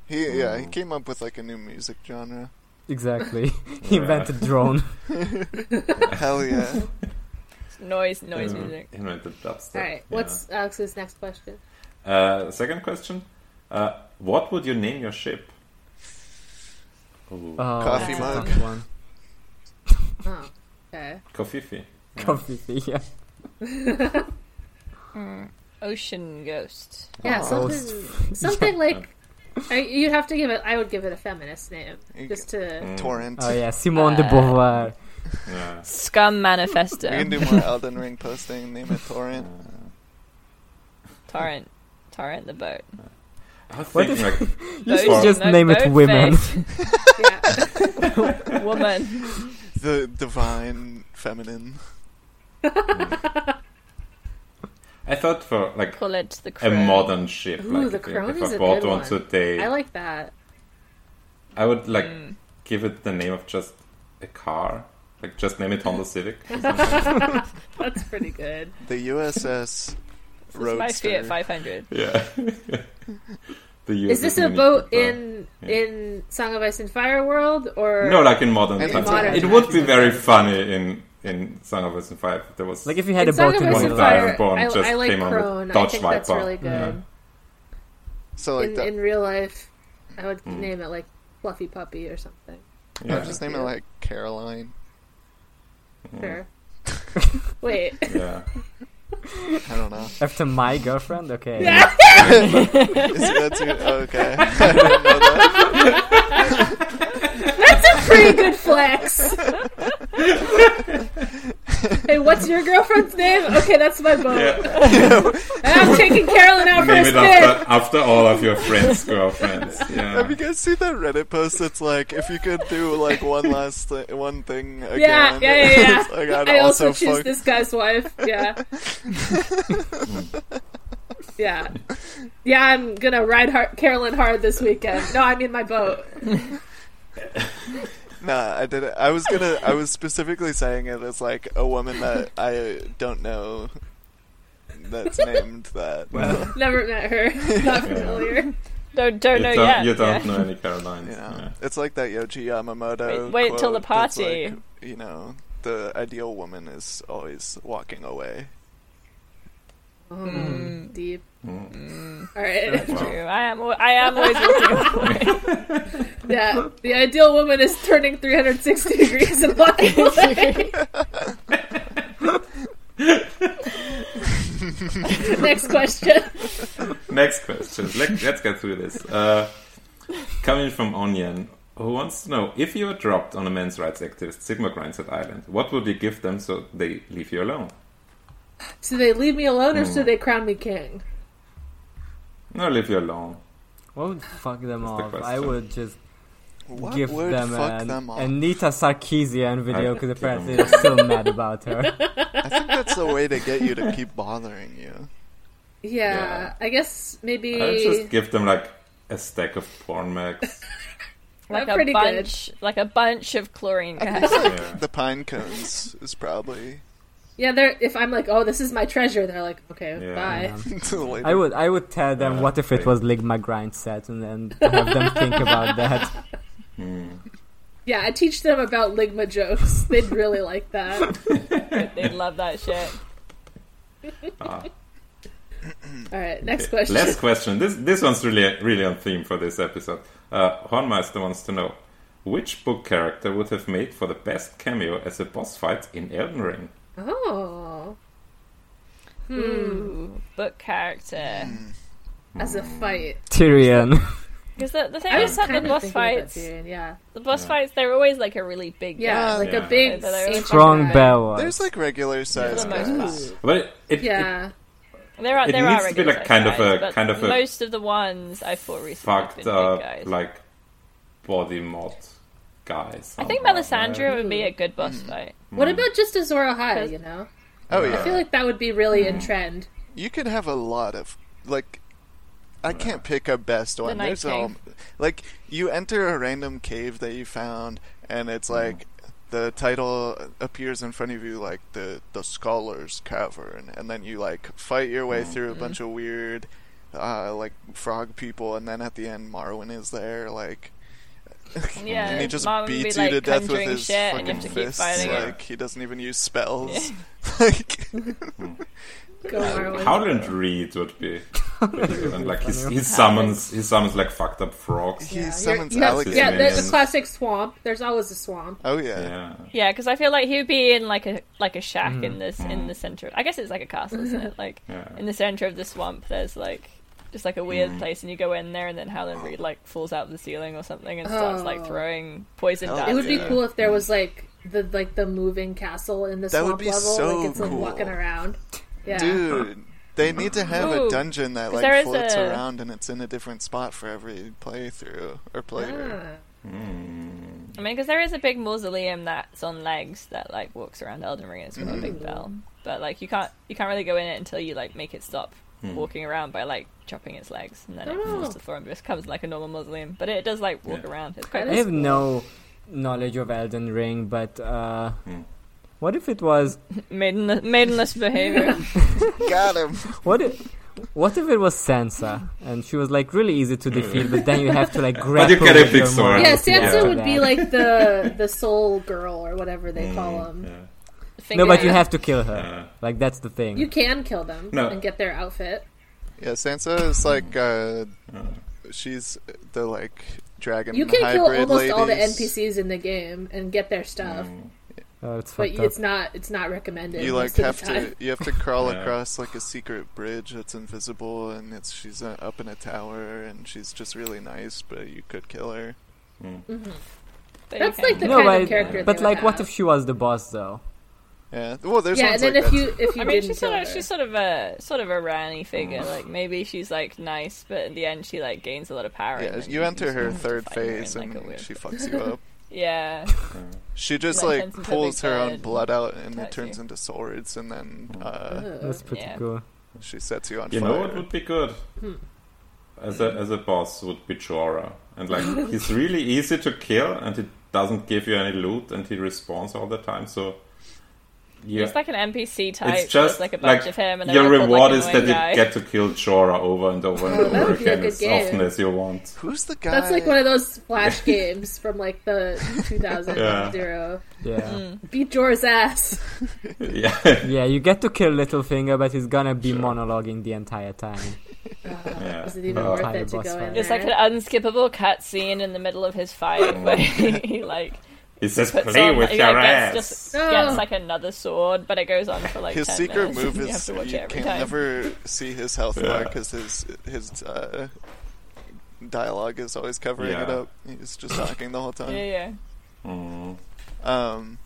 S6: He
S5: Oh.
S6: yeah he came up with like a new music genre.
S4: Exactly. he
S5: Yeah.
S4: invented drone.
S6: Hell yeah.
S3: Noise, noise music.
S5: Invented dubstep.
S2: All right.
S5: Yeah.
S2: What's Alex's next question?
S5: Uh, second question. Uh, what would you name your ship? Ooh,
S4: Oh,
S6: Coffee
S4: that's a
S6: mug.
S4: tough One.
S2: Oh, okay.
S5: Kofifi.
S4: Coffee. Yeah.
S3: Mm. Ocean ghost.
S2: Yeah,
S4: Oh,
S2: something, something like. I, you'd have to give it. I would give it a feminist name,
S6: You
S2: just to.
S6: Torrent.
S4: Oh yeah, Simone de
S3: Uh,
S4: Beauvoir.
S5: Yeah.
S3: Scum
S6: We can
S3: manifesto.
S6: do more Elden Ring posting. Name it Torrent.
S3: Torrent. Torrent the boat.
S5: I was
S4: What
S5: thinking like
S4: You should
S5: Boat-
S4: just
S3: no,
S4: name it
S3: boat
S4: women.
S2: Yeah.
S3: Woman.
S6: The divine feminine.
S5: I thought for like
S3: Call it the
S5: a
S3: crow. Mm.
S5: modern ship.
S2: Ooh,
S5: like
S2: the
S5: if-
S2: Crone
S5: if,
S2: is
S5: I
S2: a
S5: bought
S2: good
S5: one
S2: one.
S5: today,
S2: I like that.
S5: I would like
S3: Mm.
S5: give it the name of just a car. Like just name it Honda Civic. or something.
S2: That's pretty good.
S6: The USS
S3: This is my Fiat
S6: Roadster.
S3: 500.
S5: yeah. the
S2: Is
S5: user
S2: this a
S5: mini
S2: boat
S5: Cooper.
S2: in in Song of Ice and Fire world or
S5: No, like in modern
S6: In
S5: times.
S2: modern
S5: it would be very funny in in Song of Us and Five. There was
S4: Like if you had
S2: in
S4: a
S2: Song
S4: boat
S2: of
S4: in
S2: Ice
S5: One
S2: and
S5: of
S4: Rotterdam.
S2: Fire?
S5: Iron Bond
S2: I,
S5: just
S2: I like
S5: came out with
S2: Crone. I
S5: Dodge
S2: think that's
S5: Viper.
S2: really good.
S6: So like
S2: in,
S6: that.
S2: in real life, I would
S5: Mm.
S2: name it like Fluffy Puppy or something.
S5: yeah.
S6: I'll just name it like Caroline.
S5: Mm.
S2: Sure. Wait.
S5: yeah.
S6: I don't know.
S4: After my girlfriend, okay.
S6: Is that too? Okay. I didn't know that.
S2: That's a pretty good flex. hey, what's your girlfriend's name? Okay, that's my boat.
S5: yeah.
S2: And I'm taking Carolyn out for a
S5: Name it
S2: spin.
S5: after after all of your friends' girlfriends. Yeah.
S6: Have you guys seen that Reddit post that's like, if you could do like one last thi- one thing again?
S2: Yeah, yeah, yeah, yeah.
S6: it's like, I'd
S2: I also,
S6: also
S2: choose
S6: fuck-
S2: this guy's wife. Yeah.
S5: Mm.
S2: yeah. Yeah, I'm gonna ride hard, Carolyn hard this weekend. No, I mean my boat.
S6: Nah, I didn't. I was gonna. I was specifically saying it as like a woman that I don't know that's named that.
S2: Oh, Never met her. Not
S5: Yeah.
S2: familiar.
S3: Don't, don't
S5: you
S3: know
S5: don't,
S3: yet.
S5: you don't
S3: yeah.
S5: know any Carolines.
S6: You know,
S5: Yeah.
S6: it's like that Yoji Yamamoto.
S3: Wait- wait till
S6: quote
S3: the
S6: that's
S3: party.
S6: like, you know, the ideal woman is always walking away.
S5: Hmm.
S2: Mm, Deep.
S5: Mm.
S2: All right.
S5: Wow.
S3: True. I am. al- I am always looking.
S2: Yeah. The ideal woman is turning 360 degrees and walking away. Next question.
S5: Next question. Let, let's get through this. Uh, coming from Onion, who wants to know if you were dropped on a men's rights activist Sigma Grindset Island, what would you give them so they leave you alone?
S2: So they leave me alone or so they crown me king?
S5: No, leave you alone.
S4: What would fuck them
S5: That's the
S4: off? I
S5: question.
S4: would just
S6: What
S4: give
S6: would
S4: them
S6: fuck
S4: an
S6: them off?
S4: Anita Sarkeesian video
S5: I'd give
S4: because apparently
S5: them-
S4: they're still mad about her.
S6: I think that's the way to get you to keep bothering you.
S2: Yeah,
S5: Yeah.
S2: I guess maybe.
S5: I'd just give them like a stack of porn mags.
S3: Like
S2: pretty
S3: a
S2: good.
S3: bunch. Like a bunch of chlorine gas.
S5: Yeah.
S6: The pine cones is probably
S2: Yeah, they're if I'm like, oh, this is my treasure, they're like, okay,
S5: Yeah.
S2: bye.
S6: the lady.
S4: I would I would tell them
S5: Yeah,
S4: what if
S5: great.
S4: it was Ligma grind set and then have them think about that.
S2: Yeah, I teach them about ligma jokes. They'd really like that.
S3: They'd love that shit.
S2: All right, next question.
S5: Last question. This this one's really really on theme for this episode. Uh, Hornmeister wants to know which book character would have made for the best cameo as a boss fight in Elden Ring.
S2: Oh, Mm.
S3: Ooh, book character.
S6: Mm.
S2: as a fight.
S4: Mm. Tyrion.
S3: Because the, the thing
S2: I
S3: is
S2: was
S3: that
S2: kind
S3: the
S2: of
S3: boss
S2: thinking about
S3: fights,
S2: Tyrion, Yeah,
S3: the boss fights, they're always like a really big
S2: yeah,
S3: guy.
S2: like
S5: Yeah.
S2: a big,
S3: Yeah, they're
S2: ancient
S4: Strong
S2: guy.
S4: bow.
S6: There's like regular
S3: for
S6: size
S3: the most
S6: guys.
S3: part.
S5: But it, it, it
S2: Yeah,
S3: There are
S5: It
S3: there
S5: needs
S3: are
S5: to be, like,
S3: regular
S5: kind of
S3: guys,
S5: a-
S3: but
S5: kind of a-
S3: most of the ones I fought recently have
S5: fucked
S3: been big
S5: up
S3: guys.
S5: like body mod guys.
S3: I think Melisandre would be
S2: Mm.
S3: a good boss
S6: Mm.
S3: fight.
S2: What about just Mm. Azor Ahai? You know,
S6: Oh
S2: I
S6: yeah.
S2: feel like that would be really in trend.
S6: you could have a lot of like I can't pick a best one.
S3: Night
S6: There's
S3: King.
S6: all like you enter a random cave that you found and it's like the title appears in front of you like the the scholar's cavern and then you like fight your way through
S3: Mm-hmm.
S6: a bunch of weird uh, like frog people and then at the end Marwin is there like
S3: Yeah,
S6: and he just
S3: Marvin would
S6: beats
S3: be, like,
S6: you to death with
S3: conjuring
S6: his
S3: shit, and you
S6: fucking
S3: have to keep
S6: fists
S3: fighting
S5: it.
S6: like he doesn't even use spells like
S2: Go Marwyn.
S5: Howland Reed would be pretty good. and like he's, he summons he summons like fucked up frogs.
S6: he
S5: Yeah,
S2: You're-
S6: summons
S2: you have-
S6: alligators
S2: yeah, there's
S5: Minions.
S2: the classic swamp. There's always a swamp.
S6: oh yeah.
S3: Yeah, because I feel like he'd be in like a like a shack in this
S2: Mm.
S3: in the center. I guess it's like a castle, isn't it? Like
S5: Yeah.
S3: in the center of the swamp, there's like just like a weird place, and you go in there, and then Howland Reed like falls out of the ceiling or something and starts like
S2: Oh.
S3: throwing poison
S6: Hell
S3: darts.
S2: It would be
S6: Yeah.
S2: cool if there was like the like the moving castle in the
S6: That would
S2: swamp
S6: be
S2: level.
S6: so
S2: like it's like
S6: cool.
S2: walking around. Yeah.
S6: Dude, they need to have a
S3: Ooh,
S6: dungeon that
S3: 'cause there
S6: like
S3: is
S6: floats
S3: a-
S6: around and it's in a different spot for every playthrough or player.
S2: Ah.
S5: Hmm.
S3: I mean, because there is a big mausoleum that's on legs that like walks around Elden Ring. and It's got a big bell, but like you can't you can't really go in it until you like make it stop walking around by like chopping its legs, and then it falls
S2: Oh.
S3: to the floor and just becomes like a normal mausoleum. But it does like walk
S5: Yeah.
S3: around. It's quite
S2: I
S4: I
S3: nice.
S4: have no knowledge of Elden Ring, but uh, what if it was?
S3: maidenless, maidenless behavior.
S2: Ah.
S6: Got him.
S4: What if? What if it was Sansa and she was like really easy to defeat, but then you have to like grapple
S5: you get a
S4: with
S5: big
S4: your mind
S5: sword.
S2: Yeah,
S4: to get
S2: Sansa
S4: to
S2: would be
S4: that.
S2: like the the soul girl or whatever they
S6: Mm,
S2: call them.
S5: yeah.
S4: No, but you
S3: Finger-
S4: have to kill her. Like that's the thing.
S2: You can kill them
S5: No.
S2: and get their outfit.
S6: Yeah, Sansa is like uh, she's the like dragon.
S2: You can kill
S6: hybrid
S2: almost all the
S6: ladies.
S2: NPCs in the game and get their stuff,
S4: oh, it's
S2: but
S4: fucked up.
S2: it's not it's not recommended.
S6: You like
S2: most of
S6: have
S2: the
S6: to
S2: time.
S6: you have to crawl
S5: Yeah.
S6: across like a secret bridge that's invisible, and it's she's uh, up in a tower, and she's just really nice, but you could kill her.
S3: but you
S2: That's
S3: can.
S2: like the
S4: No,
S2: kind
S4: but-
S2: of character.
S4: But
S2: they
S4: like,
S2: would
S4: what
S2: have.
S4: if she was the boss though?
S6: Yeah. Well, there's
S2: Yeah,
S6: ones
S2: and then
S6: like
S2: if
S6: that
S2: you
S6: too.
S2: if you
S3: I mean,
S2: didn't
S3: she's
S2: kill
S3: sort of
S2: her.
S3: she's sort of a sort of a Rani figure. Like maybe she's like nice, but in the end she like gains a lot of power. and
S6: Yeah,
S3: then
S6: you enter
S3: just
S6: her
S3: have to
S6: third
S3: fight her in,
S6: phase,
S3: like, a
S6: and
S3: weird-
S6: she fucks you up.
S3: yeah,
S6: She just
S3: Like,
S6: like
S3: turns into a
S6: pulls
S3: big
S6: her own
S3: bird
S6: blood out and it
S3: attacks
S6: turns
S3: you.
S6: into swords, and then uh,
S4: That's pretty
S3: Yeah.
S4: cool.
S6: she sets you on
S5: You
S6: fire.
S5: know what would be good? As a as a boss would be Jorah. And like he's really easy to kill and he doesn't give you any loot and he respawns all the time, so yeah.
S3: it's like an NPC type.
S5: It's
S3: there's,
S5: just
S3: like a
S5: like,
S3: bunch of him, and
S5: your
S3: they're all,
S5: reward
S3: like,
S5: is that
S3: annoying
S5: you
S3: guy.
S5: get to kill Jorah over and over and
S2: Oh, that
S5: over
S2: would be a
S5: again
S2: good
S5: as
S2: game.
S5: often as you want.
S6: Who's the guy?
S2: That's like one of those flash games from like the 2000
S5: Yeah.
S2: zero.
S4: Yeah,
S2: Beat Jor's ass.
S5: Yeah,
S4: yeah. You get to kill Littlefinger, but he's gonna be monologuing the entire time.
S5: yeah.
S2: Is it even
S5: Uh,
S2: worth
S4: Entire
S2: it to
S4: boss
S2: go in
S4: fight.
S3: It's like an
S2: there?
S3: unskippable cutscene in the middle of his fight where he like
S5: He says,
S3: puts
S5: "Play
S3: on,
S5: with
S3: he,
S5: your
S3: like,
S5: ass."
S3: gets, just gets like another sword, but it goes on for like
S6: his
S3: 10
S6: secret
S3: minutes,
S6: move
S3: and you have
S6: is
S3: to
S6: you,
S3: watch it every
S6: can
S3: time.
S6: never see his health
S5: Yeah.
S6: bar because his his uh, dialogue is always covering it
S5: Yeah.
S6: up. He's just talking the whole
S3: Yeah,
S6: time.
S3: yeah.
S5: Mm.
S6: Um,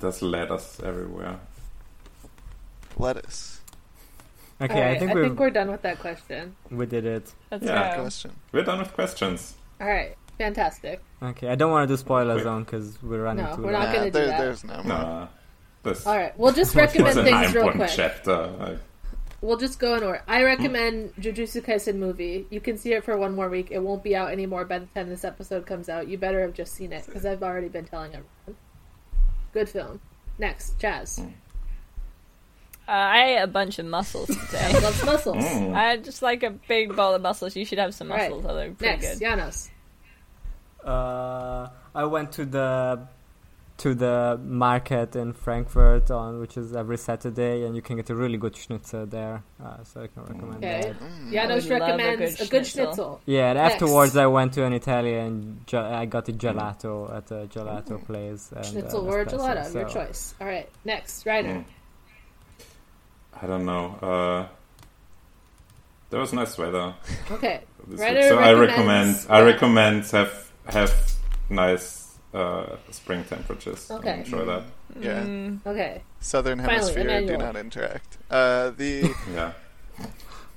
S5: There's letters everywhere.
S6: lettuce.
S4: Okay,
S2: All right,
S4: I think we
S2: we're done with that question.
S4: we did it.
S3: That's
S5: Yeah.
S3: how-
S6: Question.
S5: We're done with questions.
S2: All right, fantastic.
S4: Okay, I don't want to do spoiler
S5: Wait.
S4: zone because we're running
S2: No,
S4: too
S2: we're
S4: long.
S2: not
S6: Nah,
S2: gonna do
S6: there,
S2: that.
S6: There's no more.
S5: Nah. this
S2: All right, we'll just recommend
S5: was a
S2: things real
S5: nine-point
S2: quick.
S5: chapter. Like,
S2: We'll just go in order. I recommend Jujutsu Kaisen movie. You can see it for one more week. It won't be out anymore by the time this episode comes out. You better have just seen it because I've already been telling everyone. Good film. Next, Jazz.
S3: Uh, I ate a bunch of mussels today.
S2: Jazz loves muscles.
S3: I had just like a big bowl of mussels. You should have some
S2: Right.
S3: mussels. Although pretty
S2: Next,
S3: good.
S2: Janos.
S4: Uh, I went to the to the market in Frankfurt on which is every Saturday, and you can get a really good schnitzel there. Uh, so I can recommend
S2: Okay.
S4: that.
S3: I
S6: Mm,
S3: would
S2: Janos
S3: Hmm. Oh, love a
S2: recommends
S3: good
S2: a good
S3: schnitzel.
S2: schnitzel.
S4: Yeah, and
S2: Next.
S4: afterwards I went to an Italian. Ge- I got a gelato at a gelato place. And, uh,
S2: Mm-hmm. Schnitzel or
S4: espresso,
S2: gelato, your
S4: so-
S2: choice. All right, next, Reiner.
S5: mm. Hmm. I don't know. Uh, there was nice weather.
S2: Okay,
S5: this
S2: Ryder
S5: week, so I recommend.
S2: recommends-
S5: I recommend have have nice uh, spring temperatures. and
S2: Okay.
S5: Enjoy that.
S6: Yeah.
S3: Mm,
S2: okay.
S6: Southern
S2: Finally,
S6: Hemisphere do
S2: Emmanuel.
S6: not interact. Uh, the
S5: Yeah.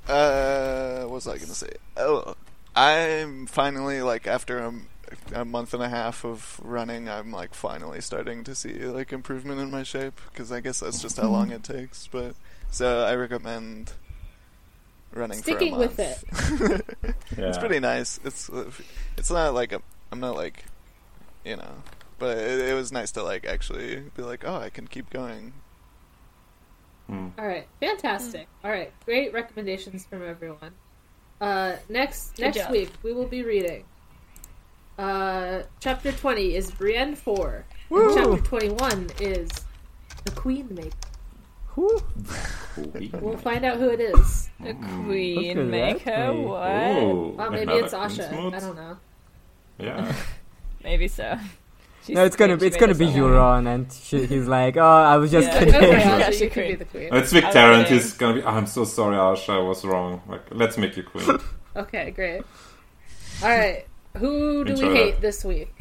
S6: uh, what was I gonna say? Oh, I'm finally like after a, m- a month and a half of running, I'm like finally starting to see like improvement in my shape because I guess that's just how long it takes. But so I recommend running
S2: Sticking
S6: for a month.
S2: with
S6: with it.
S5: yeah.
S6: It's pretty nice. It's it's not like a, I'm not like, you know, but it, it was nice to like actually be like, oh, I can keep going.
S5: Mm.
S2: All right, fantastic.
S3: Mm.
S2: All right, great recommendations from everyone. Uh, next
S3: Good
S2: next
S3: job.
S2: week we will be reading. Uh, chapter twenty is Brienne four. and
S4: Woo!
S2: Chapter twenty one is the Queen Maker.
S4: Whew.
S2: We'll find out who it is. Uh,
S3: The
S4: Look at
S3: queen
S4: that,
S3: maker?
S4: me.
S3: What?
S5: Ooh,
S2: Well, maybe
S5: another
S2: it's
S5: green
S2: Asha.
S5: smooth.
S2: I don't know.
S5: Yeah.
S3: Maybe so. She's-
S4: No, it's gonna be
S3: she
S4: it's
S3: made
S4: gonna
S3: us
S4: be
S3: all-
S4: Euron, and she, he's like, "Oh, I was just
S3: Yeah.
S2: Okay,
S4: kidding."
S2: Asha,
S3: She's
S2: you
S3: the
S2: could be
S3: queen.
S2: the queen.
S5: It's Vic
S3: I love
S5: Tarrant
S3: it.
S5: is gonna be. I'm so sorry, Asha. I was wrong. Like, let's make you queen.
S2: Okay, great. All right, who do
S5: Enjoy
S2: we hate
S5: that.
S2: this week?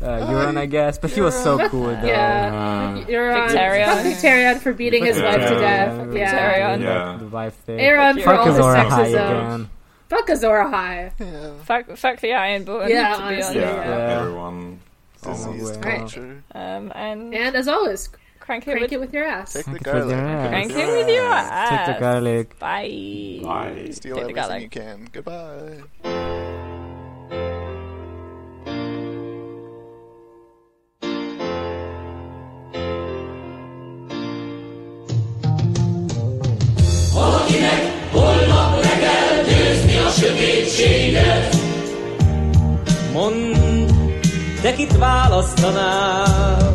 S4: Uh, Euron, I guess, but he was so cool. Though.
S2: Yeah,
S5: Uh,
S2: you're on
S3: Victarion.
S2: fuck Victarion for beating his wife to death. Yeah,
S3: Victarion.
S5: Yeah.
S4: The wife thing.
S2: Aaron for
S4: Fuck
S2: all
S4: is
S2: the
S4: Aura high
S2: sexism.
S4: again.
S2: Fuck Azora High.
S6: Yeah,
S3: Fuck, fuck the Iron Button,
S2: Yeah,
S3: to be
S2: honestly,
S3: honest.
S5: yeah,
S4: Yeah.
S5: Everyone.
S4: Oh,
S6: diseased
S4: well.
S6: culture.
S3: Um, and
S2: And as always,
S3: crank it
S2: crank
S3: with,
S2: it with your ass.
S6: Take the
S4: Thank you for the
S6: garlic.
S4: ass.
S3: crank
S6: Yeah.
S3: it with your
S4: Take
S3: ass.
S4: the garlic.
S3: Bye.
S5: Bye.
S6: Steal
S3: Take the
S6: everything
S3: garlic.
S6: you can. Goodbye.
S7: Mondd, de kit választanál?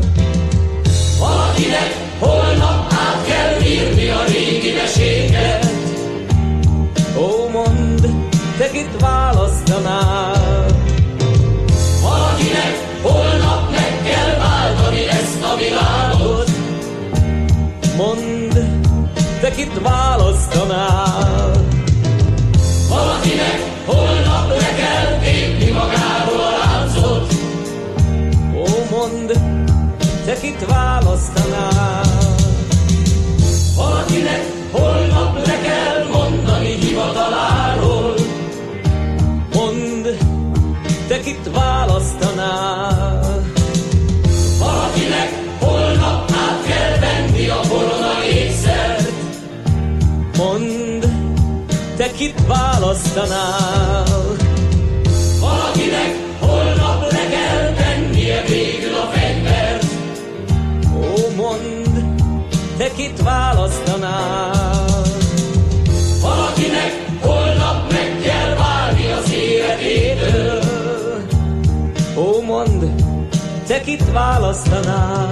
S7: Valakinek holnap át kell írni a régi meséket. Ó, mondd, de kit választanál? Valakinek holnap meg kell váltani ezt a világot. Mondd, de kit választanál? Valakinek holnap le kell tépni magáról a láncot. Ó, mondd, te kit választanál? Valakinek holnap le kell mondani hivataláról. Mondd, te kit választanál? Valakinek holnap át kell venni a korona ékszert. Mondd, te kit választanál? Valakinek holnap le kell tennie végül a fegyvert. Ó, mondd, te kit választanál? Valakinek holnap meg kell válni az életétől. Ó, mondd, te kit választanál?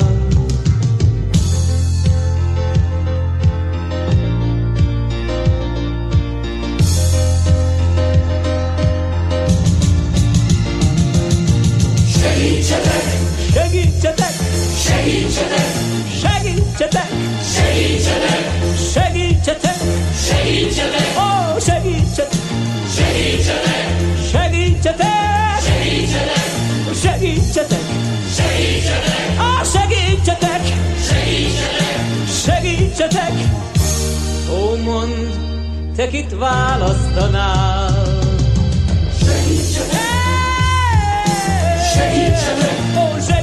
S7: Segítsetek! Segítsetek! Segítsetek! Segítsetek! Segítsetek! Segítsetek! Segítsetek! Ó, segítsetek! Segítsetek! Segítsetek! Segítsetek! Segítsetek! Segítsetek! Ó, segítsetek! Segítsetek! Segítsetek! Ó, mondd, te kit választanál? Segítsetek! Segítsetek! Ó, segítsetek!